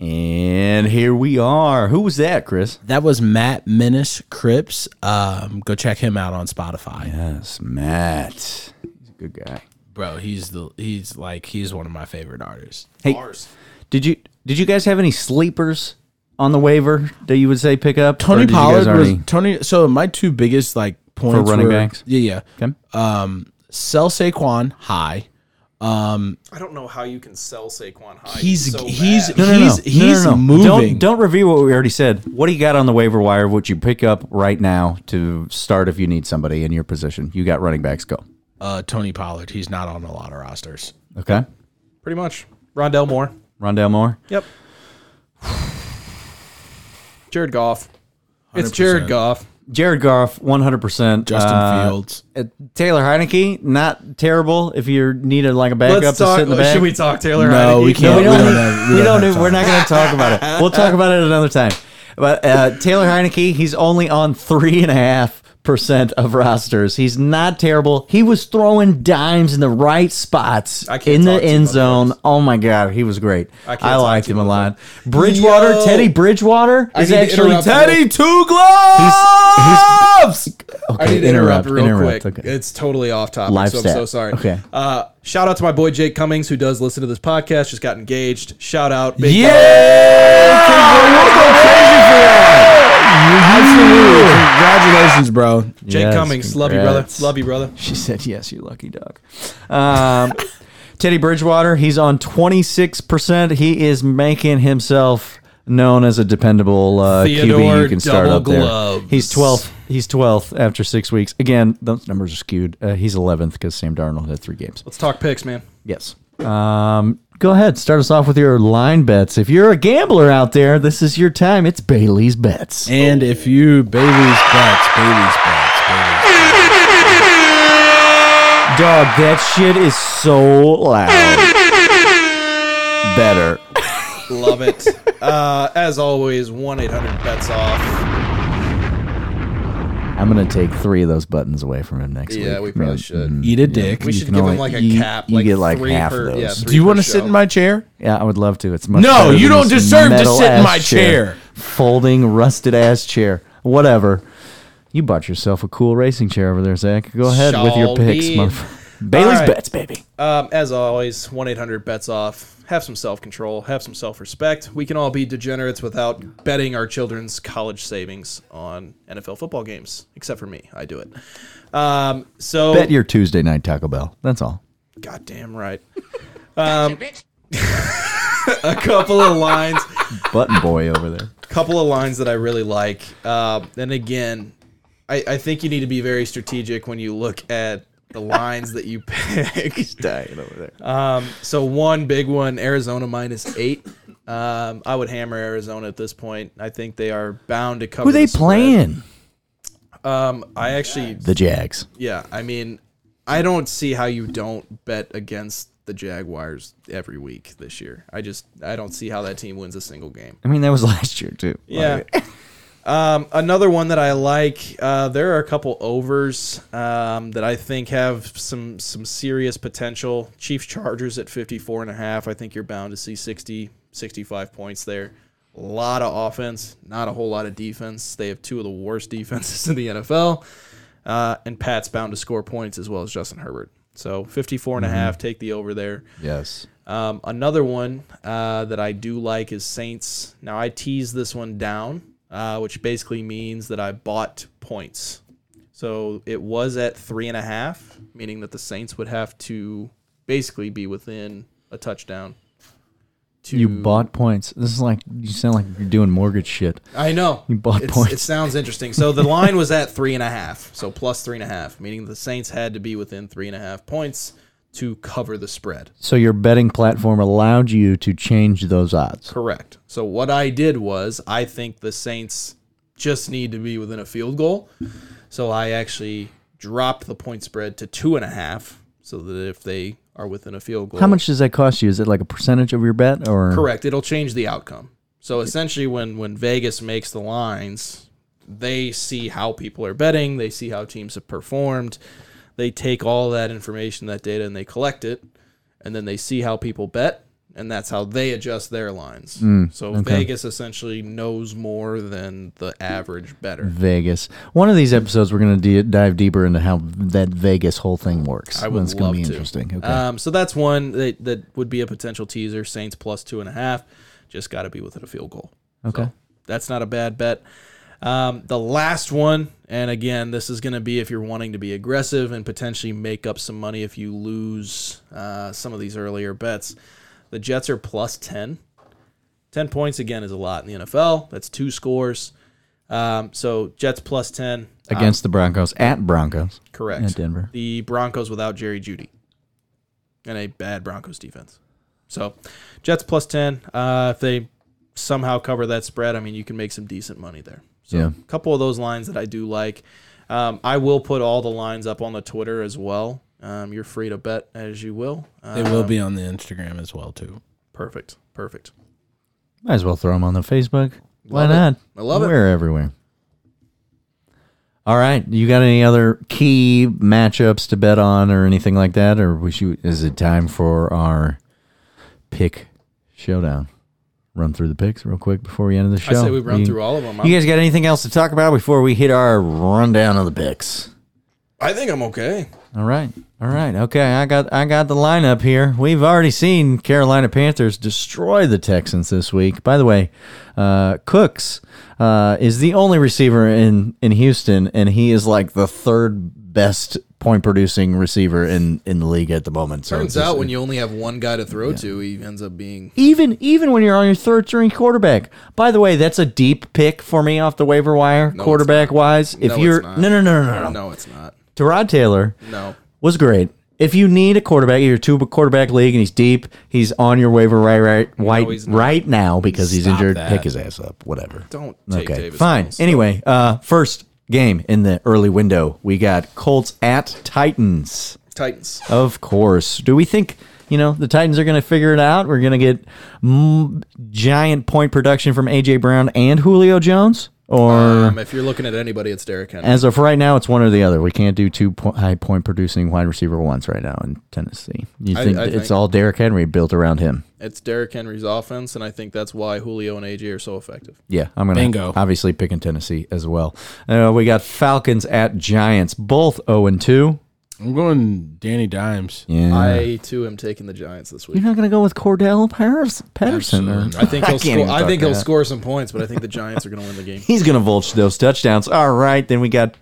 S6: And here we are. Who was that, Chris?
S8: That was Matt Minish Cripps. Um, go check him out on Spotify.
S6: Yes, Matt. He's a good guy.
S8: Bro, he's the he's like he's one of my favorite artists.
S6: Hey, did you did you guys have any sleepers on the waiver that you would say pick up? Or
S8: Tony
S6: did you guys
S8: Pollard was
S6: already-
S8: Tony. So my two biggest like points
S6: running
S8: were-
S6: backs?
S8: Yeah, yeah.
S6: Okay.
S8: Um, sell Saquon high. Um,
S7: I don't know how you can sell Saquon High.
S8: He's-
S7: so
S8: he's-
S7: bad.
S6: No, no, no.
S8: He's-
S6: No, no,
S8: he's
S6: no. Don't-
S8: moving.
S6: Don't, review what we already said. What do you got on the waiver wire? What you pick up right now to start if you need somebody in your position? You got running backs. Go.
S8: uh, Tony Pollard. He's not on a lot of rosters.
S6: Okay.
S7: pretty much Rondell Moore.
S6: Rondell Moore.
S7: Yep. Jared Goff. It's Jared
S8: 100%.
S7: Goff.
S6: Jared Goff, one hundred percent.
S8: Justin
S6: Uh,
S8: Fields.
S6: Taylor Heineke, not terrible. If you needed like a backup
S7: Let's
S6: to sit in the
S7: talk-
S6: back,
S7: should we talk Taylor
S8: No,
S7: Heineke?
S8: we
S6: No,
S8: can't.
S6: we
S8: we
S6: don't.
S8: don't
S6: need-
S8: have-
S6: we
S8: we
S6: don't. need- We're not going to talk about it. We'll talk about it another time. But uh, Taylor Heineke, he's only on three and a half percent of rosters. He's not terrible. He was throwing dimes in the right spots
S7: I can't
S6: in the
S7: talk to you
S6: end
S7: about
S6: zone. Oh my god, he was great.
S7: I can't
S6: I,
S7: talk
S6: liked
S7: to you
S6: him a
S7: about
S6: lot. Bridgewater,
S7: Yo.
S6: Teddy Bridgewater
S7: I
S6: is
S7: need to
S6: actually
S7: interrupt
S6: Teddy
S7: real-
S6: Two Gloves.
S7: I need to interrupt, real quick.
S6: okay.
S7: It's totally off topic,
S6: Live
S7: so I'm
S6: stat.
S7: so sorry.
S6: Okay.
S7: Uh, shout out to my boy Jake Cummings, who does listen to this podcast. Just got engaged. Shout out. Big
S6: Yeah.
S8: Absolutely. Congratulations, bro.
S7: Jake
S6: Yes,
S7: Cummings. Love you, brother.
S6: congrats.
S7: Love you, brother.
S6: She said, "Yes, you lucky dog." Um, Teddy Bridgewater, he's on twenty six percent. He is making himself known as a dependable uh, QB.
S7: Theodore
S6: You can start
S7: Double
S6: up there.
S7: Gloves.
S6: He's twelfth. He's twelfth after six weeks. Again, those numbers are skewed. Uh, he's eleventh because Sam Darnold had three games.
S7: Let's talk picks, man.
S6: Yes. Um, go ahead. Start us off with your line bets. If you're a gambler out there, this is your time. It's Bailey's bets.
S8: And if you babies bets, babies bets, babies.
S6: Dog, that shit is so loud. Better.
S7: Love it. uh, as always, one eight hundred bets off.
S6: I'm gonna take three of those buttons away from him next week.
S7: Yeah, we probably should.
S8: Eat a dick.
S7: We
S6: You
S7: should
S6: can
S7: give
S6: only-
S7: him like a
S6: you-
S7: cap.
S6: you
S7: like
S6: get, like,
S7: three
S6: half
S7: per,
S6: of
S7: Yeah,
S6: those.
S7: three
S8: Do you
S7: per
S8: want to sit
S7: show.
S8: in my chair?
S6: Yeah, I would love to. It's much
S8: No,
S6: better
S8: you
S6: than
S8: don't
S6: this
S8: deserve to
S6: metal
S8: sit in
S6: ass
S8: my chair.
S6: folding rusted ass chair, whatever. You bought yourself a cool racing chair over there, Zach. Go ahead with your
S7: Shall
S6: picks,
S7: be.
S6: motherfucker. Bailey's
S7: right.
S6: bets, baby.
S7: Um, as always, 1 800 bets off. Have some self control, have some self respect. We can all be degenerates without betting our children's college savings on NFL football games, except for me. I do it. Um, so,
S8: Oh.
S6: Bet your Tuesday night Taco Bell. That's all.
S7: goddamn right. Um, a couple of lines,
S6: Button boy over there.
S7: couple of lines that I really like. Um, and again, I, I think you need to be very strategic when you look at the lines that you pick.
S6: Dying over there.
S7: Um, so one big one, Arizona minus eight. Um, I would hammer Arizona at this point. I think they are bound to cover.
S6: Who they
S7: the spread.
S6: playing?
S7: Um, I actually,
S6: The Jags.
S7: yeah. I mean, I don't see how you don't bet against the Jaguars every week this year. I just, I don't see how that team wins a single game.
S6: I mean, that was last year too.
S7: Yeah. Um, another one that I like. Uh, there are a couple overs um, that I think have some some serious potential. Chiefs Chargers at 54 and a half. I think you're bound to see 60 65 points there. A lot of offense, not a whole lot of defense. They have two of the worst defenses in the NFL. Uh, and Pat's bound to score points as well as Justin Herbert. So 54 and a
S6: Mhm.
S7: half, take the over there.
S6: Yes.
S7: Um, another one uh, that I do like is Saints. Now I tease this one down, uh, which basically means that I bought points. So it was at three and a half, meaning that the Saints would have to basically be within a touchdown.
S6: You bought points. This is like you sound like you're doing mortgage shit.
S7: I know.
S6: You bought
S7: It's- It
S6: points.
S7: sounds interesting. So the line was at three and a half. So plus three and a half, meaning the Saints had to be within three and a half points to cover the spread.
S6: So your betting platform allowed you to change those odds.
S7: Correct. So what I did was I think the Saints just need to be within a field goal. So I actually dropped the point spread to two and a half so that if they are within a field goal.
S6: How much does that cost you? Is it like a percentage of your bet or
S7: Correct. It'll change the outcome. So essentially, when when Vegas makes the lines, they see how people are betting, they see how teams have performed, they take all that information, that data, and they collect it, and then they see how people bet, and that's how they adjust their lines.
S6: Mm,
S7: so
S6: okay.
S7: Vegas essentially knows more than the average better.
S6: Vegas? One of these episodes, we're going to de- dive deeper into how that Vegas whole thing works.
S7: I would
S6: That's gonna
S7: love
S6: be
S7: to.
S6: interesting. Okay.
S7: Um, so that's one that that would be a potential teaser. Saints plus two and a half. Just got to be within a field goal.
S6: Okay.
S7: So that's not a bad bet. Um, the last one, and again, this is going to be if you're wanting to be aggressive and potentially make up some money if you lose uh, some of these earlier bets. The Jets are plus 10. 10 points, again, is a lot in the NFL. That's two scores. Um, so Jets plus 10.
S6: Against
S7: um,
S6: the Broncos at Broncos.
S7: Correct.
S6: At Denver.
S7: The Broncos without Jerry Judy and a bad Broncos defense. So Jets plus 10. Uh, if they somehow cover that spread, I mean, you can make some decent money there. So
S6: Yeah.
S7: a couple of those lines that I do like. Um, I will put all the lines up on the Twitter as well. Um, you're free to bet as you will. Um,
S8: They will be on the Instagram as well too.
S7: Perfect. Perfect.
S6: Might as well throw them on the Facebook. Why
S7: Love it.
S6: not?
S7: I love it.
S6: We're everywhere. All right. You got any other key matchups to bet on or anything like that? Or we should, is it time for our pick showdown? Run through the picks real quick before we end the
S7: I
S6: show.
S7: say we run
S6: You-
S7: through all of 'em.
S6: You guys got anything else to talk about before we hit our rundown of the picks?
S7: I think I'm okay.
S6: All right. All right. Okay. I got I got the lineup here. We've already seen Carolina Panthers destroy the Texans this week. By the way, uh, Cooks uh, is the only receiver in, in Houston, and he is like the third best point producing receiver in, in the league at the moment. So
S7: Turns
S6: it's-
S7: out when you only have one guy to throw to, he ends up being
S6: even even when you're on your third string quarterback. By the way, that's a deep pick for me off the waiver wire, quarterback wise. If
S7: No, it's
S6: you're
S7: not.
S6: no no no no no
S7: No, it's not.
S6: Terod Taylor
S7: No.
S6: was great. If you need a quarterback, you're a two quarterback league and he's deep, he's on your waiver right right right, right now because he's injured.
S12: that.
S6: Pick his ass up, whatever.
S7: Don't
S12: take
S6: okay.
S12: Davis
S6: Fine.
S12: Mills.
S6: Anyway, uh, first game in the early window, we got Colts at Titans.
S7: Titans.
S6: Of course. Do we think you know the Titans are going to figure it out? We're going to get mm, giant point production from AJ Brown and Julio Jones, or
S12: Uh,
S7: Um, if you're looking at anybody, it's Derrick Henry.
S6: as of right now, it's one or the other. We can't do two po- high point producing wide receiver once right now in Tennessee. You
S7: I-
S6: think
S7: I
S6: it's
S7: think-
S6: all Derrick Henry built around him?
S7: It's Derrick Henry's offense, and I think that's why Julio and AJ are so effective.
S6: Yeah, I'm gonna
S7: Bingo.
S6: obviously pick in Tennessee as well. Uh, we got Falcons at Giants, both 0 and 2.
S8: I'm going Danny Dimes.
S6: Yeah,
S7: I too am taking the Giants this week.
S6: you're not gonna go with Cordell Paris- Patterson. Or,
S7: I think he'll
S6: can't even
S7: score. I
S6: talk
S7: think he'll
S6: that.
S7: score some points, but I think the Giants are going to win the game.
S6: He's gonna vulture those touchdowns. All right, then we got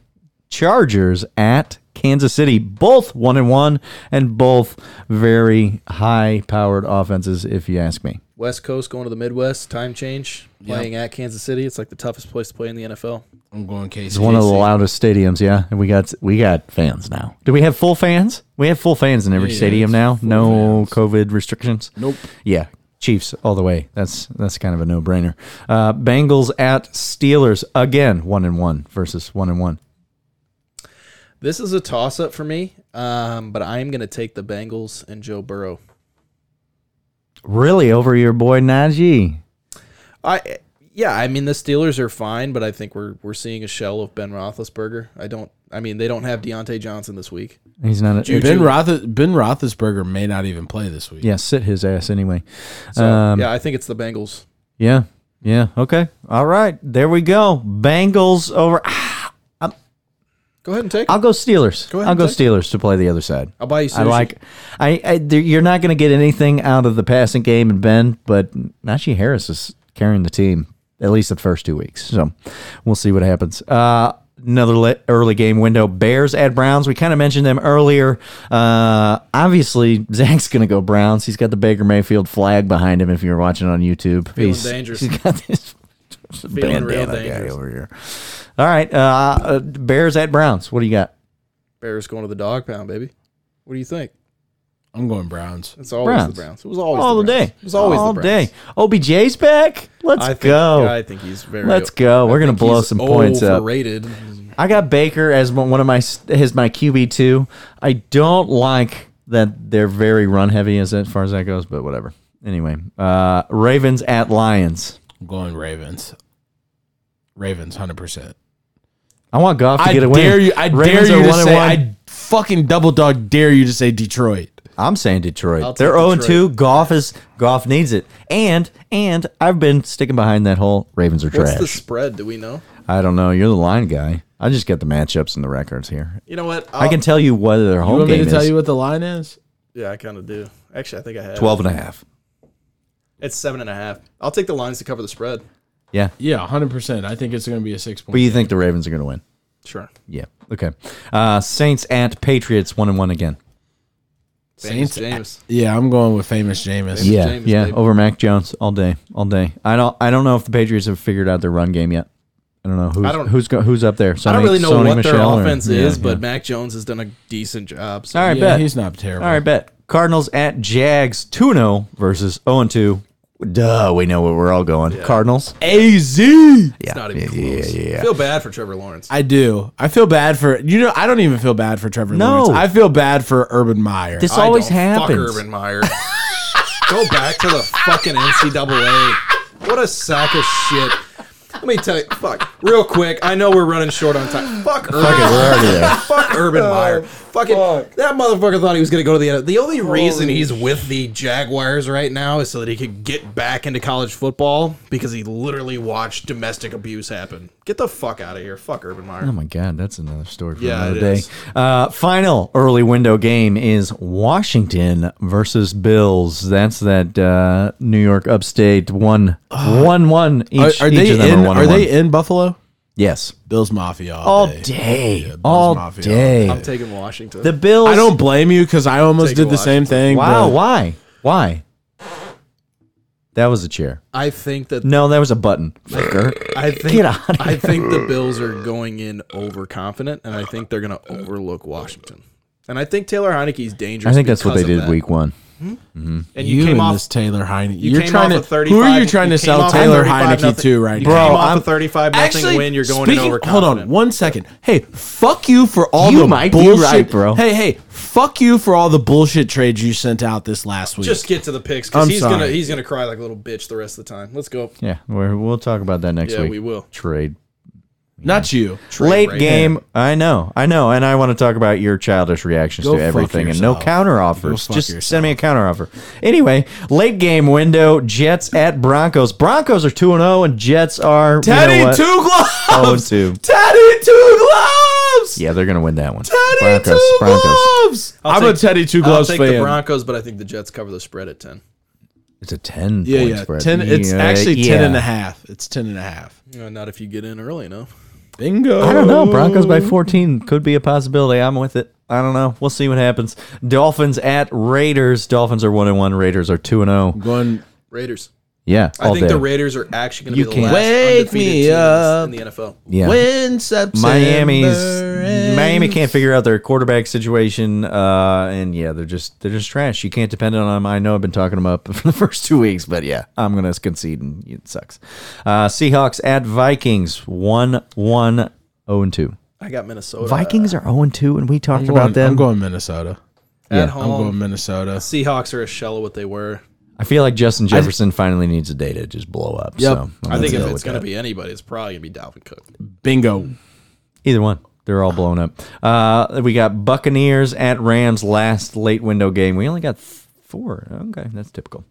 S6: Chargers at Kansas City, both one and one, and both very high powered offenses, if you ask me.
S7: West Coast going to the Midwest. Time change. Playing at Kansas City. It's like the toughest place to play in the NFL.
S8: I'm going KC.
S6: It's one of the loudest stadiums, yeah. And we got we got fans now. Do we have full fans? We have full fans in every
S8: Yeah,
S6: stadium
S8: it's
S6: now. No COVID restrictions.
S8: Nope.
S6: Yeah, Chiefs all the way. That's that's kind of a no brainer. Uh, Bengals at Steelers again, one and one versus one and one.
S7: This is a toss up for me, um, but I am going to take the Bengals and Joe Burrow.
S6: Really over your boy Najee.
S7: I yeah, I mean the Steelers are fine, but I think we're we're seeing a shell of Ben Roethlisberger. I don't. I mean they don't have Deontay Johnson this week.
S6: He's not a-
S8: ben Roth Ben Roethlisberger may not even play this week.
S6: Yeah, sit his ass anyway.
S7: So
S6: Um,
S7: yeah, I think it's the Bengals.
S6: Yeah. Yeah. Okay. All right. There we go. Bengals over. Ah, I'm,
S7: Go ahead and take.
S6: I'll go Steelers.
S7: Go ahead
S6: I'll
S7: and
S6: go
S7: take it.
S6: Steelers to play the other side.
S7: I'll buy you
S6: I
S7: sushi.
S6: like. I, I there, you're not going to get anything out of the passing game and Ben, but Najee Harris is carrying the team at least the first two weeks. So we'll see what happens. Uh, another le- early game window. Bears at Browns. We kind of mentioned them earlier. Uh, obviously Zach's going to go Browns. He's got the Baker Mayfield flag behind him. If you're watching on YouTube,
S7: Feeling
S6: He's-
S7: dangerous.
S6: He's got this
S7: Feeling real
S6: bandana guy
S7: dangerous.
S6: over here. All right, uh, uh, Bears at Browns. What do you got?
S7: Bears going to the dog pound, baby. What do you think?
S8: I'm going Browns.
S7: It's always
S6: Browns.
S7: the Browns. It was always
S6: all
S7: the
S6: the,
S7: Browns.
S6: day.
S7: It was always
S6: all
S7: the Browns.
S6: day. OBJ's back. Let's
S7: I think-
S6: go.
S7: I think he's very.
S6: Let's go.
S7: I
S6: We're gonna
S7: think
S6: blow
S7: he's
S6: some points up.
S7: overrated.
S6: I got Baker as m- one of my s- his my QB two. I don't like that they're very run heavy as as far as that goes, but whatever. Anyway, uh, Ravens at Lions.
S8: I'm going Ravens. Ravens, hundred percent.
S6: I want Goff to
S8: I
S6: get a win.
S8: dare you. I
S6: Ravens
S8: dare
S6: are
S8: you to
S6: one and
S8: say.
S6: one.
S8: I fucking double dog dare you to say Detroit.
S6: I'm saying Detroit.
S7: I'll take
S6: They're 0 2.
S7: Detroit.
S6: Goff is Goff needs it. And and I've been sticking behind that whole Ravens are
S7: What's
S6: trash.
S7: the spread? Do we know?
S6: I don't know. You're the line guy. I just get the matchups and the records here.
S7: You know what?
S6: i can tell you whether their
S8: You
S6: home
S8: want me
S6: game
S8: to tell
S6: is
S8: you what the line is?
S7: Yeah, I kind of do. Actually, I think I have
S6: 12 and a half.
S7: It's seven and a half. I'll take the lines to cover the spread.
S6: Yeah.
S8: Yeah, hundred percent. I think it's going to be a six point.
S6: But you think the Ravens are going to win?
S7: Sure.
S6: Yeah. Okay. Uh, Saints at Patriots, one and one again.
S8: Saints.
S7: James.
S8: Yeah, I'm going with famous Jameis.
S6: yeah.
S7: James,
S6: yeah.
S7: baby.
S6: Over Mac Jones all day, all day. I don't. I don't know if the Patriots have figured out their run game yet. I don't know who's
S7: I don't-
S6: who's go, who's up there.
S7: I don't
S6: Sonny-
S7: really know
S6: Sonny
S7: what
S6: Michel or-
S7: their offense
S6: yeah,
S7: is,
S6: yeah.
S7: but Mac Jones has done a decent job. So
S6: all right,
S8: Yeah,
S6: bet
S8: he's not terrible.
S6: All right, bet. Cardinals at Jags, 2 0 versus 0 2. Duh, we know where we're all going. Cardinals.
S8: Az.
S6: Yeah.
S7: it's not even
S6: yeah,
S7: close.
S6: yeah, yeah.
S7: Feel bad for Trevor Lawrence.
S8: I do. I feel bad for you know. I don't even feel bad for Trevor
S6: No.
S8: Lawrence. I feel bad for Urban Meyer.
S6: This
S7: I
S6: always
S7: don't.
S6: happens.
S7: Fuck Urban Meyer. Go back to the fucking NCAA. What a sack of shit. Let me tell you, fuck, real quick. I know we're running short on time. Fuck Urban.
S6: it, we're already
S7: Meyer.
S6: there.
S7: Fuck Urban Meyer. Fucking that motherfucker thought he was gonna go to the. The only reason he's with the Jaguars right now is so that he could get back into college football because he literally watched domestic abuse happen. Get the fuck out of here. Fuck Urban Meyer.
S6: Oh my God, that's another story for
S7: Yeah,
S6: another
S7: it
S6: day.
S7: is.
S6: Uh, final early window game is Washington versus Bills. That's that uh, New York upstate one one one each.
S8: are, are
S6: each
S8: they
S6: of them
S8: in?
S6: are, one
S8: Are
S6: and
S8: they
S6: one.
S8: in Buffalo?
S6: Yes,
S8: Bills Mafia all,
S6: all
S8: day.
S6: day,
S8: Bills
S6: all
S8: Mafia.
S6: day.
S7: I'm taking Washington.
S6: the Bills.
S8: I don't blame you because I almost
S7: Take
S8: did the same
S7: Washington.
S8: thing.
S6: Wow,
S8: but
S6: why? Why? That was a chair.
S7: I think that
S6: No, that was a button. Fucker.
S7: I think
S6: Get out of
S7: I think the Bills are going in overconfident, and I think they're going to overlook Washington. And I think Taylor Heineke's dangerous.
S6: I think that's what
S7: because
S6: they
S7: of
S6: did
S7: that.
S6: week one.
S7: And
S8: you,
S7: you, came
S8: and
S7: off.
S8: this Taylor Heineke.
S7: you
S8: You are
S7: came
S8: trying to.
S7: off a 35
S8: Who are you trying to
S7: you came
S8: sell
S7: off a
S8: Taylor
S7: 35
S8: Heineke
S7: nothing.
S8: to right
S7: You
S8: now?
S7: came off a 35 nothing win. You're going in
S8: speaking-
S7: overconfident.
S8: Hold on, one second. Hey, fuck you for all
S6: You
S8: the
S6: might be
S8: bullshit,
S6: right, bro.
S8: Hey, hey, fuck you for all the bullshit trades you sent out this last week.
S7: Just get to the picks
S8: I'm
S7: because he's going to
S8: sorry.
S7: he's going to cry like a little bitch the rest of the time. Let's go.
S6: Yeah, we're, we'll talk about that next
S7: Yeah,
S6: week.
S7: we will.
S6: Trade.
S8: not you.
S6: Late
S7: right
S6: game. I know. I know. And I want to talk about your childish reactions
S8: Go
S6: to
S8: fuck
S6: everything and no
S8: yourself.
S6: counter offers.
S8: fuck
S6: Just
S8: yourself.
S6: send me a counter offer. Anyway, late game window Jets at Broncos. Broncos are 2 and 0, and Jets are.
S8: Teddy
S6: you know what?
S8: two gloves.
S6: 0 and 2.
S8: Teddy two gloves.
S6: Yeah, they're going to win that one.
S8: Teddy two gloves.
S7: I'll
S8: I'm
S7: take-
S8: a Teddy two
S7: I'll
S8: gloves
S7: take
S8: fan.
S7: the Broncos, but I think the Jets cover the spread at ten.
S6: It's a 10
S8: yeah,
S6: point
S8: yeah.
S6: spread.
S8: Ten. It's
S6: Yeah,
S8: actually ten and
S6: yeah.
S8: a half. It's ten and a half.
S7: Uh, Not if you get in early enough.
S8: Bingo.
S6: I don't know. Broncos
S8: Oh.
S6: by 14 could be a possibility. I'm with it. I don't know. We'll see what happens. Dolphins at Raiders. Dolphins are 1 and 1. Raiders are 2 and 0.
S8: Going.
S7: Raiders.
S6: Yeah.
S7: I
S6: all
S7: think
S6: day.
S7: the Raiders are actually going to
S6: You
S7: be the
S6: can't-
S7: last
S8: Wake
S7: undefeated
S8: me
S7: team in the-
S8: up.
S7: in the NFL.
S6: yeah.
S8: Win September
S6: Miami's
S8: ends.
S6: Miami can't figure out their quarterback situation, uh, and yeah, they're just they're just trash. You can't depend on them. I know I've been talking them up for the first two weeks, but yeah, I'm gonna concede, and it sucks. Uh, Seahawks at Vikings, one one zero and two.
S7: I got Minnesota.
S6: Vikings are zero and two, and we talked
S8: I'm
S6: about
S8: going,
S6: them.
S8: I'm going Minnesota.
S7: at
S6: yeah, I'm
S7: home.
S8: I'm going Minnesota.
S7: Seahawks are a shell of what they were.
S6: I feel like Justin Jefferson finally needs a day to just blow up.
S8: Yep.
S6: So
S7: I think if it's going to be anybody, it's probably going to be Dalvin Cook.
S8: Bingo.
S6: Either one. They're all blown up. Uh, we got Buccaneers at Rams last late window game. We only got th- four. Okay, that's typical.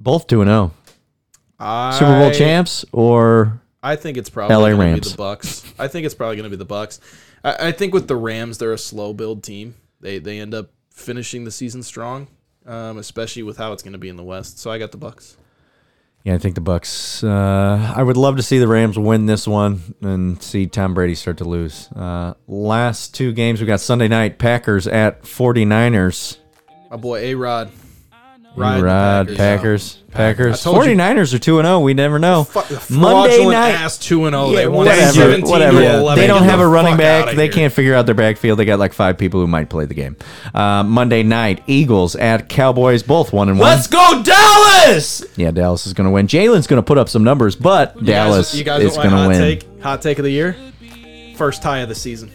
S6: Both 2 and 0. Super Bowl oh. champs or
S7: I I think it's probably
S6: LA
S7: gonna
S6: Rams.
S7: Be the Bucks. I think it's probably going to be the Bucks. I, I think with the Rams, they're a slow build team. They they end up finishing the season strong, um, especially with how it's going to be in the West. So I got the Bucks.
S6: Yeah, I think the Bucks. Uh, I would love to see the Rams win this one and see Tom Brady start to lose. Uh, last two games we got Sunday night Packers at 49ers.
S7: My boy A Rod.
S6: Rod, Packers, Packers,
S7: I
S6: Packers.
S7: told you-
S6: 49ers are 2 and 0, we never know. Monday
S7: fraudulent
S6: night
S7: ass 2-0.
S6: Yeah,
S7: They won
S6: whatever,
S7: 17 to
S6: whatever.
S7: 11.
S6: They don't
S7: Get
S6: have
S7: the
S6: a running
S7: fuck
S6: back.
S7: outta
S6: They
S7: here.
S6: can't figure out their backfield. They got like five people who might play the game. Uh, Monday night, Eagles at Cowboys, both one and one.
S14: Let's go, Dallas!
S6: Yeah, Dallas is going to win. Jalen's going to put up some numbers, but
S7: You guys-
S6: Dallas
S7: you guys
S6: is
S7: want
S6: going
S7: my
S6: to win.
S7: hot Take, hot take of the year. First tie of the season.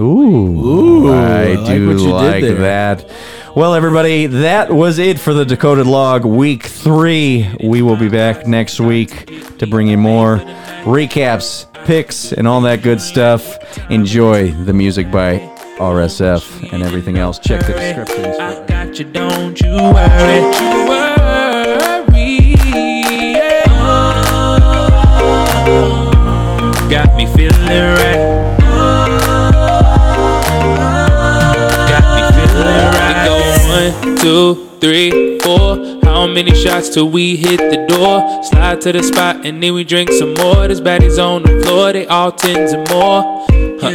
S6: Ooh, I,
S7: I like
S6: do
S7: what you did
S6: like
S7: there.
S6: that. Well, everybody, that was it for the Dakota Log Week 3. We will be back next week to bring you more recaps, picks, and all that good stuff. Enjoy the music by RSF and everything else. Check the description.
S15: I got you, don't you worry. Don't you worry. yeah. Oh, got me feeling right. Oh, got me feeling right. It go one, two, three, four. How many shots till we hit the door? Slide to the spot and then we drink some more. There's baddies on the floor, they all tens and more. Huh.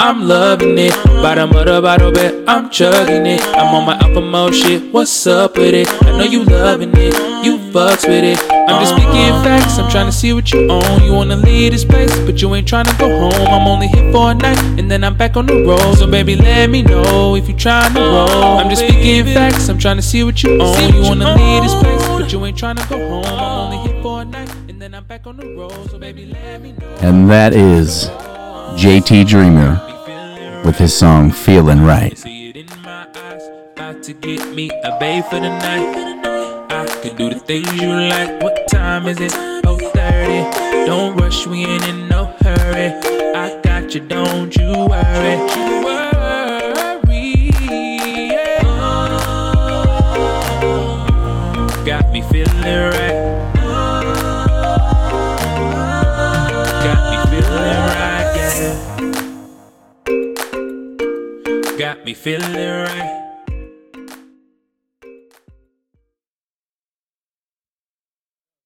S15: I'm loving it. Bottom of the bottle, bet I'm chugging it. I'm on my upper mode shit. What's up with it? I know you loving it. You fucks with it. I'm just speaking facts. I'm trying to see what you own. You wanna leave this place, but you ain't trying to go home. I'm only here for a night, and then I'm back on the road. So baby, let me know if you trying to roll. I'm just speaking facts. I'm trying to see what you own. You wanna leave this place, but you ain't trying to go home. I'm only here for a night, and then I'm back on the road. So baby, let me know.
S16: And that is JT Dreamer with his song Feeling Right.
S15: About to get me a babe for the night. I could do the things you like. What time is it? Oh, 30. Don't rush, we ain't in no hurry. I got you, don't you worry. Oh, Got me feeling right. Got me feeling right, yeah. Got me feeling right.